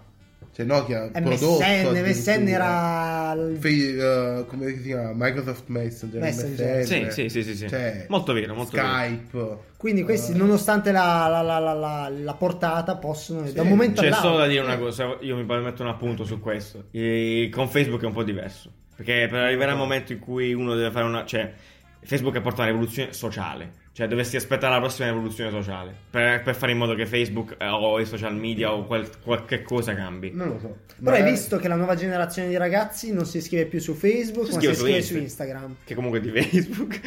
[SPEAKER 3] Cioè Nokia prodotto
[SPEAKER 4] MSN, MSN
[SPEAKER 3] addirittura.
[SPEAKER 4] Eh, era... il-
[SPEAKER 3] Fe- eh, come si chiama? Microsoft Messenger,
[SPEAKER 4] Messenger.
[SPEAKER 1] Sì,
[SPEAKER 3] MSN.
[SPEAKER 1] sì, sì, sì, sì.
[SPEAKER 3] Cioè,
[SPEAKER 1] Molto vero, molto
[SPEAKER 3] Skype.
[SPEAKER 4] Quindi questi,
[SPEAKER 3] Eh,
[SPEAKER 4] nonostante la, la- la- la- la- la portata, possono da un
[SPEAKER 3] Sì,
[SPEAKER 4] momento
[SPEAKER 1] C'è
[SPEAKER 4] all'altro.
[SPEAKER 1] Cioè, solo da dire una cosa, io mi permetto un appunto su questo. E con Facebook è un po' diverso. Perché per arrivare al momento in cui uno deve fare una. cioè, Facebook ha portato una rivoluzione sociale. Cioè, dovresti aspettare la prossima evoluzione sociale per, per fare in modo che Facebook eh, o i social media o quel- qualche cosa cambi.
[SPEAKER 3] Non lo so.
[SPEAKER 4] Però hai
[SPEAKER 3] Magari-
[SPEAKER 4] visto che la nuova generazione di ragazzi non si iscrive più su Facebook,
[SPEAKER 1] Si
[SPEAKER 4] ma si
[SPEAKER 1] iscrive su
[SPEAKER 4] iscrive
[SPEAKER 1] Insta.
[SPEAKER 4] su Instagram.
[SPEAKER 1] Che comunque è di Facebook.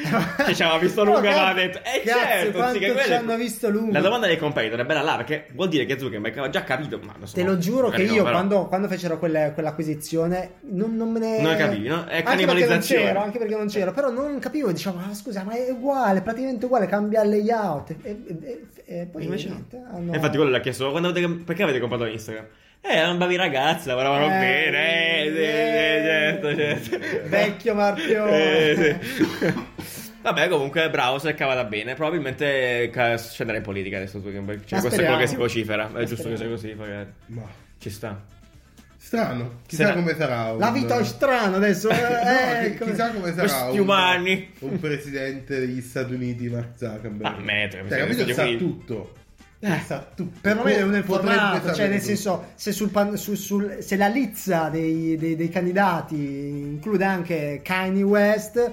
[SPEAKER 1] Che ci aveva visto
[SPEAKER 4] No,
[SPEAKER 1] lunga e
[SPEAKER 4] cazzo-
[SPEAKER 1] aveva detto. Eh
[SPEAKER 4] cazzo,
[SPEAKER 1] certo, sì,
[SPEAKER 4] quanto
[SPEAKER 1] che
[SPEAKER 4] ci
[SPEAKER 1] quello è-
[SPEAKER 4] hanno visto lunga.
[SPEAKER 1] La domanda dei competitor è bella là, perché vuol dire che Zuckerberg aveva già capito. Ma non so,
[SPEAKER 4] Te lo giuro che
[SPEAKER 1] magari no,
[SPEAKER 4] io
[SPEAKER 1] però-
[SPEAKER 4] quando, quando fecero quelle- quell'acquisizione non, non me ne.
[SPEAKER 1] Non capivi, no? È
[SPEAKER 4] anche perché non
[SPEAKER 1] cannibalizzazione.
[SPEAKER 4] c'ero, anche perché non c'ero. Però non capivo, dicevo, ma scusa, ma è uguale, praticamente uguale, cambia il layout. E, e- e- e poi
[SPEAKER 1] Invece no.
[SPEAKER 4] niente, ah, hanno-
[SPEAKER 1] E infatti quello l'ha chiesto "Quando avete- perché avete comprato Instagram? Eh, erano bravi ragazzi, lavoravano
[SPEAKER 4] Eh,
[SPEAKER 1] bene, eh, sì,
[SPEAKER 4] eh,
[SPEAKER 1] sì, certo, certo.
[SPEAKER 4] vecchio marpione.
[SPEAKER 1] Eh, sì. Vabbè, comunque bravo, se cavata bene. Probabilmente ca- scenderà in politica adesso Zuckerberg. Cioè,
[SPEAKER 4] Ma
[SPEAKER 1] questo è quello
[SPEAKER 4] speriamo.
[SPEAKER 1] che si vocifera. È
[SPEAKER 4] Ma
[SPEAKER 1] giusto che sia
[SPEAKER 4] speriamo.
[SPEAKER 1] così, magari.
[SPEAKER 3] Ma
[SPEAKER 1] Ci sta.
[SPEAKER 3] strano, chissà
[SPEAKER 1] Sarà-
[SPEAKER 3] come sarà. un-
[SPEAKER 4] La vita è strana adesso. eh,
[SPEAKER 3] No,
[SPEAKER 4] eh,
[SPEAKER 3] chi-
[SPEAKER 4] come-
[SPEAKER 3] chissà come sarà
[SPEAKER 1] Questi
[SPEAKER 3] un,
[SPEAKER 1] umani.
[SPEAKER 3] un presidente degli Stati Uniti Mark Zuckerberg
[SPEAKER 1] Ah, metro,
[SPEAKER 3] cioè, capito
[SPEAKER 1] Stati
[SPEAKER 3] sa
[SPEAKER 1] Uniti.
[SPEAKER 3] tutto
[SPEAKER 1] Eh,
[SPEAKER 3] sa tutto
[SPEAKER 4] Perlomeno è un
[SPEAKER 3] Potrebbe
[SPEAKER 4] informato, cioè
[SPEAKER 3] sapere
[SPEAKER 4] nel
[SPEAKER 3] tutto.
[SPEAKER 4] senso se, sul pan- su- sul- se la lizza dei, dei- dei candidati include anche Kanye West,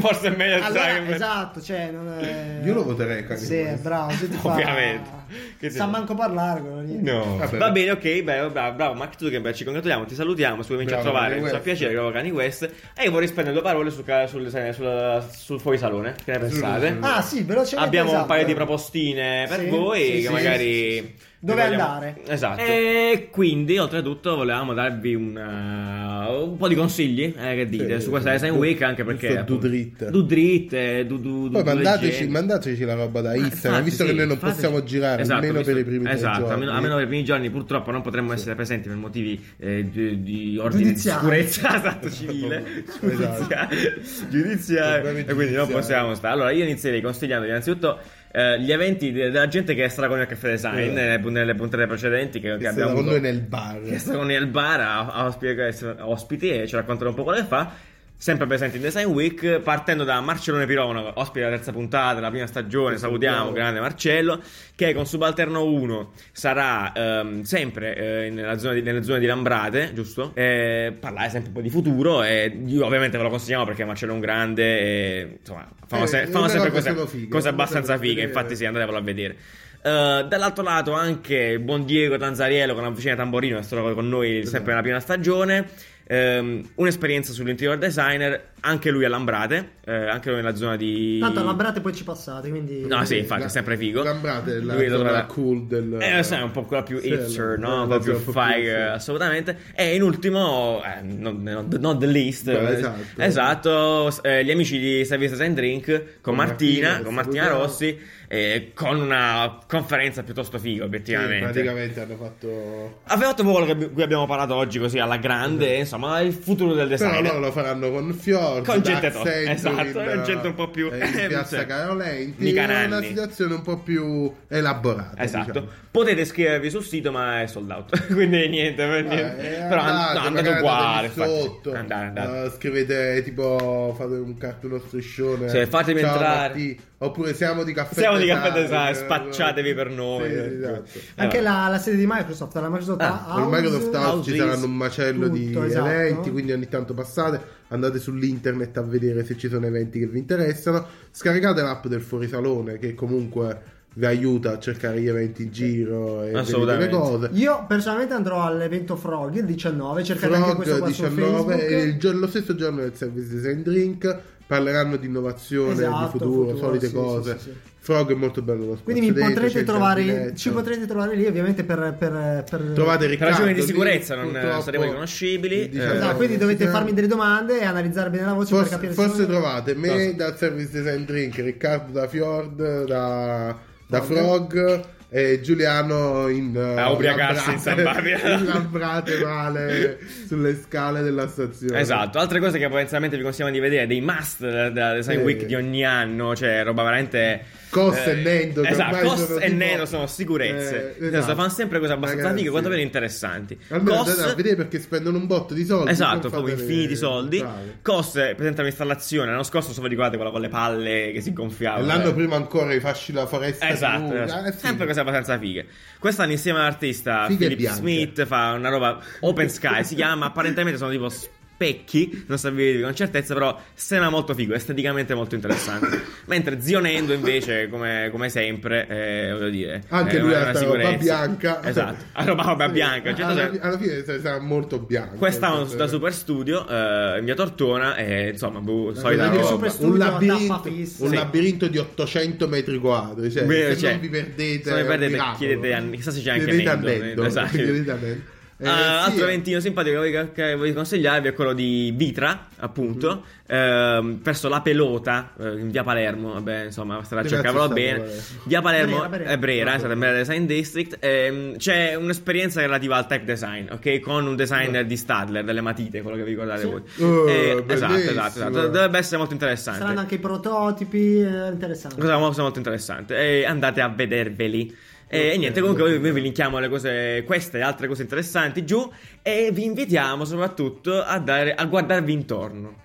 [SPEAKER 1] Forse è meglio
[SPEAKER 4] allora,
[SPEAKER 1] Zuckerberg.
[SPEAKER 4] esatto, cioè non è...
[SPEAKER 3] Io lo voterei Kanye
[SPEAKER 4] Sì,
[SPEAKER 3] West.
[SPEAKER 4] bravo, se ti fa-
[SPEAKER 1] Ovviamente. Che
[SPEAKER 4] Sa
[SPEAKER 1] sì.
[SPEAKER 4] manco parlare quello lì.
[SPEAKER 1] No.
[SPEAKER 3] Vabbè.
[SPEAKER 1] Va bene, ok, bravo, bravo, bravo Mark Zuckerberg, ci congratuliamo, ti salutiamo, sicuramente a
[SPEAKER 3] Bravo,
[SPEAKER 1] trovare,
[SPEAKER 3] Kanye
[SPEAKER 1] mi fa
[SPEAKER 3] West.
[SPEAKER 1] piacere, bravo Cani West. E io vorrei spendere due parole sul, ca- sul, sul, sul fuorisalone, che ne pensate?
[SPEAKER 3] sul-
[SPEAKER 4] Ah sì, velocemente.
[SPEAKER 1] Abbiamo
[SPEAKER 4] esatto.
[SPEAKER 1] un paio di propostine per
[SPEAKER 4] Sì,
[SPEAKER 1] voi
[SPEAKER 4] sì,
[SPEAKER 1] che
[SPEAKER 4] sì,
[SPEAKER 1] magari...
[SPEAKER 4] sì, sì, sì. Dove
[SPEAKER 1] che vogliamo-
[SPEAKER 4] andare. Eh,
[SPEAKER 1] Esatto. E quindi, oltretutto, volevamo darvi un, eh, un po' di consigli, eh, che dite,
[SPEAKER 3] Sì,
[SPEAKER 1] su questa
[SPEAKER 3] sì.
[SPEAKER 1] Design
[SPEAKER 3] Du-
[SPEAKER 1] Week, anche perché...
[SPEAKER 3] giusto,
[SPEAKER 1] appunto,
[SPEAKER 3] du dritte.
[SPEAKER 1] Du dritte, du, du, du-
[SPEAKER 3] poi
[SPEAKER 1] du
[SPEAKER 3] mandateci,
[SPEAKER 1] leggende.
[SPEAKER 3] mandateci la roba da
[SPEAKER 1] Ah,
[SPEAKER 3] Instagram
[SPEAKER 1] infatti,
[SPEAKER 3] visto
[SPEAKER 1] sì,
[SPEAKER 3] che noi non
[SPEAKER 1] infatti.
[SPEAKER 3] possiamo girare
[SPEAKER 1] Esatto,
[SPEAKER 3] almeno
[SPEAKER 1] visto-
[SPEAKER 3] per i primi tre
[SPEAKER 1] esatto,
[SPEAKER 3] giorni
[SPEAKER 1] almeno, almeno per i primi giorni purtroppo non potremmo essere presenti per motivi eh, di, di ordine di
[SPEAKER 4] Giudiziari.
[SPEAKER 1] sicurezza esatto, civile giudiziario, giudiziario.
[SPEAKER 3] Problemi
[SPEAKER 1] e quindi non
[SPEAKER 3] giudiziari.
[SPEAKER 1] possiamo stare allora io inizierei consigliando innanzitutto eh, gli eventi de- della gente che è stata con il caffè design
[SPEAKER 3] Esatto.
[SPEAKER 1] nelle, nelle puntate precedenti che, che
[SPEAKER 3] che
[SPEAKER 1] abbiamo
[SPEAKER 3] stavano
[SPEAKER 1] avuto
[SPEAKER 3] noi nel bar
[SPEAKER 1] che sono nel bar a, a ospiti, a ospiti e ci raccontano un po' quello che fa. Sempre presente in Design Week, partendo da Marcellone Pirono, ospite della terza puntata della prima stagione. Salutiamo, grande Marcello. Che con Subalterno 1 sarà ehm, sempre eh, nella zona di- nelle zone di Lambrate, giusto? E parlare sempre un po' di futuro. E io, ovviamente, ve lo consigliamo perché Marcello è un grande. E, insomma, fanno,
[SPEAKER 3] Eh,
[SPEAKER 1] se-
[SPEAKER 3] è
[SPEAKER 1] fanno
[SPEAKER 3] una
[SPEAKER 1] sempre
[SPEAKER 3] roba
[SPEAKER 1] cose,
[SPEAKER 3] solo fighe,
[SPEAKER 1] cose
[SPEAKER 3] una roba
[SPEAKER 1] abbastanza
[SPEAKER 3] solo
[SPEAKER 1] fighe.
[SPEAKER 3] fighe.
[SPEAKER 1] Infatti, sì, andatevelo a vedere. Eh, dall'altro lato anche il buon Diego Tanzariello con la vicina Tamborino che è stato con noi sempre nella prima stagione. Ehm, un'esperienza sull'interior designer, anche lui a Lambrate, eh, anche lui nella zona di.
[SPEAKER 4] Tanto labrate e poi ci passate, quindi...
[SPEAKER 1] No, Ah, sì, infatti, è sempre figo.
[SPEAKER 3] Lambrate è la
[SPEAKER 1] Lui lo
[SPEAKER 3] zona
[SPEAKER 1] trova-
[SPEAKER 3] cool del-
[SPEAKER 1] Eh, lo sai, un po' quella più
[SPEAKER 3] Sì,
[SPEAKER 1] hipster,
[SPEAKER 3] la-
[SPEAKER 1] no? Un
[SPEAKER 3] la
[SPEAKER 1] po' più
[SPEAKER 3] zona un po' più
[SPEAKER 1] fire,
[SPEAKER 3] hipster.
[SPEAKER 1] assolutamente. E in ultimo, eh, non, non- not the least,
[SPEAKER 3] Beh,
[SPEAKER 1] eh,
[SPEAKER 3] esatto.
[SPEAKER 1] esatto, s- eh, gli amici di Service Design Drink con
[SPEAKER 3] Con
[SPEAKER 1] Martina,
[SPEAKER 3] Martina,
[SPEAKER 1] con Martina
[SPEAKER 3] salutiamo.
[SPEAKER 1] Rossi, eh, con una conferenza piuttosto figa,
[SPEAKER 3] Sì,
[SPEAKER 1] obiettivamente.
[SPEAKER 3] praticamente hanno fatto
[SPEAKER 1] Aveva fatto quello che abbi- cui abbiamo parlato oggi, così alla grande, insomma, il futuro del
[SPEAKER 3] Esatto. Però
[SPEAKER 1] design.
[SPEAKER 3] loro lo faranno con Fior,
[SPEAKER 1] Con gente to- esatto, con gente un po' più-
[SPEAKER 3] eh, in
[SPEAKER 1] cioè,
[SPEAKER 3] piazza Carolenti.
[SPEAKER 1] mica
[SPEAKER 3] È una
[SPEAKER 1] nanni.
[SPEAKER 3] situazione un po' più elaborata.
[SPEAKER 1] Esatto,
[SPEAKER 3] diciamo.
[SPEAKER 1] potete iscrivervi sul sito, ma è sold out. Quindi niente, per niente.
[SPEAKER 3] Eh,
[SPEAKER 1] Però and-
[SPEAKER 3] andate,
[SPEAKER 1] no, andate
[SPEAKER 3] magari
[SPEAKER 1] uguale.
[SPEAKER 3] andatevi
[SPEAKER 1] infatti.
[SPEAKER 3] sotto,
[SPEAKER 1] Andate, andate.
[SPEAKER 3] eh, scrivete tipo fate un cartone striscione.
[SPEAKER 1] Sì, fatemi
[SPEAKER 3] Ciao,
[SPEAKER 1] entrare.
[SPEAKER 3] Matti. Oppure siamo di caffè.
[SPEAKER 1] Siamo di Caffè
[SPEAKER 3] Design,
[SPEAKER 1] Design,
[SPEAKER 3] eh,
[SPEAKER 1] spacciatevi per noi.
[SPEAKER 3] Sì, esatto.
[SPEAKER 4] Anche
[SPEAKER 1] Eh,
[SPEAKER 4] la, la sede di Microsoft, la Microsoft
[SPEAKER 1] Ah,
[SPEAKER 4] House,
[SPEAKER 3] Al Microsoft House
[SPEAKER 1] House
[SPEAKER 3] ci
[SPEAKER 1] is
[SPEAKER 3] saranno un macello di
[SPEAKER 4] tutto, esatto.
[SPEAKER 3] eventi, quindi ogni tanto passate, andate sull'internet a vedere se ci sono eventi che vi interessano, scaricate l'app del fuorisalone che comunque vi aiuta a cercare gli eventi in giro e vedere le
[SPEAKER 1] Assolutamente.
[SPEAKER 3] cose.
[SPEAKER 4] Io personalmente andrò all'evento Frog il 19, cercate anche questo
[SPEAKER 3] Frog
[SPEAKER 4] qua su
[SPEAKER 3] 19
[SPEAKER 4] Facebook.
[SPEAKER 3] e il giorno- lo stesso giorno del Service Design Drink parleranno di innovazione,
[SPEAKER 4] Esatto,
[SPEAKER 3] di futuro,
[SPEAKER 4] futuro,
[SPEAKER 3] solite
[SPEAKER 4] sì,
[SPEAKER 3] cose.
[SPEAKER 4] sì, sì, sì.
[SPEAKER 3] Frog è molto bello lo
[SPEAKER 4] Quindi mi
[SPEAKER 3] spazio dentro, c'è
[SPEAKER 4] potrete
[SPEAKER 3] il
[SPEAKER 4] trovare,
[SPEAKER 3] giardinetto.
[SPEAKER 4] ci potrete trovare lì ovviamente per... per, per-
[SPEAKER 3] Trovate
[SPEAKER 1] Per
[SPEAKER 3] Riccardo
[SPEAKER 1] ragioni di
[SPEAKER 3] lì,
[SPEAKER 1] sicurezza non
[SPEAKER 3] purtroppo,
[SPEAKER 1] saremo riconoscibili.
[SPEAKER 3] il 19
[SPEAKER 4] Esatto, quindi dovete
[SPEAKER 3] si
[SPEAKER 4] farmi
[SPEAKER 3] chiama.
[SPEAKER 4] delle domande e analizzare bene la voce per
[SPEAKER 3] eh, Forse,
[SPEAKER 4] capire se
[SPEAKER 3] forse
[SPEAKER 4] sono-
[SPEAKER 3] trovate me
[SPEAKER 1] Cosa?
[SPEAKER 3] dal service design drink, Riccardo da Fjord, da, da Frog e Giuliano in eh,
[SPEAKER 1] A ubriacarsi in San
[SPEAKER 3] Lambrate-
[SPEAKER 1] Babia.
[SPEAKER 3] in Lambrate male sulle scale della stazione.
[SPEAKER 1] Esatto, altre cose che potenzialmente vi consigliamo di vedere, dei must della della Design
[SPEAKER 3] Sì.
[SPEAKER 1] Week di ogni anno, cioè roba veramente...
[SPEAKER 3] Cos e Nendo, che
[SPEAKER 1] Esatto,
[SPEAKER 3] ormai
[SPEAKER 1] Cos
[SPEAKER 3] sono
[SPEAKER 1] e
[SPEAKER 3] tipo-
[SPEAKER 1] Nendo sono sicurezze.
[SPEAKER 3] Eh,
[SPEAKER 1] Nel senso,
[SPEAKER 3] esatto.
[SPEAKER 1] Fanno sempre cose abbastanza
[SPEAKER 3] Ragazzi.
[SPEAKER 1] fighe, quanto meno interessanti.
[SPEAKER 3] Almeno
[SPEAKER 1] Cos-
[SPEAKER 3] andate a vedere perché spendono un botto di soldi.
[SPEAKER 1] Esatto,
[SPEAKER 3] non
[SPEAKER 1] proprio
[SPEAKER 3] fate-
[SPEAKER 1] infiniti soldi.
[SPEAKER 3] Bravo.
[SPEAKER 1] Cos presenta un'installazione. L'anno scorso, se vi ricordate, quella con le palle che si gonfiava.
[SPEAKER 3] E L'anno prima ancora i fasci la foresta.
[SPEAKER 1] Ah, Esatto,
[SPEAKER 3] blu,
[SPEAKER 1] esatto.
[SPEAKER 3] eh, sì.
[SPEAKER 1] sempre cose abbastanza fighe. Quest'anno insieme all'artista
[SPEAKER 3] Fighe
[SPEAKER 1] Philip
[SPEAKER 3] bianche.
[SPEAKER 1] Smith fa una roba Open Sky, si chiama, apparentemente sono tipo s- specchi, non sapevi con certezza, però sembra molto figo, esteticamente molto interessante. Mentre Zio Nendo invece, come, come sempre, eh, voglio dire,
[SPEAKER 3] Anche
[SPEAKER 1] eh,
[SPEAKER 3] lui
[SPEAKER 1] una-
[SPEAKER 3] ha
[SPEAKER 1] una
[SPEAKER 3] sta
[SPEAKER 1] sicurezza.
[SPEAKER 3] roba bianca.
[SPEAKER 1] Esatto, ha roba, roba
[SPEAKER 3] Sì,
[SPEAKER 1] bianca. in un certo
[SPEAKER 3] alla,
[SPEAKER 1] senso.
[SPEAKER 3] alla fine sarà molto bianco.
[SPEAKER 1] Quest'anno
[SPEAKER 3] Cioè,
[SPEAKER 1] da Super Studio, eh, in via Tortona, e insomma, boh, solita
[SPEAKER 3] Anche
[SPEAKER 1] roba.
[SPEAKER 4] il
[SPEAKER 3] Super
[SPEAKER 4] Super
[SPEAKER 3] Studio, un,
[SPEAKER 4] Studio,
[SPEAKER 3] labirinto,
[SPEAKER 4] tappa fissa.
[SPEAKER 3] un
[SPEAKER 1] Sì.
[SPEAKER 3] labirinto di 800 metri quadri. Cioè,
[SPEAKER 1] Beh,
[SPEAKER 3] se
[SPEAKER 1] cioè,
[SPEAKER 3] non vi perdete,
[SPEAKER 1] se non vi perdete,
[SPEAKER 3] è un miracolo.
[SPEAKER 1] chiedete a- chissà se c'è anche
[SPEAKER 3] Chiedete a
[SPEAKER 1] Nendo,
[SPEAKER 3] Nendo,
[SPEAKER 1] esatto.
[SPEAKER 3] chiedete a Nendo. Eh,
[SPEAKER 1] Ah,
[SPEAKER 3] sì,
[SPEAKER 1] altro
[SPEAKER 3] eh.
[SPEAKER 1] ventino simpatico che voglio, che voglio consigliarvi è quello di Vitra, appunto,
[SPEAKER 3] Mm.
[SPEAKER 1] ehm, verso la pelota eh, in via Palermo. Vabbè, insomma, starà a
[SPEAKER 3] Dove
[SPEAKER 1] cercarvelo
[SPEAKER 3] cazzo sta
[SPEAKER 1] bene.
[SPEAKER 3] Palermo?
[SPEAKER 1] Via Palermo
[SPEAKER 4] Brera, Brera.
[SPEAKER 1] è Brera, è stata Brera Design District. ehm, c'è un'esperienza relativa al tech design, ok? Con un designer di Stadler, delle matite, quello che vi ricordate voi.
[SPEAKER 3] Mm. Oh,
[SPEAKER 1] Eh, esatto,
[SPEAKER 3] bellissimo.
[SPEAKER 1] esatto, esatto. Dovrebbe essere molto interessante.
[SPEAKER 4] Saranno anche i prototipi, eh, interessanti.
[SPEAKER 1] Cosa cosa molto interessante. E andate a vederveli. E, e niente, comunque noi, noi vi linkiamo le cose, queste e altre cose interessanti giù e vi invitiamo soprattutto a, dare, a guardarvi intorno.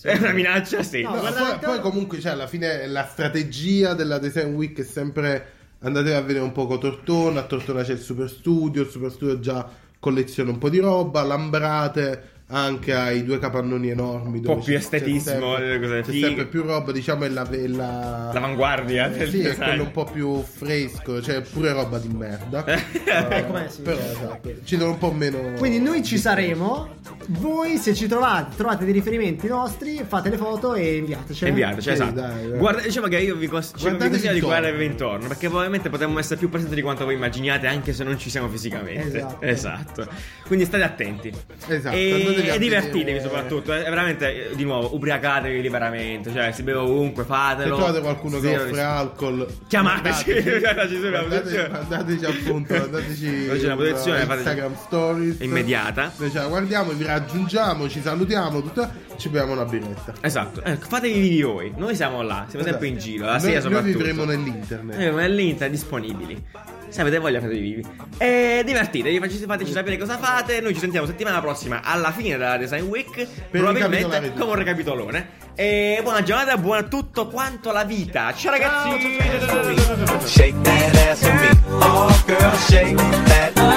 [SPEAKER 1] È una minaccia, sì.
[SPEAKER 4] No,
[SPEAKER 3] No,
[SPEAKER 4] guarda
[SPEAKER 3] poi,
[SPEAKER 4] la-
[SPEAKER 3] poi comunque cioè, alla fine la strategia della Design Week è sempre andate a vedere un poco Tortona, a Tortona c'è il Super Studio, il Super Studio già colleziona un po' di roba, Lambrate anche ai due capannoni enormi.
[SPEAKER 1] po'
[SPEAKER 3] dove
[SPEAKER 1] più
[SPEAKER 3] c'è-
[SPEAKER 1] estetismo, eh,
[SPEAKER 3] c'è
[SPEAKER 1] le cose
[SPEAKER 3] sempre, c'è
[SPEAKER 1] fighe.
[SPEAKER 3] sempre più roba, diciamo è la... È la...
[SPEAKER 1] L'avanguardia
[SPEAKER 3] eh,
[SPEAKER 1] del
[SPEAKER 3] sì, è
[SPEAKER 1] design.
[SPEAKER 3] quello un po' più fresco, cioè pure roba di merda.
[SPEAKER 4] Eh, com'è, sì.
[SPEAKER 3] Però esatto, ci sono un po' meno.
[SPEAKER 4] Quindi noi ci saremo, voi se ci trovate, trovate dei riferimenti nostri, fate le foto e inviatecele.
[SPEAKER 1] Inviateci,
[SPEAKER 3] Sì,
[SPEAKER 1] esatto.
[SPEAKER 3] dai, dai.
[SPEAKER 1] Guarda- diciamo che io vi, cons- cioè, vi
[SPEAKER 3] Guardatevi
[SPEAKER 1] consiglio di
[SPEAKER 3] intorno.
[SPEAKER 1] guardarvi intorno, perché probabilmente potremmo essere più presenti di quanto voi immaginiate, anche se non ci siamo fisicamente.
[SPEAKER 4] Esatto.
[SPEAKER 1] Esatto. Quindi state attenti.
[SPEAKER 3] Esatto, andatevi a
[SPEAKER 1] E, e
[SPEAKER 3] vedere-
[SPEAKER 1] divertitevi soprattutto. eh, veramente, eh, di nuovo, ubriacatevi liberamente. Cioè, si beve ovunque,
[SPEAKER 3] Se
[SPEAKER 1] fatelo.
[SPEAKER 3] trovate qualcuno che
[SPEAKER 1] Zero
[SPEAKER 3] offre
[SPEAKER 1] ris-
[SPEAKER 3] alcol,
[SPEAKER 1] Chiamateci, guardateci sulla
[SPEAKER 3] mandateci,
[SPEAKER 1] posizione.
[SPEAKER 3] mandateci appunto, mandateci
[SPEAKER 1] Mandateci la posizione,
[SPEAKER 3] una
[SPEAKER 1] fate-
[SPEAKER 3] Instagram Stories
[SPEAKER 1] Immediata.
[SPEAKER 3] Noi ce la guardiamo, vi raggiungiamo, ci salutiamo, tutto, ci beviamo una birretta.
[SPEAKER 1] Esatto. Ecco, fatevi vivi voi. Noi siamo là, siamo sempre in giro. La sera
[SPEAKER 3] Esatto. noi, noi
[SPEAKER 1] soprattutto.
[SPEAKER 3] vivremo nell'internet.
[SPEAKER 1] Eh, ma l'Inter è disponibili. Se avete voglia fate vivi. E divertitevi, facci- fateci sapere cosa fate. Noi ci sentiamo settimana prossima alla fine della Design Week.
[SPEAKER 3] ricapitolare
[SPEAKER 1] probabilmente
[SPEAKER 3] tutto.
[SPEAKER 1] come un recapitolone. E buona giornata, buona tutto quanto la vita. Ciao ragazzi!
[SPEAKER 6] Shake that ass for me. Oh, girl, shake that